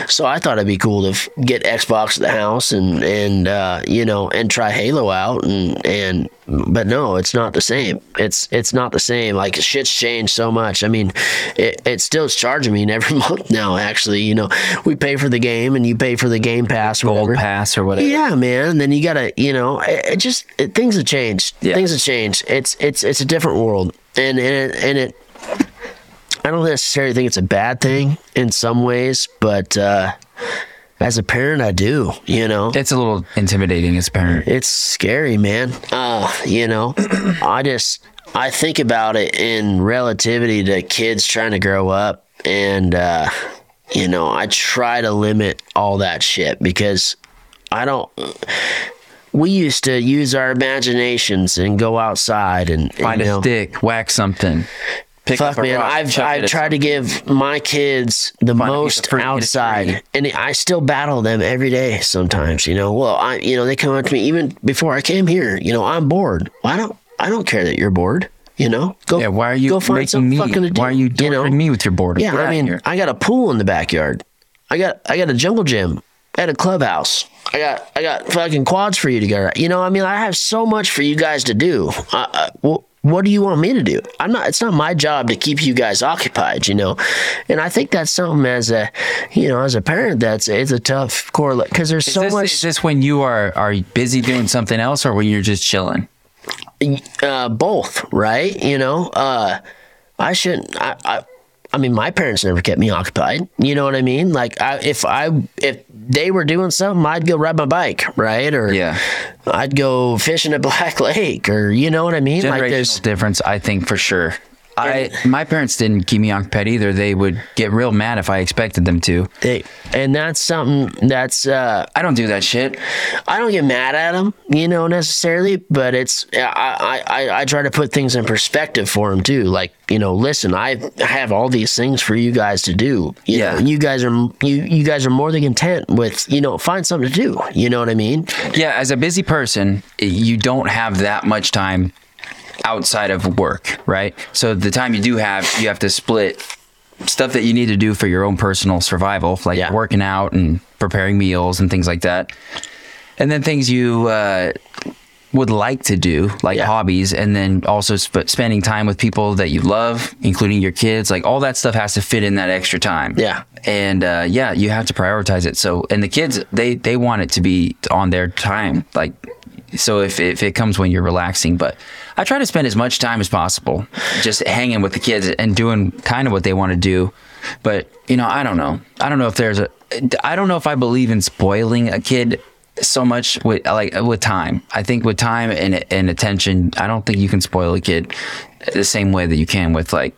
[SPEAKER 5] So I thought it'd be cool to f- get Xbox at the house and, and uh, you know, and try Halo out. And, and, but no, it's not the same. It's, it's not the same. Like, shit's changed so much. I mean, it, it still is charging me every *laughs* month now, actually. You know, we pay for the game and you pay for the Game Pass or
[SPEAKER 2] Gold
[SPEAKER 5] whatever.
[SPEAKER 2] pass or whatever.
[SPEAKER 5] Yeah, man. And then you gotta, you know, it, it just it, things have changed.
[SPEAKER 2] Yeah.
[SPEAKER 5] Things have changed. It's it's it's a different world, and and it, and it. I don't necessarily think it's a bad thing in some ways, but uh, as a parent, I do. You know,
[SPEAKER 2] It's a little intimidating as a parent.
[SPEAKER 5] it's scary, man. Uh, you *clears throat* know, I just I think about it in relativity to kids trying to grow up, and uh, you know, I try to limit all that shit because I don't. We used to use our imaginations and go outside and
[SPEAKER 2] Find
[SPEAKER 5] you know,
[SPEAKER 2] a stick, whack something. Pick
[SPEAKER 5] Fuck man,
[SPEAKER 2] rock,
[SPEAKER 5] I've
[SPEAKER 2] chuck it
[SPEAKER 5] I've
[SPEAKER 2] at
[SPEAKER 5] tried to give my kids
[SPEAKER 2] a
[SPEAKER 5] the
[SPEAKER 2] piece of
[SPEAKER 5] most
[SPEAKER 2] fruit, hit a tree.
[SPEAKER 5] outside, and I still battle them every day. Sometimes, you know, well, I you know they come up to me even before I came here. You know, I'm bored. Well, I don't I don't care that you're bored. You know, go
[SPEAKER 2] Yeah, why are you
[SPEAKER 5] go find
[SPEAKER 2] making
[SPEAKER 5] something
[SPEAKER 2] me?
[SPEAKER 5] fucking to do,
[SPEAKER 2] Why are you
[SPEAKER 5] you know?
[SPEAKER 2] torturing me with your boredom?
[SPEAKER 5] Yeah,
[SPEAKER 2] Get
[SPEAKER 5] I
[SPEAKER 2] outta
[SPEAKER 5] mean,
[SPEAKER 2] here.
[SPEAKER 5] I got a pool in the backyard. I got I got a jungle gym. I got a clubhouse. I got I got fucking quads for you to go. You know, I mean, I have so much for you guys to do. I, I, well, what do you want me to do? I'm not. It's not my job to keep you guys occupied, you know. And I think that's something as a, you know, as a parent, that's it's a tough correlate because there's
[SPEAKER 2] Is
[SPEAKER 5] so
[SPEAKER 2] this,
[SPEAKER 5] much.
[SPEAKER 2] Is this when you are are busy doing something else, or when you're just chilling?
[SPEAKER 5] uh, both, right? You know, uh, I shouldn't. I, I, I mean, my parents never kept me occupied. You know what I mean? Like, I, if I if they were doing something, I'd go ride my bike, right? Or
[SPEAKER 2] Yeah.
[SPEAKER 5] I'd go fishing at *laughs* Black Lake, or you know what I mean? Like,
[SPEAKER 2] Generational
[SPEAKER 5] there's
[SPEAKER 2] difference, I think for sure. I my parents didn't keep me occupied either. They would get real mad if I expected them to.
[SPEAKER 5] they, and that's something that's uh,
[SPEAKER 2] I don't do that shit.
[SPEAKER 5] I don't get mad at them, you know, necessarily, but it's I, I I- I try to put things in perspective for them too. Like you know, listen, I have all these things for you guys to do. You
[SPEAKER 2] Yeah.
[SPEAKER 5] know, you guys are you you guys are more than content with you know find something to do. You know what I mean?
[SPEAKER 2] Yeah, as a busy person, you don't have that much time outside of work, right? So the time you do have, you have to split stuff that you need to do for your own personal survival, like
[SPEAKER 5] Yeah.
[SPEAKER 2] working out and preparing meals and things like that. And then things you uh, would like to do, like
[SPEAKER 5] Yeah.
[SPEAKER 2] hobbies, and then also sp- spending time with people that you love, including your kids. Like all that stuff has to fit in that extra time
[SPEAKER 5] Yeah.
[SPEAKER 2] and uh, yeah, you have to prioritize it. So, and the kids, they they want it to be on their time. Like, so if if it comes when you're relaxing, but I try to spend as much time as possible just hanging with the kids and doing kind of what they want to do. But you know, I don't know. I don't know if there's a. I don't know if I believe in spoiling a kid so much with like with time. I think with time and and attention, I don't think you can spoil a kid the same way that you can with like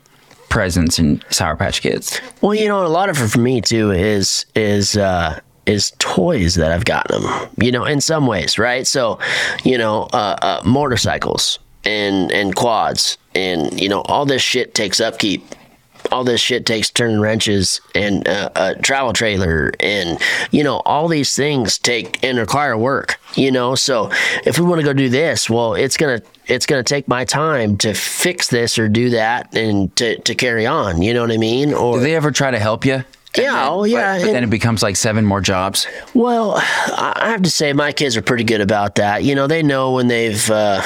[SPEAKER 2] presents and Sour Patch Kids.
[SPEAKER 5] Well, you know, a lot of it for me too is is uh is toys that I've gotten them, you know, in some ways, right? So, you know, uh, uh motorcycles and and quads and you know, all this shit takes upkeep. All this shit takes turning wrenches and uh, a travel trailer, and you know all these things take and require work. You know, so if we want to go do this, well, it's gonna it's gonna take my time to fix this or do that, and to, to carry on. You know what I mean? Or
[SPEAKER 2] Do they ever try to help you?
[SPEAKER 5] Yeah, oh, yeah,
[SPEAKER 2] But, but
[SPEAKER 5] and-
[SPEAKER 2] then it becomes like seven more jobs.
[SPEAKER 5] Well, I I have to say my kids are pretty good about that. You know, they know when they've uh,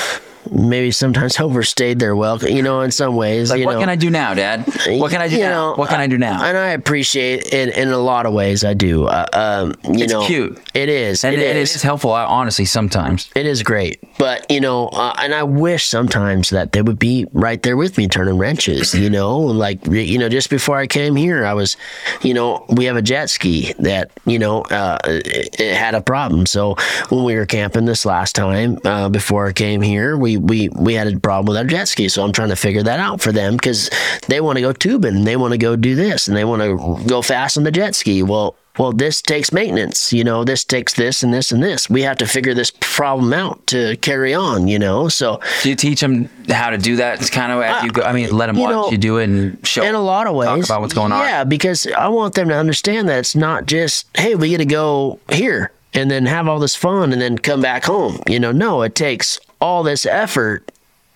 [SPEAKER 5] maybe sometimes *laughs* overstayed their welcome. You know, in some ways,
[SPEAKER 2] Like,
[SPEAKER 5] you
[SPEAKER 2] what
[SPEAKER 5] know.
[SPEAKER 2] can I do now, Dad? What can I do
[SPEAKER 5] You
[SPEAKER 2] now?
[SPEAKER 5] know,
[SPEAKER 2] what can I do now?
[SPEAKER 5] And I appreciate in in a lot of ways. I do. Uh, um, you
[SPEAKER 2] It's
[SPEAKER 5] know,
[SPEAKER 2] cute.
[SPEAKER 5] It is.
[SPEAKER 2] and
[SPEAKER 5] it
[SPEAKER 2] it- it
[SPEAKER 5] is.
[SPEAKER 2] is helpful, I- honestly, sometimes.
[SPEAKER 5] It is great, but you know, uh, and I wish sometimes that they would be right there with me turning wrenches. You know, like re- you know, just before I came here, I was, you know, we have a jet ski that you know uh, it, it had a problem. So when we were camping this last time uh, before I came here, we we we had a problem with our jet ski. So I'm trying to figure that out for them because they want to go tubing, and they want to go do this, and they want to go fast on the jet ski. Well, well, this takes maintenance, you know, this takes this and this and this. We have to figure this problem out to carry on, you know. So,
[SPEAKER 2] Do you teach them how to do that? It's kind of as you go. I mean, let them
[SPEAKER 5] you
[SPEAKER 2] watch
[SPEAKER 5] know,
[SPEAKER 2] you do it and show
[SPEAKER 5] in a lot of ways,
[SPEAKER 2] talk about what's going on.
[SPEAKER 5] Yeah, because I want them to understand that it's not just, hey, we get to go here and then have all this fun and then come back home. You know, no, it takes all this effort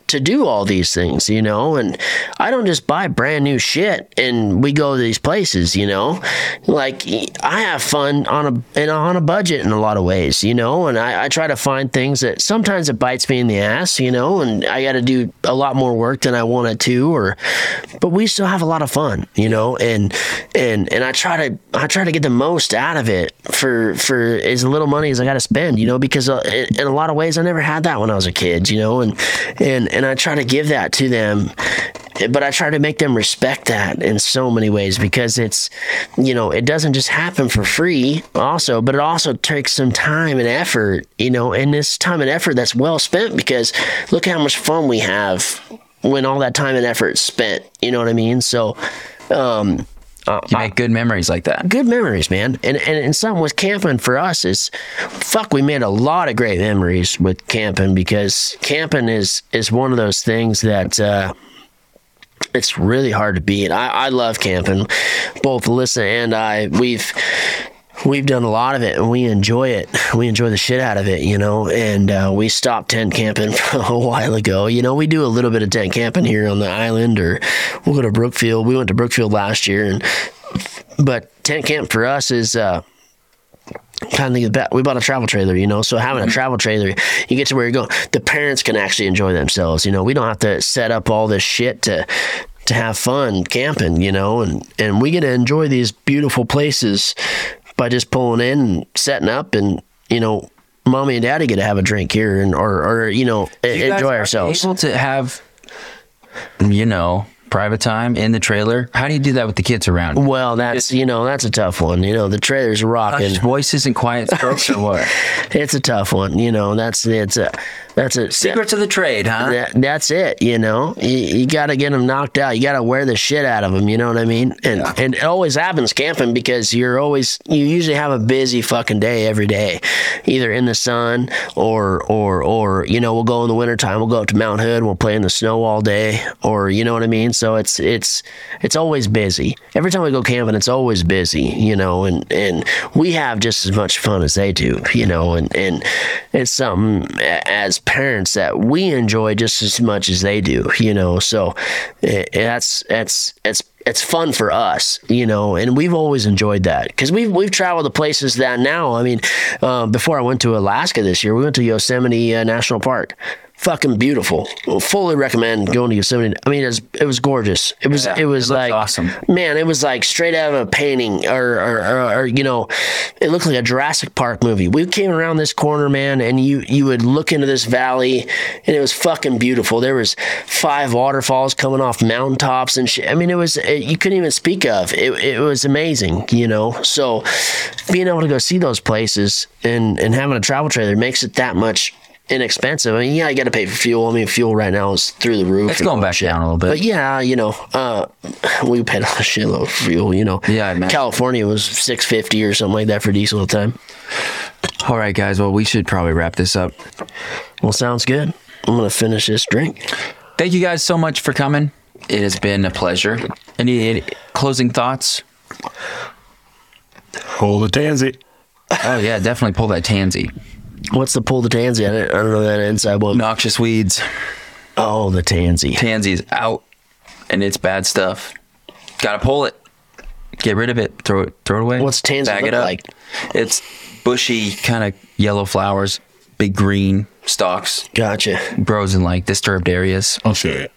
[SPEAKER 5] to do all these things, you know, and I don't just buy brand new shit and we go to these places, you know. Like I have fun on a and on a budget in a lot of ways, you know, and I, I try to find things that sometimes it bites me in the ass, you know, and I gotta do a lot more work than I wanted to or but we still have a lot of fun, you know, and and and I try to I try to get the most out of it for for as little money as I gotta spend, you know, because uh, in, in a lot of ways I never had that when I was a kid, you know, and and and I try to give that to them, but I try to make them respect that in so many ways because it's, you know, it doesn't just happen for free, also, but it also takes some time and effort, you know, and this time and effort that's well spent because look how much fun we have when all that time and effort is spent, you know what I mean? So, um,
[SPEAKER 2] You make good memories like that.
[SPEAKER 5] good memories, man. And and, and something with camping for us is, fuck, we made a lot of great memories with camping because camping is is one of those things that. Uh, it's really hard to beat. I, I love camping. Both Alyssa and I, we've we've done a lot of it, and we enjoy it. We enjoy the shit out of it, you know. And uh, we stopped tent camping *laughs* a while ago. You know, we do a little bit of tent camping here on the island, or we'll go to Brookfield. We went to Brookfield last year, and but tent camp for us is uh kind of think about we bought a travel trailer, you know. So having a
[SPEAKER 2] Mm-hmm.
[SPEAKER 5] travel trailer, you get to where you're going. The parents can actually enjoy themselves, you know. We don't have to set up all this shit to to have fun camping, you know, and and we get to enjoy these beautiful places by just pulling in and setting up and you know mommy and daddy get to have a drink here and or or you know e-,
[SPEAKER 2] You guys
[SPEAKER 5] enjoy
[SPEAKER 2] are
[SPEAKER 5] ourselves
[SPEAKER 2] Able to have, you know, private time in the trailer. How do you do that with the kids around?
[SPEAKER 5] well that's you know that's a tough one you know the trailer's rocking
[SPEAKER 2] Hushed voices and quiet strokes or
[SPEAKER 5] *laughs*
[SPEAKER 2] what?
[SPEAKER 5] it's a tough one you know that's it's a that's a
[SPEAKER 2] Secrets of the trade, huh?
[SPEAKER 5] that, that's it you know you, you got to get them knocked out you got to wear the shit out of them you know what i mean and and it always happens camping because you're always you usually have a busy fucking day every day either in the sun or or or you know we'll go in the wintertime we'll go up to mount hood we'll play in the snow all day or you know what i mean so it's it's it's always busy every time we go camping it's always busy you know and and we have just as much fun as they do you know and and it's something a- as parents that we enjoy just as much as they do you know so eh, that's that's that's it's fun for us, you know, and we've always enjoyed that because we've we've traveled to places that now. I mean, uh, before I went to Alaska this year, we went to Yosemite uh, National Park. Fucking beautiful. Fully recommend going to Yosemite. I mean, it was, it was gorgeous. It was it
[SPEAKER 2] it looks
[SPEAKER 5] was like
[SPEAKER 2] awesome.
[SPEAKER 5] Man, it was like straight out of a painting, or or, or or you know, it looked like a Jurassic Park movie. We came around this corner, man, and you you would look into this valley, and it was fucking beautiful. There was five waterfalls coming off mountaintops and shit. I mean, it was it, you couldn't even speak of. It it was amazing, you know. So being able to go see those places and and having a travel trailer makes it that much. Inexpensive. I mean, yeah, you got to pay for fuel. I mean, fuel right now is through the roof.
[SPEAKER 2] It's
[SPEAKER 5] and
[SPEAKER 2] going back
[SPEAKER 5] shit.
[SPEAKER 2] down a little bit.
[SPEAKER 5] But yeah, you know, uh, we paid a shitload of fuel. You know,
[SPEAKER 2] Yeah, I imagine.
[SPEAKER 5] California was six fifty or something like that for diesel at the time.
[SPEAKER 2] All right, guys. Well, we should probably wrap this up.
[SPEAKER 5] Well, sounds good. I'm gonna finish this drink.
[SPEAKER 2] Thank you guys so much for coming. It has been a pleasure. Any, any closing thoughts?
[SPEAKER 4] Pull the tansy.
[SPEAKER 2] Oh yeah, definitely pull that tansy.
[SPEAKER 5] What's the pull the tansy? I don't, I don't know that inside one.
[SPEAKER 2] Noxious weeds.
[SPEAKER 5] Oh, the tansy.
[SPEAKER 2] Tansy's out, and it's bad stuff. Gotta pull it. Get rid of it. Throw it. Throw it away.
[SPEAKER 5] What's tansy
[SPEAKER 2] Bag it
[SPEAKER 5] look
[SPEAKER 2] up.
[SPEAKER 5] like?
[SPEAKER 2] It's bushy, kind of yellow flowers, big green stalks.
[SPEAKER 5] Gotcha.
[SPEAKER 2] Grows in like disturbed areas.
[SPEAKER 5] Oh.
[SPEAKER 4] I'll show you.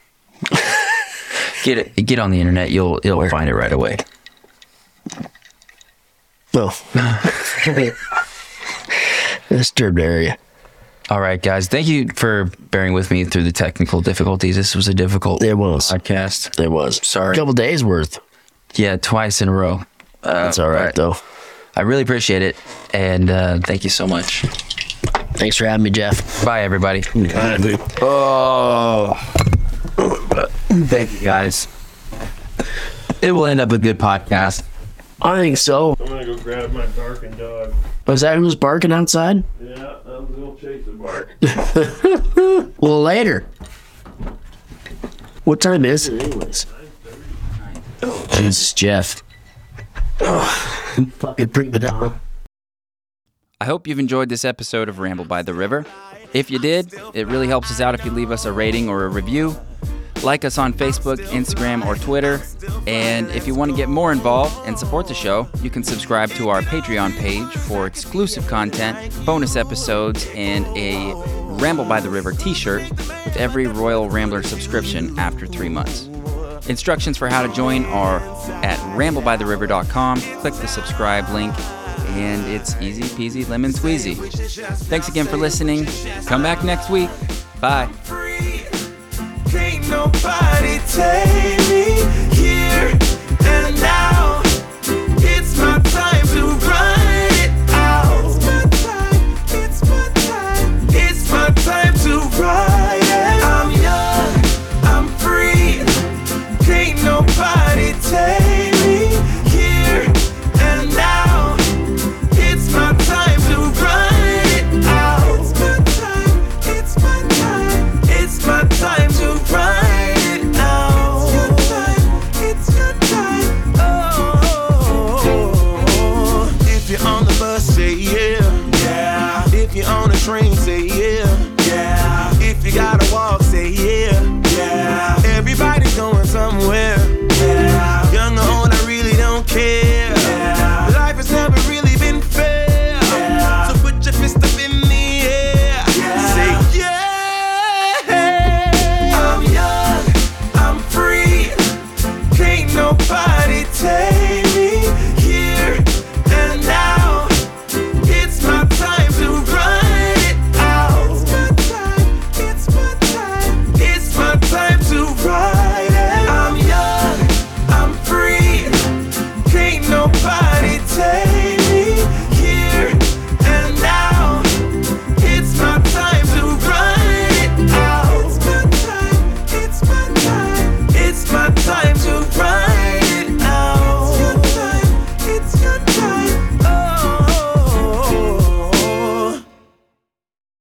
[SPEAKER 2] Get it. Get on the internet. You'll you'll find it right away.
[SPEAKER 5] Well,
[SPEAKER 2] *laughs*
[SPEAKER 5] disturbed area.
[SPEAKER 2] All right, guys. Thank you for bearing with me through the technical difficulties. This was a difficult
[SPEAKER 5] It was.
[SPEAKER 2] podcast.
[SPEAKER 5] It was.
[SPEAKER 2] Sorry.
[SPEAKER 5] Couple days worth.
[SPEAKER 2] Yeah, twice in a row.
[SPEAKER 5] That's all right,
[SPEAKER 2] Oh, right.
[SPEAKER 5] though.
[SPEAKER 2] I really appreciate it, and uh, thank you so much.
[SPEAKER 5] Thanks for having me, Jeff.
[SPEAKER 2] Bye, everybody.
[SPEAKER 20] Oh. Thank you guys. It will end up a good podcast.
[SPEAKER 5] I think so.
[SPEAKER 21] I'm gonna go grab my darkened dog.
[SPEAKER 5] Was that who's barking outside?
[SPEAKER 21] Yeah, I'm gonna chase the bark.
[SPEAKER 5] Well, later. What time is it, anyways? Oh, Jesus, Jeff. *sighs* Oh, fucking bring it on.
[SPEAKER 20] I hope you've enjoyed this episode of Ramble by the River. If you did, it really helps us out if you leave us a rating or a review. Like us on Facebook, Instagram, or Twitter. And if you want to get more involved and support the show, you can subscribe to our Patreon page for exclusive content, bonus episodes, and a Ramble by the River t shirt with every Royal Rambler subscription after three months. Instructions for how to join are at ramblebytheriver.com. Click the subscribe link, and it's easy peasy lemon squeezy. Thanks again for listening. Come back next week. Bye.
[SPEAKER 3] free. Can't nobody take me here and now. oh. Oh.